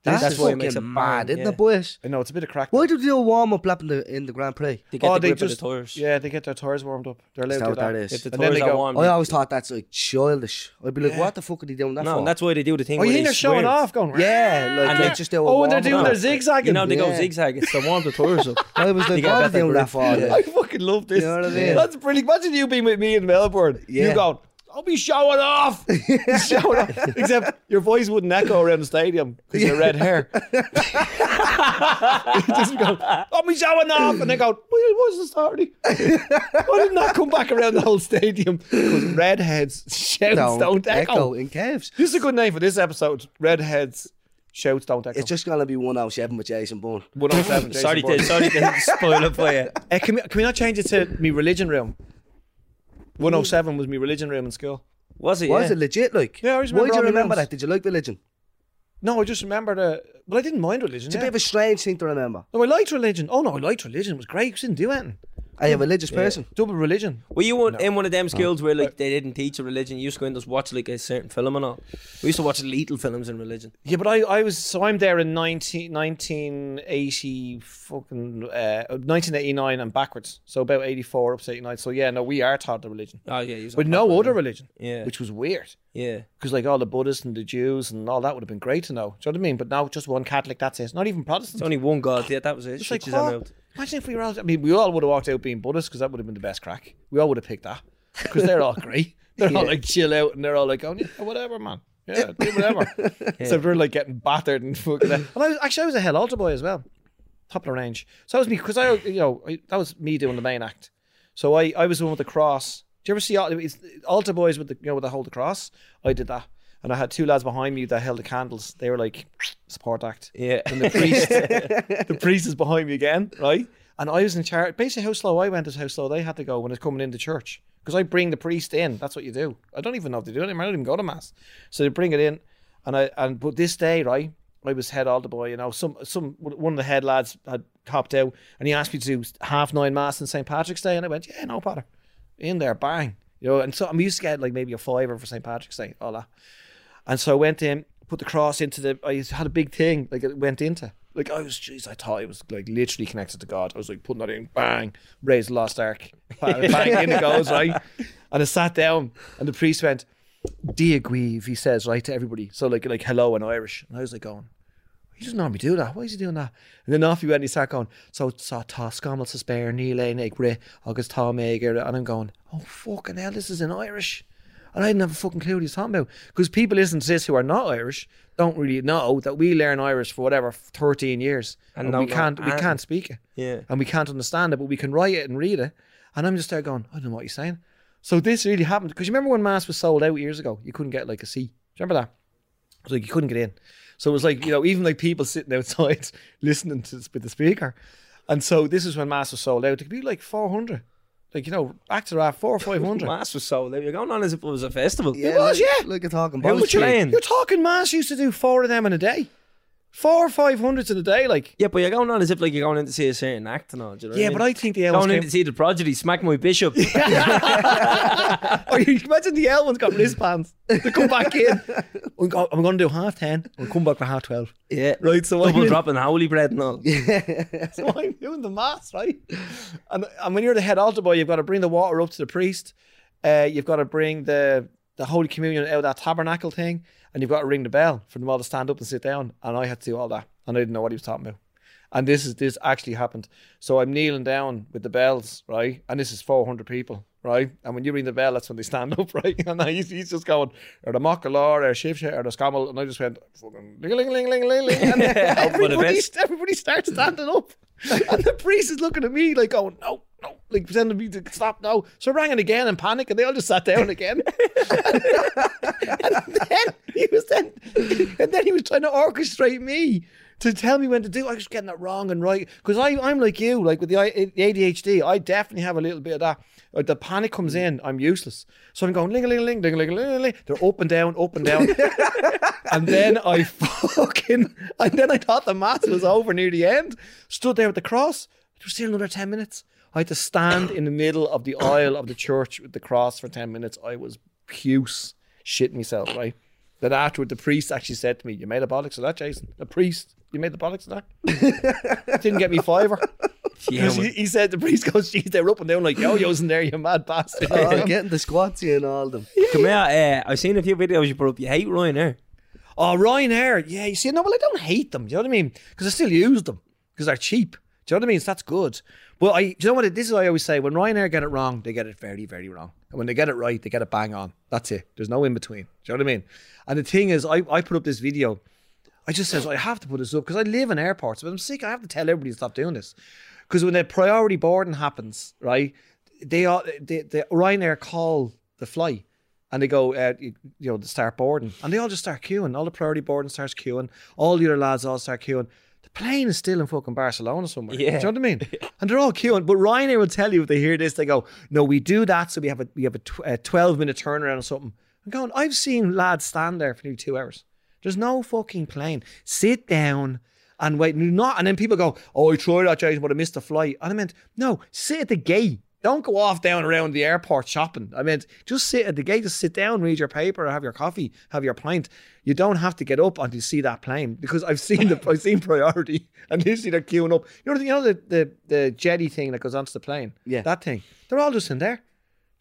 [SPEAKER 2] That's,
[SPEAKER 4] That's why it
[SPEAKER 2] fucking
[SPEAKER 4] makes a bang,
[SPEAKER 2] mad, isn't
[SPEAKER 4] yeah.
[SPEAKER 2] it, boys?
[SPEAKER 3] I know it's a bit of crack.
[SPEAKER 2] Why do they do a warm up lap in the, in the Grand Prix?
[SPEAKER 4] To get
[SPEAKER 3] oh,
[SPEAKER 4] the
[SPEAKER 3] they
[SPEAKER 4] grip
[SPEAKER 3] just
[SPEAKER 4] of the tires.
[SPEAKER 3] yeah, they get their tires warmed up. They're allowed
[SPEAKER 2] Is
[SPEAKER 3] to
[SPEAKER 2] that
[SPEAKER 3] do
[SPEAKER 2] what
[SPEAKER 3] that.
[SPEAKER 2] that is?
[SPEAKER 4] If the
[SPEAKER 3] And then
[SPEAKER 4] tires
[SPEAKER 3] they
[SPEAKER 4] are
[SPEAKER 3] go, "Oh,
[SPEAKER 4] warm,
[SPEAKER 2] I
[SPEAKER 4] you-
[SPEAKER 2] always thought that's like childish. I'd be like, what the fuck are they doing that
[SPEAKER 4] no,
[SPEAKER 2] for?
[SPEAKER 4] and that's why they do the
[SPEAKER 3] Oh,
[SPEAKER 4] thing. where
[SPEAKER 3] you think
[SPEAKER 4] they
[SPEAKER 3] they're showing
[SPEAKER 4] swear.
[SPEAKER 3] off, going
[SPEAKER 2] yeah, like
[SPEAKER 4] And
[SPEAKER 2] they
[SPEAKER 4] they-
[SPEAKER 2] just do a
[SPEAKER 3] Oh, and they're
[SPEAKER 2] warm-up
[SPEAKER 3] doing
[SPEAKER 2] lap.
[SPEAKER 3] their zigzagging.
[SPEAKER 4] You know they go
[SPEAKER 2] Yeah.
[SPEAKER 4] zigzag. It's to warm the tires up.
[SPEAKER 2] I was
[SPEAKER 4] They
[SPEAKER 2] like,
[SPEAKER 4] get
[SPEAKER 2] what are
[SPEAKER 4] better
[SPEAKER 2] they doing that
[SPEAKER 4] grip.
[SPEAKER 2] for?
[SPEAKER 4] Yeah.
[SPEAKER 2] Like,
[SPEAKER 3] I fucking love this.
[SPEAKER 2] You know what I mean?
[SPEAKER 3] That's brilliant. Imagine you being with me in Melbourne.
[SPEAKER 2] Yeah.
[SPEAKER 3] You go, I'll be showing off. showing off. Except your voice wouldn't echo around the stadium because your red hair. You just go, I'll be showing off. And they go, well, it was this Saturday. Why didn't that come back around the whole stadium? Because redheads shouts
[SPEAKER 2] Don't,
[SPEAKER 3] don't, echo.
[SPEAKER 2] echo in caves.
[SPEAKER 3] This is a good name for this episode. Redheads shouts don't echo.
[SPEAKER 2] It's just gonna be one out seven with Jason Bourne.
[SPEAKER 3] 107 Jason
[SPEAKER 4] sorry,
[SPEAKER 3] Bourne.
[SPEAKER 4] to, sorry to spoil it for you.
[SPEAKER 3] Uh, can, we, can we not change it to me religion room? 107 was me religion room in school.
[SPEAKER 4] Was it?
[SPEAKER 2] Why
[SPEAKER 4] yeah?
[SPEAKER 2] is it legit? Like,
[SPEAKER 3] Yeah, I
[SPEAKER 2] why
[SPEAKER 3] always
[SPEAKER 2] do you
[SPEAKER 3] remember all the
[SPEAKER 2] remember
[SPEAKER 3] names.
[SPEAKER 2] that? Did you like religion?
[SPEAKER 3] No, I just remember the. Well, I didn't mind religion.
[SPEAKER 2] It's a
[SPEAKER 3] yeah.
[SPEAKER 2] bit of a strange thing to remember.
[SPEAKER 3] no, I liked religion. Oh no, I liked religion. It was great. 'cause I didn't do anything.
[SPEAKER 2] Are you a religious person?
[SPEAKER 3] Double religion.
[SPEAKER 4] Were you one- in one of them schools where like they didn't teach a religion? You used to go and just watch like a certain film and all. We used to watch lethal films in religion.
[SPEAKER 3] Yeah, but I, I was so I'm there in 19, 1980 fucking uh, 1989 and backwards, so about 84 up to 89. So yeah, no, we are taught the religion,
[SPEAKER 4] Oh yeah, you was
[SPEAKER 3] but
[SPEAKER 4] on
[SPEAKER 3] no
[SPEAKER 4] crack,
[SPEAKER 3] other
[SPEAKER 4] wasn't
[SPEAKER 3] religion,
[SPEAKER 4] you? Yeah,
[SPEAKER 3] which was weird
[SPEAKER 4] yeah.
[SPEAKER 3] because like all the Buddhists and the Jews and all that would have been great to know. Do you know what I mean? But now just one Catholic, that's it. Not even Protestant.
[SPEAKER 4] It's only one god. Yeah, that was it.
[SPEAKER 3] It's like,
[SPEAKER 4] Switches them
[SPEAKER 3] what?
[SPEAKER 4] out.
[SPEAKER 3] Imagine if we were all, I mean, we all would have walked out being Buddhists because that would have been the best crack. We all would have picked that because they're all great. They're all like chill out and they're all like, oh, yeah, whatever, man. Yeah, do whatever. So we're like getting battered and fucking. And I was, actually, I was a hell altar boy as well, top of the range. So that was me because I, you know, I, that was me doing the main act. So I, I was the one with the cross. Do you ever see al- it's, altar boys with the, you know, with the hold the cross? I did that, and I had two lads behind me that held the candles. They were like support act
[SPEAKER 4] Yeah,
[SPEAKER 3] and the priest the priest is behind me again right and I was in charge basically how slow I went is how slow they had to go when it's coming into church because I bring the priest in that's what you do I don't even know if they do it anymore. I don't even go to mass so they bring it in and I and but this day right I was head altar boy you know some some one of the head lads had copped out and he asked me to do half nine mass on St Patrick's Day and I went yeah no Potter in there bang you know and so I'm used to get like maybe a fiver for St Patrick's Day all that and so I went in, put the cross into the. I had a big thing, like it went into. Like I was, jeez, I thought it was like literally connected to God. I was like putting that in, bang, raised lost ark, bang, bang, in it goes, right? And I sat down, and the priest went, "Diagweave," he says, right to everybody. So like, like hello in Irish, and I was like going, he doesn't normally do that. Why is he doing that? And then off he went and he started going, so saw Toss Scommel Spare, Neil Ainig, Ray, August Tom Ager, and I'm going, oh fucking hell, this is in Irish. And I didn't have a fucking clue what he's talking about. Because people listening to this who are not Irish don't really know that we learn Irish for whatever, 13 years. And,
[SPEAKER 4] And
[SPEAKER 3] we
[SPEAKER 4] don't know
[SPEAKER 3] can't we
[SPEAKER 4] anything.
[SPEAKER 3] can't speak it.
[SPEAKER 4] Yeah.
[SPEAKER 3] And we can't understand it, but we can write it and read it. And I'm just there going, I don't know what you're saying. So this really happened. Because you remember when Mass was sold out years ago, you couldn't get like a seat. Do you remember that? It was like you couldn't get in. So it was like, you know, even like people sitting outside listening to this with the speaker. And so this is when Mass was sold out. It could be like 400. Like, you know, back to that, four or 500.
[SPEAKER 4] Mass was so loud. You're going on as if it was a festival.
[SPEAKER 3] It was,
[SPEAKER 2] look-
[SPEAKER 3] yeah.
[SPEAKER 2] Look at talking
[SPEAKER 4] How
[SPEAKER 2] about
[SPEAKER 4] much playing?
[SPEAKER 3] You're talking Mass used to do four of them in a day. Four or 500s in a day. Like,
[SPEAKER 4] Yeah, but you're going on as if like you're going in to see a certain act and all. Do you know
[SPEAKER 3] yeah,
[SPEAKER 4] what
[SPEAKER 3] but
[SPEAKER 4] I
[SPEAKER 3] I
[SPEAKER 4] mean?
[SPEAKER 3] think the Elms
[SPEAKER 4] going
[SPEAKER 3] came,
[SPEAKER 4] in to see the prodigy smack my bishop.
[SPEAKER 3] Or Oh, you imagine the L one's got wristbands. They come back in. I'm go- I'm going to do half 10. We'll come back for half 12.
[SPEAKER 4] yeah,
[SPEAKER 3] Right, so I'm,
[SPEAKER 4] double dropping holy bread and all.
[SPEAKER 3] so I'm doing the mass, right? And, and when you're the head altar boy, you've got to bring the water up to the priest. Uh, you've got to bring the, the Holy Communion out of that tabernacle thing. And you've got to ring the bell for them all to stand up and sit down. And I had to do all that. And I didn't know what he was talking about. And this is this actually happened. So I'm kneeling down with the bells, right? And this is 400 people, right? And when you ring the bell, that's when they stand up, right? And I, he's, he's just going, or the Mockalore, or Shivsha, or the Scammel. And I just went, fucking, ling, ling, ling, ling, ling, ling. And everybody,
[SPEAKER 4] best.
[SPEAKER 3] everybody starts standing up. And the priest is looking at me like, oh, no, no, like pretending me to stop now. So I rang it again in panic, and they all just sat down again. and then he was then, and then he was trying to orchestrate me to tell me when to do. it. I was getting it wrong and right because I I'm like you, like with the, I- the ADHD, I definitely have a little bit of that. Like the panic comes in, I'm useless. So I'm going ling ling ling ling ling ling ling. They're up and down, up and down, and then I fucking and then I thought the mass was over near the end. Stood there with the cross. It was still another ten minutes. I had to stand in the middle of the aisle of the church with the cross for ten minutes. I was puce shitting myself, right? Then afterward, the priest actually said to me, "You made a bollocks of that, Jason. The priest, you made the bollocks of that. Didn't get me fiver."
[SPEAKER 4] Yeah,
[SPEAKER 3] he, he said the priest goes, "Geez, they're up and down like yo-yos in there, you mad bastard."
[SPEAKER 2] Oh, getting the squats in all them.
[SPEAKER 4] Come here, uh, I've seen a few videos you put up. You hate Ryanair.
[SPEAKER 3] Oh, Ryanair. Yeah, you see, no, well, I don't hate them. Do you know what I mean? Because I still use them because they're cheap. Do you know what I mean? So that's good. But I, do you know what? It, this is what I always say. When Ryanair get it wrong, they get it very, very wrong. And when they get it right, they get it bang on. That's it. There's no in between. Do you know what I mean? And the thing is, I, I put up this video. I just says I have to put this up because I live in airports, but I'm sick. I have to tell everybody to stop doing this because when the priority boarding happens, right? They are they, the Ryanair call the flight and they go, uh, you, you know, they start boarding and they all just start queuing. All the priority boarding starts queuing. All the other lads all start queuing. The plane is still in fucking Barcelona somewhere.
[SPEAKER 4] Yeah.
[SPEAKER 3] Do you know what I mean? And they're all queuing. But Ryanair will tell you if they hear this, they go, "No, we do that, so we have a we have a, tw- a twelve minute turnaround or something." I'm going. I've seen lads stand there for nearly two hours. There's no fucking plane. Sit down and wait, no, not. And then people go, oh, I tried that, Jason, but I missed the flight. And I meant, no, sit at the gate. Don't go off down around the airport shopping. I meant, just sit at the gate, just sit down, read your paper, have your coffee, have your pint. You don't have to get up until you see that plane because I've seen the I've seen priority and you see they're queuing up. You know, the, you know the, the the jetty thing that goes onto the plane.
[SPEAKER 2] Yeah.
[SPEAKER 3] that thing. They're all just in there.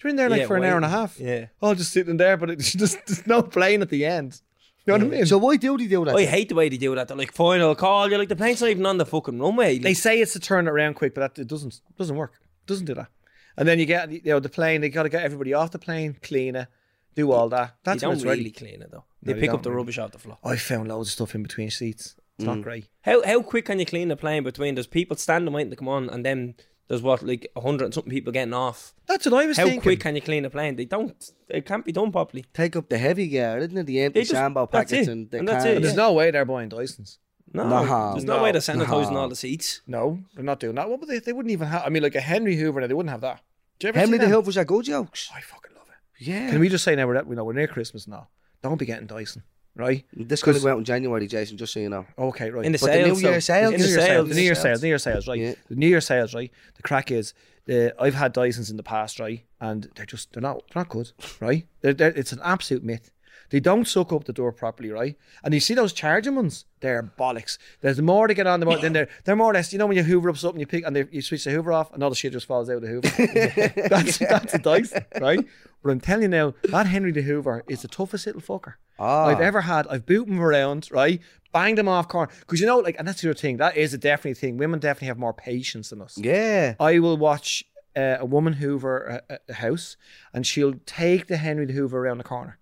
[SPEAKER 3] They're in there like
[SPEAKER 4] Yeah,
[SPEAKER 3] for an hour and a
[SPEAKER 4] waiting.
[SPEAKER 3] half.
[SPEAKER 4] Yeah.
[SPEAKER 3] all just sitting there, but it's just there's no plane at the end. You know what I mean?
[SPEAKER 2] So why do they do that?
[SPEAKER 4] I hate the way they do that. They're like final call. You're like the plane's not even on the fucking runway. Like,
[SPEAKER 3] They say it's to turn it around quick, but that it doesn't doesn't work. doesn't do that. And then you get you know the plane. They got to get everybody off the plane, clean it, do all that.
[SPEAKER 4] they
[SPEAKER 3] That's when
[SPEAKER 4] don't
[SPEAKER 3] it's
[SPEAKER 4] really
[SPEAKER 3] ready.
[SPEAKER 4] clean it though. They
[SPEAKER 3] they
[SPEAKER 4] pick up
[SPEAKER 3] don't
[SPEAKER 4] the
[SPEAKER 3] really.
[SPEAKER 4] rubbish off the floor.
[SPEAKER 3] I found loads of stuff in between seats. It's
[SPEAKER 4] Mm.
[SPEAKER 3] not great.
[SPEAKER 4] How how quick can you clean the plane between? There's people standing waiting to come on, and then there's what like a hundred and something people getting off.
[SPEAKER 3] That's what I was
[SPEAKER 4] How
[SPEAKER 3] thinking.
[SPEAKER 4] quick can you clean a plane? They don't. It can't be done properly.
[SPEAKER 2] Take up the heavy gear, isn't it? The empty
[SPEAKER 4] They just-
[SPEAKER 2] shambo
[SPEAKER 4] that's
[SPEAKER 2] packets
[SPEAKER 4] it,
[SPEAKER 2] and the
[SPEAKER 4] and that's
[SPEAKER 2] cans.
[SPEAKER 4] it,
[SPEAKER 3] There's
[SPEAKER 4] yeah.
[SPEAKER 3] no way they're buying Dysons.
[SPEAKER 4] No,
[SPEAKER 2] No,
[SPEAKER 4] there's no,
[SPEAKER 3] no,
[SPEAKER 4] way they're sanitizing
[SPEAKER 2] no.
[SPEAKER 4] all the seats.
[SPEAKER 3] No, they're not doing that. What would they? They wouldn't even have. I mean, like a Henry Hoover, they wouldn't have that. Do you ever
[SPEAKER 2] Henry
[SPEAKER 3] see
[SPEAKER 2] the
[SPEAKER 3] them?
[SPEAKER 2] Hill was a good jokes.
[SPEAKER 3] I fucking love it.
[SPEAKER 2] Yeah.
[SPEAKER 3] Can we just say now we're at, we know we're near Christmas now? Don't be getting Dyson, right?
[SPEAKER 2] This going to go out in January, Jason, just so you know.
[SPEAKER 3] Okay, right.
[SPEAKER 4] In the
[SPEAKER 2] But the
[SPEAKER 4] sales,
[SPEAKER 2] New Year
[SPEAKER 4] though.
[SPEAKER 2] sales-
[SPEAKER 4] in
[SPEAKER 3] the New
[SPEAKER 4] the
[SPEAKER 3] Year sales,
[SPEAKER 4] sales,
[SPEAKER 3] the New Year sales, New Year sales, right?
[SPEAKER 2] Yeah.
[SPEAKER 3] The New Year sales, right? The crack is, the, I've had Dysons in the past, right? And they're just they're not they're not good, right? They're, they're, it's an absolute myth. They don't suck up the door properly, right? And you see those charging ones, they're bollocks. There's more to get on the more. Then they're they're more or less, you know, when you Hoover up something, you pick and they, you switch the Hoover off, and all the shit just falls out of the Hoover. that's that's a Dyson, right? But I'm telling you now, that Henry the Hoover is the toughest little fucker.
[SPEAKER 2] Ah.
[SPEAKER 3] I've ever had. I've booted them around, right? Banged them off corner. Because you know, like, and that's the other thing. That is a definitely thing. Women definitely have more patience than us.
[SPEAKER 2] Yeah.
[SPEAKER 3] I will watch uh, a woman hoover uh, a, a- a house and she'll take the Henry the Hoover around the corner.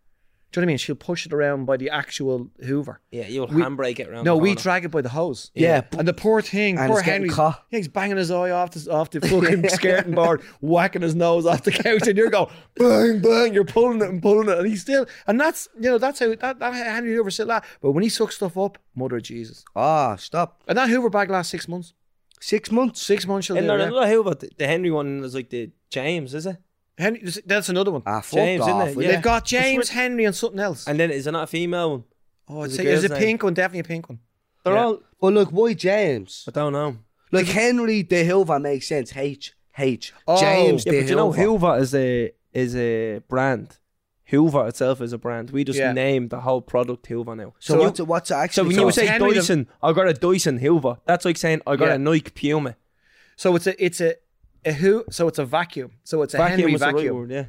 [SPEAKER 3] Do you know what I mean? She'll push it around by the actual Hoover.
[SPEAKER 4] Yeah, you'll
[SPEAKER 3] We-
[SPEAKER 4] handbrake it around.
[SPEAKER 3] No,
[SPEAKER 4] the
[SPEAKER 3] we
[SPEAKER 4] corner.
[SPEAKER 3] drag it by the hose.
[SPEAKER 2] Yeah.
[SPEAKER 3] And the poor thing,
[SPEAKER 2] And
[SPEAKER 3] poor
[SPEAKER 2] it's getting
[SPEAKER 3] Henry, yeah,
[SPEAKER 2] caught.
[SPEAKER 3] he's banging his eye off the, off the fucking skirting board, whacking his nose off the couch, and you're going bang bang. You're pulling it and pulling it, and he's still. And that's you know that's how that, that Henry Hoover still that. But when he sucks stuff up, mother of Jesus.
[SPEAKER 2] Ah, stop.
[SPEAKER 3] And that Hoover bag lasts six months.
[SPEAKER 2] Six months.
[SPEAKER 3] Six months. She'll
[SPEAKER 4] And
[SPEAKER 3] do
[SPEAKER 4] no,
[SPEAKER 3] it,
[SPEAKER 4] no,
[SPEAKER 3] yeah.
[SPEAKER 4] no, who about the, the Henry one is like the James, is it?
[SPEAKER 3] Henry, that's another one.
[SPEAKER 2] Ah, fuck
[SPEAKER 4] James, isn't
[SPEAKER 2] off.
[SPEAKER 4] it?
[SPEAKER 2] will
[SPEAKER 4] Yeah.
[SPEAKER 2] you?
[SPEAKER 3] They've got James Henry and something else.
[SPEAKER 4] And then is it not a female one?
[SPEAKER 3] oh,
[SPEAKER 4] there's
[SPEAKER 3] it's
[SPEAKER 4] a
[SPEAKER 3] a, it's a
[SPEAKER 4] girl's name.
[SPEAKER 3] pink one, definitely a pink one.
[SPEAKER 4] They're
[SPEAKER 3] Yeah.
[SPEAKER 4] all.
[SPEAKER 2] But look, why James?
[SPEAKER 4] I don't know.
[SPEAKER 2] Like Henry de Hilva makes sense. H. H.
[SPEAKER 3] Oh.
[SPEAKER 2] James
[SPEAKER 4] Yeah,
[SPEAKER 2] de
[SPEAKER 4] but you know,
[SPEAKER 2] Hilva.
[SPEAKER 4] Hoover is a is a brand. Hoover itself is a brand. We just
[SPEAKER 3] Yeah.
[SPEAKER 4] named the whole product Hoover now.
[SPEAKER 2] So,
[SPEAKER 4] you-
[SPEAKER 2] what's, it, what's it
[SPEAKER 4] So
[SPEAKER 2] actually
[SPEAKER 4] when you
[SPEAKER 2] called?
[SPEAKER 4] say
[SPEAKER 3] Henry the-
[SPEAKER 4] Dyson, I got a Dyson Hoover. That's like saying I got
[SPEAKER 3] Yeah.
[SPEAKER 4] a Nike Puma.
[SPEAKER 3] So it's a it's a, a who so it's a vacuum. So it's a Henry
[SPEAKER 4] was the right
[SPEAKER 3] vacuum.
[SPEAKER 4] word, yeah.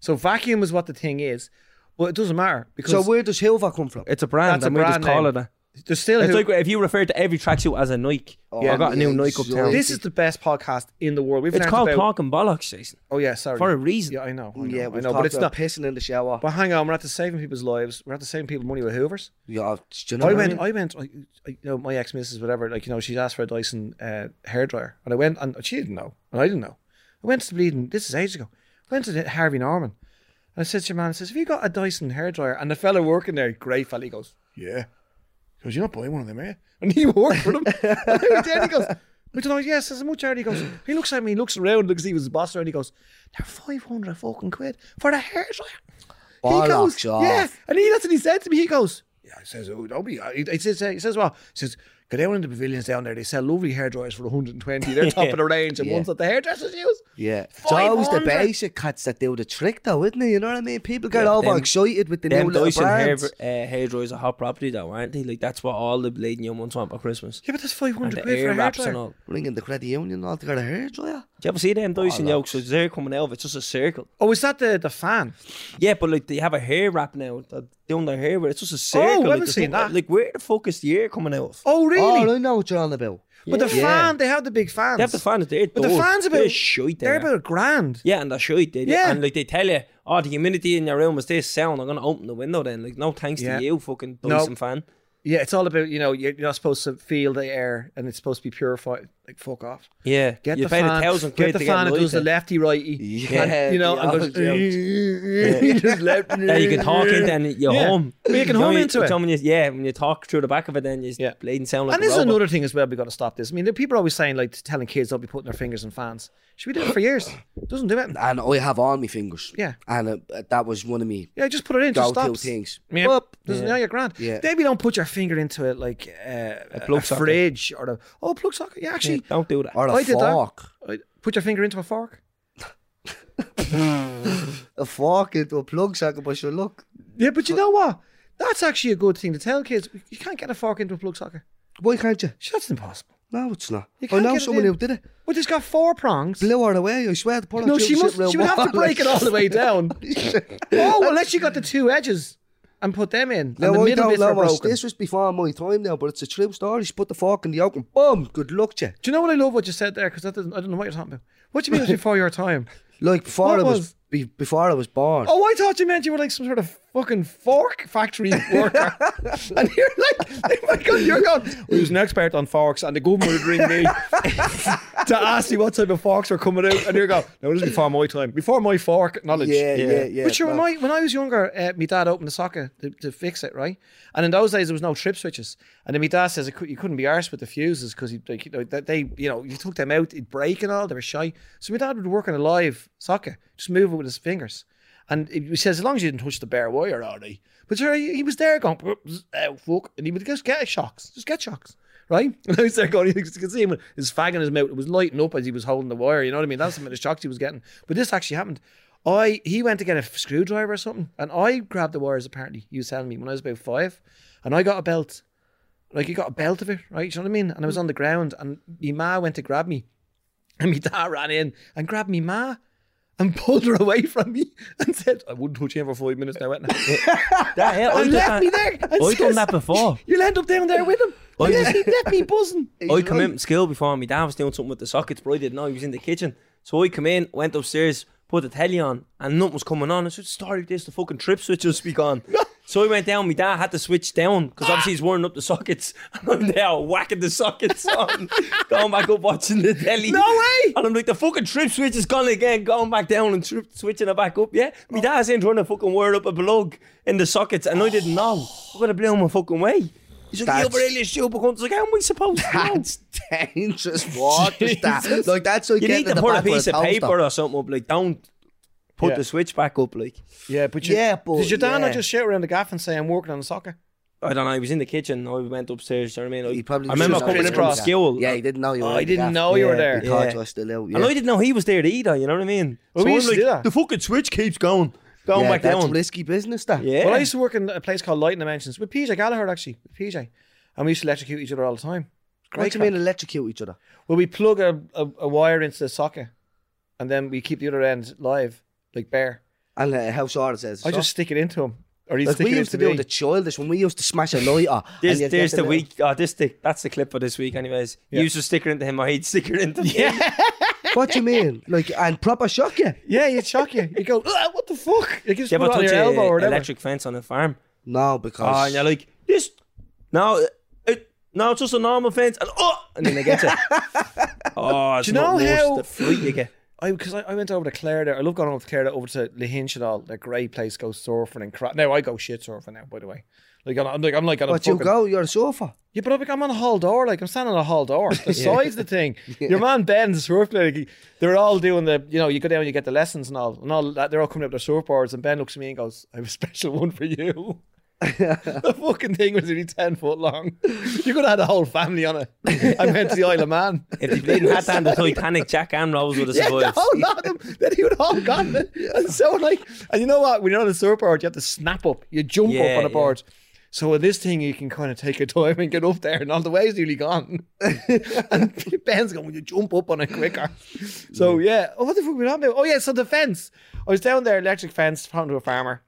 [SPEAKER 3] So vacuum is what the thing is. Well, it doesn't matter because
[SPEAKER 2] So where does Hilva come from?
[SPEAKER 4] It's a brand.
[SPEAKER 3] That's a
[SPEAKER 4] and we just
[SPEAKER 3] brand
[SPEAKER 4] call
[SPEAKER 3] name.
[SPEAKER 4] it that.
[SPEAKER 3] there's still
[SPEAKER 4] It's
[SPEAKER 3] who-
[SPEAKER 4] like if you refer to every tracksuit as a Nike.
[SPEAKER 2] Yeah.
[SPEAKER 4] I got a new Nike uptown.
[SPEAKER 3] this is the best podcast in the world. We've
[SPEAKER 4] it's
[SPEAKER 3] learned
[SPEAKER 4] called
[SPEAKER 3] about,
[SPEAKER 4] Talking Bollocks, Jason,
[SPEAKER 3] Oh yeah, sorry.
[SPEAKER 4] for a reason.
[SPEAKER 3] yeah, I know. I know,
[SPEAKER 2] yeah,
[SPEAKER 3] I
[SPEAKER 2] we've
[SPEAKER 3] know,
[SPEAKER 2] talked
[SPEAKER 3] but it's
[SPEAKER 2] about
[SPEAKER 3] not.
[SPEAKER 2] pissing in the shower.
[SPEAKER 3] But hang on, we're not the saving people's lives. We're not the saving people money with Hoovers.
[SPEAKER 2] Yeah, do you know
[SPEAKER 3] I
[SPEAKER 2] what
[SPEAKER 3] went,
[SPEAKER 2] mean?
[SPEAKER 3] I went, I, I, you know, my ex missus, whatever, like, you know, she's asked for a Dyson uh, hairdryer. And I went, and she didn't know. And I didn't know. I went to the bleeding, this is ages ago. I went to the Harvey Norman. And I said to your man, I says, Have you got a Dyson hairdryer? And the fella working there, great fella, he goes, Yeah. He goes, You're not buying one of them, eh? And he worked for them. and I went there and he goes, I don't know, yes, there's a much already. He goes, He looks at me, he looks around, looks at his boss around, he goes, They're 500 fucking quid for a hairdryer he goes,
[SPEAKER 2] Bollocks off.
[SPEAKER 3] yeah, and he that's what he said to me. He goes, yeah, he says, oh, nobody. He, he says, uh, he says, well, he says, go down in the pavilions down there. They sell lovely hairdryers for 120. They're top of the range, and
[SPEAKER 2] Yeah.
[SPEAKER 3] ones that the hairdressers use.
[SPEAKER 2] Yeah. It's always the
[SPEAKER 3] 500.
[SPEAKER 2] basic cuts that do the trick, though, isn't it? You know what I mean? People get
[SPEAKER 4] Yeah, them-
[SPEAKER 2] overexcited with the
[SPEAKER 4] Them
[SPEAKER 2] new little
[SPEAKER 4] Dyson hair, uh,
[SPEAKER 2] brands.
[SPEAKER 4] hairdryers are hot property though, aren't they? Like that's what all the bleeding young ones want for Christmas.
[SPEAKER 3] Yeah, but that's
[SPEAKER 4] And
[SPEAKER 3] 500
[SPEAKER 4] the
[SPEAKER 3] quid for
[SPEAKER 4] air
[SPEAKER 3] a
[SPEAKER 4] wraps and
[SPEAKER 3] hairdryer.
[SPEAKER 4] all.
[SPEAKER 2] Ringing the credit union all to get a hairdryer.
[SPEAKER 4] Do you ever see them Dyson
[SPEAKER 2] Bollocks.
[SPEAKER 4] yokes? So they're coming out, it's just a circle.
[SPEAKER 3] Oh, is that the the fan?
[SPEAKER 4] Yeah, but like they have a hair wrap now. They're doing their hair, but it's just a circle. like,
[SPEAKER 3] Oh, haven't
[SPEAKER 4] there's
[SPEAKER 3] seen
[SPEAKER 4] no-
[SPEAKER 3] that.
[SPEAKER 4] Like where the fuck is the air coming out of?
[SPEAKER 3] Oh, really?
[SPEAKER 2] Oh, I know what you're on about.
[SPEAKER 3] But the
[SPEAKER 2] Yeah.
[SPEAKER 3] fan, they have the big fans.
[SPEAKER 4] They have the fans there.
[SPEAKER 3] But the fans
[SPEAKER 4] they're
[SPEAKER 3] about
[SPEAKER 4] shite.
[SPEAKER 3] They're
[SPEAKER 4] They're
[SPEAKER 3] about a grand.
[SPEAKER 4] yeah, and they're shite. They, yeah,
[SPEAKER 3] Yeah.
[SPEAKER 4] and like they tell you, oh, the humidity in your room is this sound. I'm gonna open the window then. Like no thanks
[SPEAKER 3] Yeah.
[SPEAKER 4] to you, fucking
[SPEAKER 3] No.
[SPEAKER 4] Dyson fan.
[SPEAKER 3] Yeah, it's all about you know you're you're not supposed to feel the air, and it's supposed to be purified. Like fuck off.
[SPEAKER 4] Yeah.
[SPEAKER 3] Get
[SPEAKER 4] you
[SPEAKER 3] the
[SPEAKER 4] paid
[SPEAKER 3] fan.
[SPEAKER 4] a
[SPEAKER 3] get
[SPEAKER 4] thousand quid
[SPEAKER 3] the
[SPEAKER 4] to
[SPEAKER 3] fan
[SPEAKER 4] get
[SPEAKER 3] who does the
[SPEAKER 4] lighted.
[SPEAKER 3] lefty righty.
[SPEAKER 2] Yeah,
[SPEAKER 3] and, you know,
[SPEAKER 2] the
[SPEAKER 3] and goes,
[SPEAKER 2] old jokes.
[SPEAKER 3] you just left.
[SPEAKER 4] Yeah, you can talk into it and you're
[SPEAKER 3] Yeah.
[SPEAKER 4] home.
[SPEAKER 3] Well, you can
[SPEAKER 4] know,
[SPEAKER 3] home into it.
[SPEAKER 4] tell When you, yeah, when you talk through the back of it, then you
[SPEAKER 3] Yeah.
[SPEAKER 4] yeah. bleeding sound like
[SPEAKER 3] and
[SPEAKER 4] a
[SPEAKER 3] this is
[SPEAKER 4] robot.
[SPEAKER 3] another thing as well. We got to stop this. I mean, the people are always saying like telling kids they'll be putting their fingers in fans. Should we do it for years? Doesn't do it.
[SPEAKER 2] And I have all my fingers.
[SPEAKER 3] Yeah.
[SPEAKER 2] And uh, that was one of me
[SPEAKER 3] Yeah, just put it in. Just
[SPEAKER 2] go-to
[SPEAKER 3] stops.
[SPEAKER 2] things.
[SPEAKER 3] Yeah.
[SPEAKER 2] Up.
[SPEAKER 3] Doesn't yeah. you're grand.
[SPEAKER 2] Yeah.
[SPEAKER 3] Maybe don't put your finger into it like uh, a,
[SPEAKER 4] plug
[SPEAKER 3] a
[SPEAKER 4] socket.
[SPEAKER 3] fridge or the oh plug socket. Yeah, actually,
[SPEAKER 4] Don't do that.
[SPEAKER 2] Or a
[SPEAKER 3] I did that.
[SPEAKER 2] fork.
[SPEAKER 3] I- put your finger into a fork.
[SPEAKER 2] A fork into a plug socket, but sure, look.
[SPEAKER 3] Yeah, but you know what? That's actually a good thing to tell kids. You can't get a fork into a plug socket.
[SPEAKER 2] Why can't you?
[SPEAKER 3] Sure, That's impossible.
[SPEAKER 2] No, it's not.
[SPEAKER 3] You
[SPEAKER 2] I
[SPEAKER 3] can't
[SPEAKER 2] know
[SPEAKER 3] get it
[SPEAKER 2] someone
[SPEAKER 3] in.
[SPEAKER 2] who did it.
[SPEAKER 3] Well, it's got four prongs.
[SPEAKER 2] Blew her away, I swear. The
[SPEAKER 3] No, she must. She would have to break it all the way down. oh, well, unless you got the two edges and put them in, and
[SPEAKER 2] Now,
[SPEAKER 3] the
[SPEAKER 2] I
[SPEAKER 3] middle
[SPEAKER 2] don't
[SPEAKER 3] bits
[SPEAKER 2] know
[SPEAKER 3] are
[SPEAKER 2] what's-
[SPEAKER 3] broken.
[SPEAKER 2] this was before my time now, but it's a true story. She put the fork in the oak and boom, good luck to you.
[SPEAKER 3] Do you know what I love? What you said there, because I don't know what you're talking about. What do you mean it was before your time?
[SPEAKER 2] Like before
[SPEAKER 3] What
[SPEAKER 2] I was,
[SPEAKER 3] was-
[SPEAKER 2] be, before I was born.
[SPEAKER 3] Oh, I thought you meant you were like some sort of fucking fork factory worker. and you're like, oh my God, you're going, well, he was an expert on forks, and the government would ring me to ask you what type of forks were coming out. And you're going, no, this is before my time, before my fork knowledge.
[SPEAKER 2] Yeah, yeah, yeah, yeah,
[SPEAKER 3] but sure,
[SPEAKER 2] no.
[SPEAKER 3] when, I, when I was younger, uh, my dad opened the socket to, to fix it, right? And in those days, there was no trip switches. And then my dad says, I cou- you couldn't be arsed with the fuses because like, you know, that they, you know, you took them out, it'd break and all, they were shy. So my dad would work on a live socket, just move it with his fingers. And he says, as long as you didn't touch the bare wire, all right. But sure, he, he was there going, oh, fuck. And he would just get shocks, just get shocks, right? And I was there going, you could see him with his fag in his mouth. It was lighting up as he was holding the wire, you know what I mean? That's the amount of shocks he was getting. But this actually happened. I He went to get a screwdriver or something, and I grabbed the wires, apparently, he was telling me, when I was about five. And I got a belt. Like, he got a belt of it, right? You know what I mean? And I was on the ground, and my ma went to grab me. And my dad ran in and grabbed me ma and pulled her away from me and said, I wouldn't touch you for five minutes now. wouldn't I?"
[SPEAKER 4] That, yeah, I
[SPEAKER 3] and
[SPEAKER 4] did
[SPEAKER 3] left
[SPEAKER 4] that.
[SPEAKER 3] me there. and
[SPEAKER 4] I done
[SPEAKER 3] says,
[SPEAKER 4] that before.
[SPEAKER 3] You'll end up down there with him.
[SPEAKER 4] I
[SPEAKER 3] He
[SPEAKER 4] was-
[SPEAKER 3] left, me, left me buzzing.
[SPEAKER 4] I come in from school before my dad was doing something with the sockets, but I didn't know he was in the kitchen. So I come in, went upstairs, put the telly on, and nothing was coming on. I said, "Story this, the fucking trip switch will speak on." so I went down. My dad had to switch down because obviously he's warming up the sockets. And I'm there whacking the sockets on, going back up watching the telly.
[SPEAKER 3] No way!
[SPEAKER 4] And I'm like, the fucking trip switch is gone again, going back down and trip, switching it back up. Yeah, my dad's in trying to fucking wire up a plug in the sockets, and I didn't know. I'm gonna blow my fucking way. He's like, you're
[SPEAKER 2] That's-
[SPEAKER 4] really stupid. cunt." I was like, how am I supposed to know?
[SPEAKER 2] That's dangerous. What is that? Like that's like
[SPEAKER 4] you
[SPEAKER 2] getting
[SPEAKER 4] need to
[SPEAKER 2] in the
[SPEAKER 4] put a
[SPEAKER 2] back with
[SPEAKER 4] piece of
[SPEAKER 2] toaster.
[SPEAKER 4] paper or something up. Like, don't put
[SPEAKER 3] Yeah.
[SPEAKER 4] the switch back up. Like,
[SPEAKER 3] Yeah, but
[SPEAKER 2] you- Yeah, but-
[SPEAKER 3] Did your dad
[SPEAKER 2] yeah.
[SPEAKER 3] not just shout around the gaff and say, I'm working on the soccer?
[SPEAKER 4] I don't know. He was in the kitchen. I went upstairs. Do you know what I mean? I,
[SPEAKER 2] He probably
[SPEAKER 4] I remember
[SPEAKER 2] was
[SPEAKER 4] coming in from
[SPEAKER 2] crisscross.
[SPEAKER 4] school.
[SPEAKER 2] Yeah, he didn't know you.
[SPEAKER 3] Oh,
[SPEAKER 2] were
[SPEAKER 3] he
[SPEAKER 2] in the
[SPEAKER 3] didn't
[SPEAKER 2] gaff.
[SPEAKER 3] know you were
[SPEAKER 2] Yeah,
[SPEAKER 3] there.
[SPEAKER 2] He thought
[SPEAKER 4] Yeah.
[SPEAKER 2] you were still out.
[SPEAKER 4] And I
[SPEAKER 2] Yeah,
[SPEAKER 4] didn't know he was there either. You know what I mean?
[SPEAKER 3] Well, we
[SPEAKER 4] I'm
[SPEAKER 3] used to do that.
[SPEAKER 4] the fucking switch keeps going, going
[SPEAKER 2] yeah
[SPEAKER 4] back
[SPEAKER 2] that's
[SPEAKER 4] down.
[SPEAKER 2] risky business. That.
[SPEAKER 4] Yeah.
[SPEAKER 3] Well, I used to work in a place called Lighting Dimensions with PJ Gallagher, actually. With PJ. And we used to electrocute each other all the time.
[SPEAKER 2] What
[SPEAKER 3] Great
[SPEAKER 2] do you mean electrocute each other?
[SPEAKER 3] Well, we plug a, a, a wire into the socket and then we keep the other end live, like bare.
[SPEAKER 2] And uh, how sort it says.
[SPEAKER 3] I just stick it into him. Or he's
[SPEAKER 2] Like we
[SPEAKER 3] sticking it
[SPEAKER 2] used to
[SPEAKER 3] into
[SPEAKER 2] do
[SPEAKER 3] me.
[SPEAKER 2] the childish when we used to smash a lighter. and
[SPEAKER 4] There's,
[SPEAKER 2] you'd
[SPEAKER 4] there's
[SPEAKER 2] get
[SPEAKER 4] the
[SPEAKER 2] little-
[SPEAKER 4] week. Oh, this the, that's the clip for this week, anyways.
[SPEAKER 3] Yeah.
[SPEAKER 4] You used to sticker into him. I hate sticker into me. Yeah.
[SPEAKER 2] What do you mean? Like and proper shock you?
[SPEAKER 3] Yeah, you'd shock you. You go, "Ah, what the fuck? You just
[SPEAKER 4] you
[SPEAKER 3] put
[SPEAKER 4] ever
[SPEAKER 3] it on
[SPEAKER 4] touch
[SPEAKER 3] your
[SPEAKER 4] an
[SPEAKER 3] elbow or whatever.
[SPEAKER 4] electric fence on a farm?
[SPEAKER 2] No,
[SPEAKER 4] Oh,
[SPEAKER 2] because
[SPEAKER 4] and you're like, this. No, it, no, it's just a normal fence. And, oh, and then they get you. oh, it's
[SPEAKER 3] Do you know
[SPEAKER 4] not worse,
[SPEAKER 3] how-
[SPEAKER 4] the fright you get.
[SPEAKER 3] I because I, I went over to Clare there. I love going over to Clare there, over to Lahinch and all. That great place go surfing and crap. Now I go shit surfing now, by the way. Like I'm- I'm like I'm like on a
[SPEAKER 2] but you
[SPEAKER 3] fucking-
[SPEAKER 2] go, you're a sofa.
[SPEAKER 3] Yeah, but I'm, like, I'm on a hall door. Like I'm standing on a hall door. The size of the thing. Your man Ben's surf like, he- They're all doing the you know you go down you get the lessons and all and all that. They're all coming up with their surfboards and Ben looks at me and goes, "I have a special one for you." the fucking thing was only ten foot long. You could have had a whole family on it. I went to the Isle of Man.
[SPEAKER 4] If you didn't have that, the Titanic, Jack and Rose would have
[SPEAKER 3] Yeah,
[SPEAKER 4] survived.
[SPEAKER 3] the whole lot of them. Then he would have all gone. And so like, and you know what? When you're on a surfboard, you have to snap up. You jump
[SPEAKER 4] Yeah,
[SPEAKER 3] up on
[SPEAKER 4] yeah.
[SPEAKER 3] a board. So with this thing, you can kind of take your time and get up there, and all the way's nearly gone. and Ben's going, "Will you jump up on it quicker?" So yeah. Oh, what the fuck were we on about? Oh yeah, so the fence. I was down there, electric fence, found to a farmer,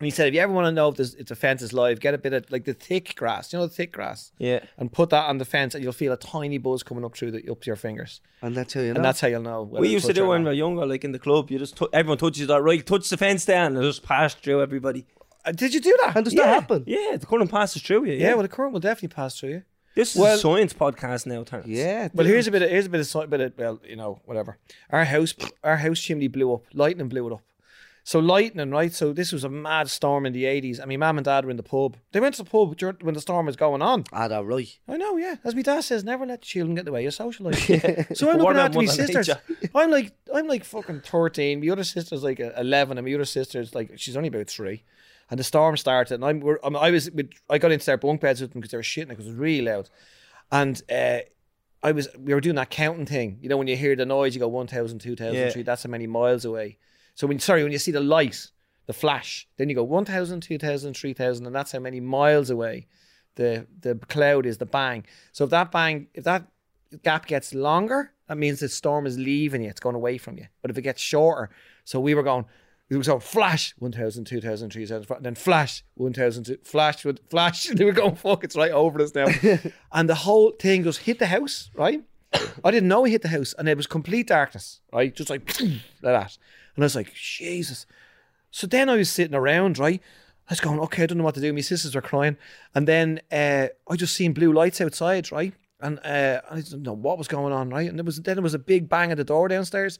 [SPEAKER 3] and he said, "If you ever want to know if, this, if the fence is live, get a bit of like the thick grass. You know the thick grass."
[SPEAKER 4] Yeah.
[SPEAKER 3] And put that on the fence, and you'll feel a tiny buzz coming up through the up to your fingers,
[SPEAKER 2] And that's how you know.
[SPEAKER 3] and that's how you'll know. whether
[SPEAKER 4] We
[SPEAKER 3] it's
[SPEAKER 4] used to
[SPEAKER 3] touch
[SPEAKER 4] do
[SPEAKER 3] or
[SPEAKER 4] when
[SPEAKER 3] not.
[SPEAKER 4] we were younger, like in the club, you just tou- everyone touches that right, touch the fence down, and it just pass through everybody.
[SPEAKER 3] Uh, Did you do that?
[SPEAKER 2] and does
[SPEAKER 4] yeah.
[SPEAKER 2] that happen?
[SPEAKER 4] Yeah, the current passes through you.
[SPEAKER 3] yeah, well, the current will definitely pass through you.
[SPEAKER 4] This is a
[SPEAKER 3] Well-
[SPEAKER 4] science podcast now, Terrence.
[SPEAKER 2] Yeah.
[SPEAKER 3] Well, here's a bit. Of, here's a bit of side. Bit of, well, you know, whatever. Our house, our house chimney blew up. Lightning blew it up. So lightning, right? So this was a mad storm in the eighties. I mean, mum and dad were in the pub. They went to the pub dur- when the storm was going on.
[SPEAKER 2] Ah, that right.
[SPEAKER 3] I know, yeah. As my dad says, never let the children get in the way of socialising. So I'm
[SPEAKER 4] Warn
[SPEAKER 3] looking
[SPEAKER 4] them
[SPEAKER 3] after my
[SPEAKER 4] Mother
[SPEAKER 3] sisters.
[SPEAKER 4] Nature.
[SPEAKER 3] I'm like, I'm like fucking thirteen. My other sister's like uh, eleven, and my other sister's like, she's only about three. And the storm started, and I'm, we're, I'm I was with, I got into their bunk beds with them because they were shitting because it was really loud. And uh, I was, we were doing that counting thing. You know, when you hear the noise, you go 1,000, 2,000,
[SPEAKER 4] Yeah.
[SPEAKER 3] 3,000, that's how many miles away. So when, sorry, when you see the light, the flash, then you go 1,000, 2,000, 3,000, and that's how many miles away the the cloud is the bang. So if that bang, if that gap gets longer, that means the storm is leaving you. It's going away from you. But if it gets shorter, so we were going, we were going flash 1,000, 2,000, 3,000, and then flash 1,000, two- flash, one- flash. They were going, fuck, it's right over us now. and the whole thing just hit the house, right? I didn't know it hit the house, and it was complete darkness, right? Just like like that. And I was like, Jesus. So then I was sitting around, right? I was going, okay, I don't know what to do. My sisters were crying. And then uh, I just seen blue lights outside, right? And uh, I didn't know what was going on, right? And it was then there was a big bang at the door downstairs.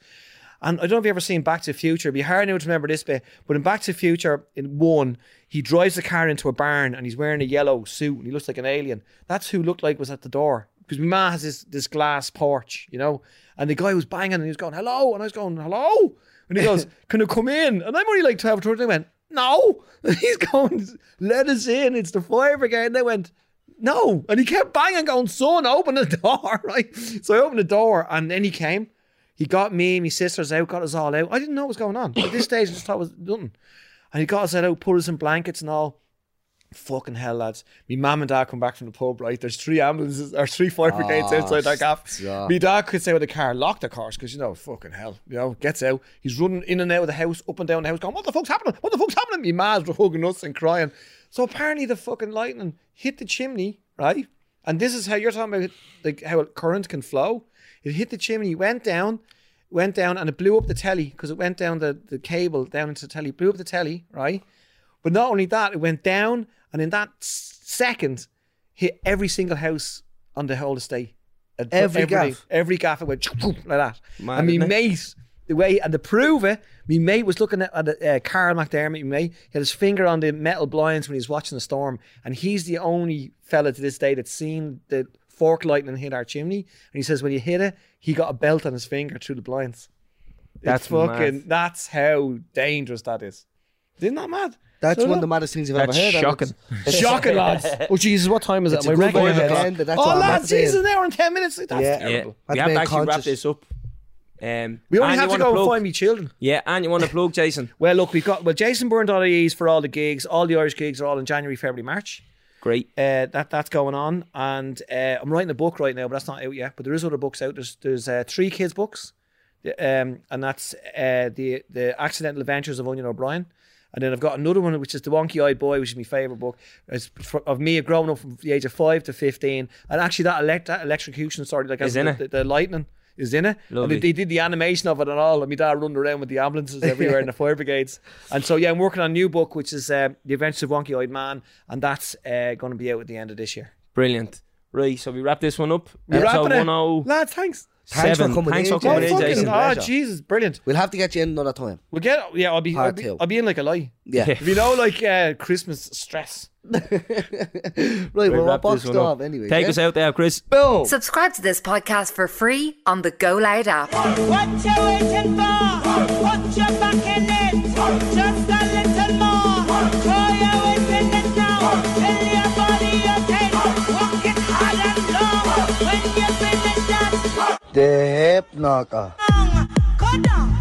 [SPEAKER 3] And I don't know if you've ever seen Back to the Future. It'd be hard now to remember this bit. But in Back to the Future, in one, he drives the car into a barn and he's wearing a yellow suit and he looks like an alien. That's who looked like was at the door. Because my ma has this, this glass porch, you know? And the guy was banging and he was going, hello. And I was going, hello. And he goes, Can you come in? And I'm only like 12 or 13. I went, No. And he's going, Let us in. It's the fire brigade. And I went, No. And he kept banging, going, Son, open the door. Right. So I opened the door and then he came. He got me, my sisters out, got us all out. I didn't know what was going on. At this stage, I just thought it was nothing. And he got us out, put us in blankets and all. Fucking hell, lads. Me mum and dad come back from the pub, right? There's three ambulances or three fire brigades
[SPEAKER 2] Oh,
[SPEAKER 3] outside that gap.
[SPEAKER 2] stop.
[SPEAKER 3] Me dad could say with the car locked, of course, because you know, fucking hell, you know, gets out. He's running in and out of the house, up and down the house, going, What the fuck's happening? What the fuck's happening? My ma's hugging us and crying. So apparently the fucking lightning hit the chimney, right? And this is how you're talking about like how current can flow. It hit the chimney, went down, went down, and it blew up the telly because it went down the, the cable down into the telly, blew up the telly, right? But not only that, it went down, and in that s- second, hit every single house on the whole estate. It put
[SPEAKER 2] Every
[SPEAKER 3] everything-
[SPEAKER 2] gaff?
[SPEAKER 3] every gaff it went like that.
[SPEAKER 4] Mad,
[SPEAKER 3] and
[SPEAKER 4] isn't
[SPEAKER 3] me
[SPEAKER 4] it?
[SPEAKER 3] mate, the way and to prove it, me mate was looking at, at uh, Carl McDermott. Me mate he had his finger on the metal blinds when he was watching the storm, and he's the only fella to this day that's seen the fork lightning hit our chimney. And he says when he hit it, he got a belt on his finger through the blinds. It's
[SPEAKER 4] That's
[SPEAKER 3] fucking.
[SPEAKER 4] mad.
[SPEAKER 3] That's how dangerous that is. Isn't that mad?
[SPEAKER 2] That's
[SPEAKER 3] So
[SPEAKER 2] one of the
[SPEAKER 3] look-
[SPEAKER 2] maddest things I've
[SPEAKER 4] That's
[SPEAKER 2] ever heard.
[SPEAKER 4] shocking.
[SPEAKER 3] Shocking, lads. Oh, Jesus, what time is it?
[SPEAKER 2] It's
[SPEAKER 3] Am I
[SPEAKER 2] a good
[SPEAKER 3] regular?
[SPEAKER 2] way to
[SPEAKER 3] Eleven o'clock.
[SPEAKER 2] end it, that's what
[SPEAKER 3] Oh,
[SPEAKER 2] I'm
[SPEAKER 3] lads,
[SPEAKER 2] saying.
[SPEAKER 3] Jesus, an hour and 10 minutes. That's
[SPEAKER 2] Yeah.
[SPEAKER 4] Yeah.
[SPEAKER 3] terrible.
[SPEAKER 4] We
[SPEAKER 2] That's
[SPEAKER 4] have
[SPEAKER 2] being
[SPEAKER 4] to actually wrap
[SPEAKER 2] conscious.
[SPEAKER 4] this up. Um,
[SPEAKER 3] We only
[SPEAKER 4] and
[SPEAKER 3] have
[SPEAKER 4] you
[SPEAKER 3] to go and
[SPEAKER 4] plug.
[SPEAKER 3] find me children.
[SPEAKER 4] Yeah, and you want to plug Jason?
[SPEAKER 3] Well, look, we've got well jasonburn.ie is for all the gigs. All the Irish gigs are all in January, February, March.
[SPEAKER 4] Great.
[SPEAKER 3] Uh, that that's going on, and uh, I'm writing a book right now, but that's not out yet. But there is other books out. There's there's uh, three kids books, The- um, and that's uh, the the accidental adventures of Onion O'Brien. And then I've got another one, which is the Wonky Eyed Boy, which is my favorite book. It's fr- of me growing up from the age of five to fifteen, and actually that, elect- that electrocution, sorry, like as
[SPEAKER 4] Is in
[SPEAKER 3] the,
[SPEAKER 4] it.
[SPEAKER 3] The, the lightning is in it. And
[SPEAKER 4] Lovely.
[SPEAKER 3] they, they did the animation of it and all. And my dad running around with the ambulances everywhere and the fire brigades. And so yeah, I'm working on a new book, which is uh, the Adventures of Wonky Eyed Man, and that's uh, going to be out at the end of this year.
[SPEAKER 4] Brilliant. Right, so we wrap this one oh- up.
[SPEAKER 3] We're
[SPEAKER 4] Episode
[SPEAKER 3] wrapping it.
[SPEAKER 4] 107.
[SPEAKER 3] Lads, thanks.
[SPEAKER 2] Thanks for coming
[SPEAKER 4] Thanks
[SPEAKER 2] in,
[SPEAKER 4] for coming
[SPEAKER 2] Jason.
[SPEAKER 4] in,
[SPEAKER 3] fucking-
[SPEAKER 4] Jason.
[SPEAKER 3] oh
[SPEAKER 2] Pleasure.
[SPEAKER 3] Jesus, brilliant.
[SPEAKER 2] We'll have to get you in another time.
[SPEAKER 3] We'll get yeah. I'll be I'll
[SPEAKER 2] Part
[SPEAKER 3] be,
[SPEAKER 2] two.
[SPEAKER 3] I'll be in like a lie.
[SPEAKER 2] Yeah.
[SPEAKER 3] If you know like uh, Christmas stress.
[SPEAKER 2] Right, well, we're
[SPEAKER 4] wrap this
[SPEAKER 2] boxed
[SPEAKER 4] one up.
[SPEAKER 2] off anyway.
[SPEAKER 4] Take
[SPEAKER 2] yeah?
[SPEAKER 4] us out there, Chris.
[SPEAKER 2] Boom.
[SPEAKER 5] Subscribe to this podcast for free on the Go Loud app.
[SPEAKER 1] What you waiting for? Put your back in it. Just a little more. Throw your weight in it now. Fill your body up in. Walk it hard and long. When you finish that
[SPEAKER 2] The hip knocker.
[SPEAKER 1] song, go down.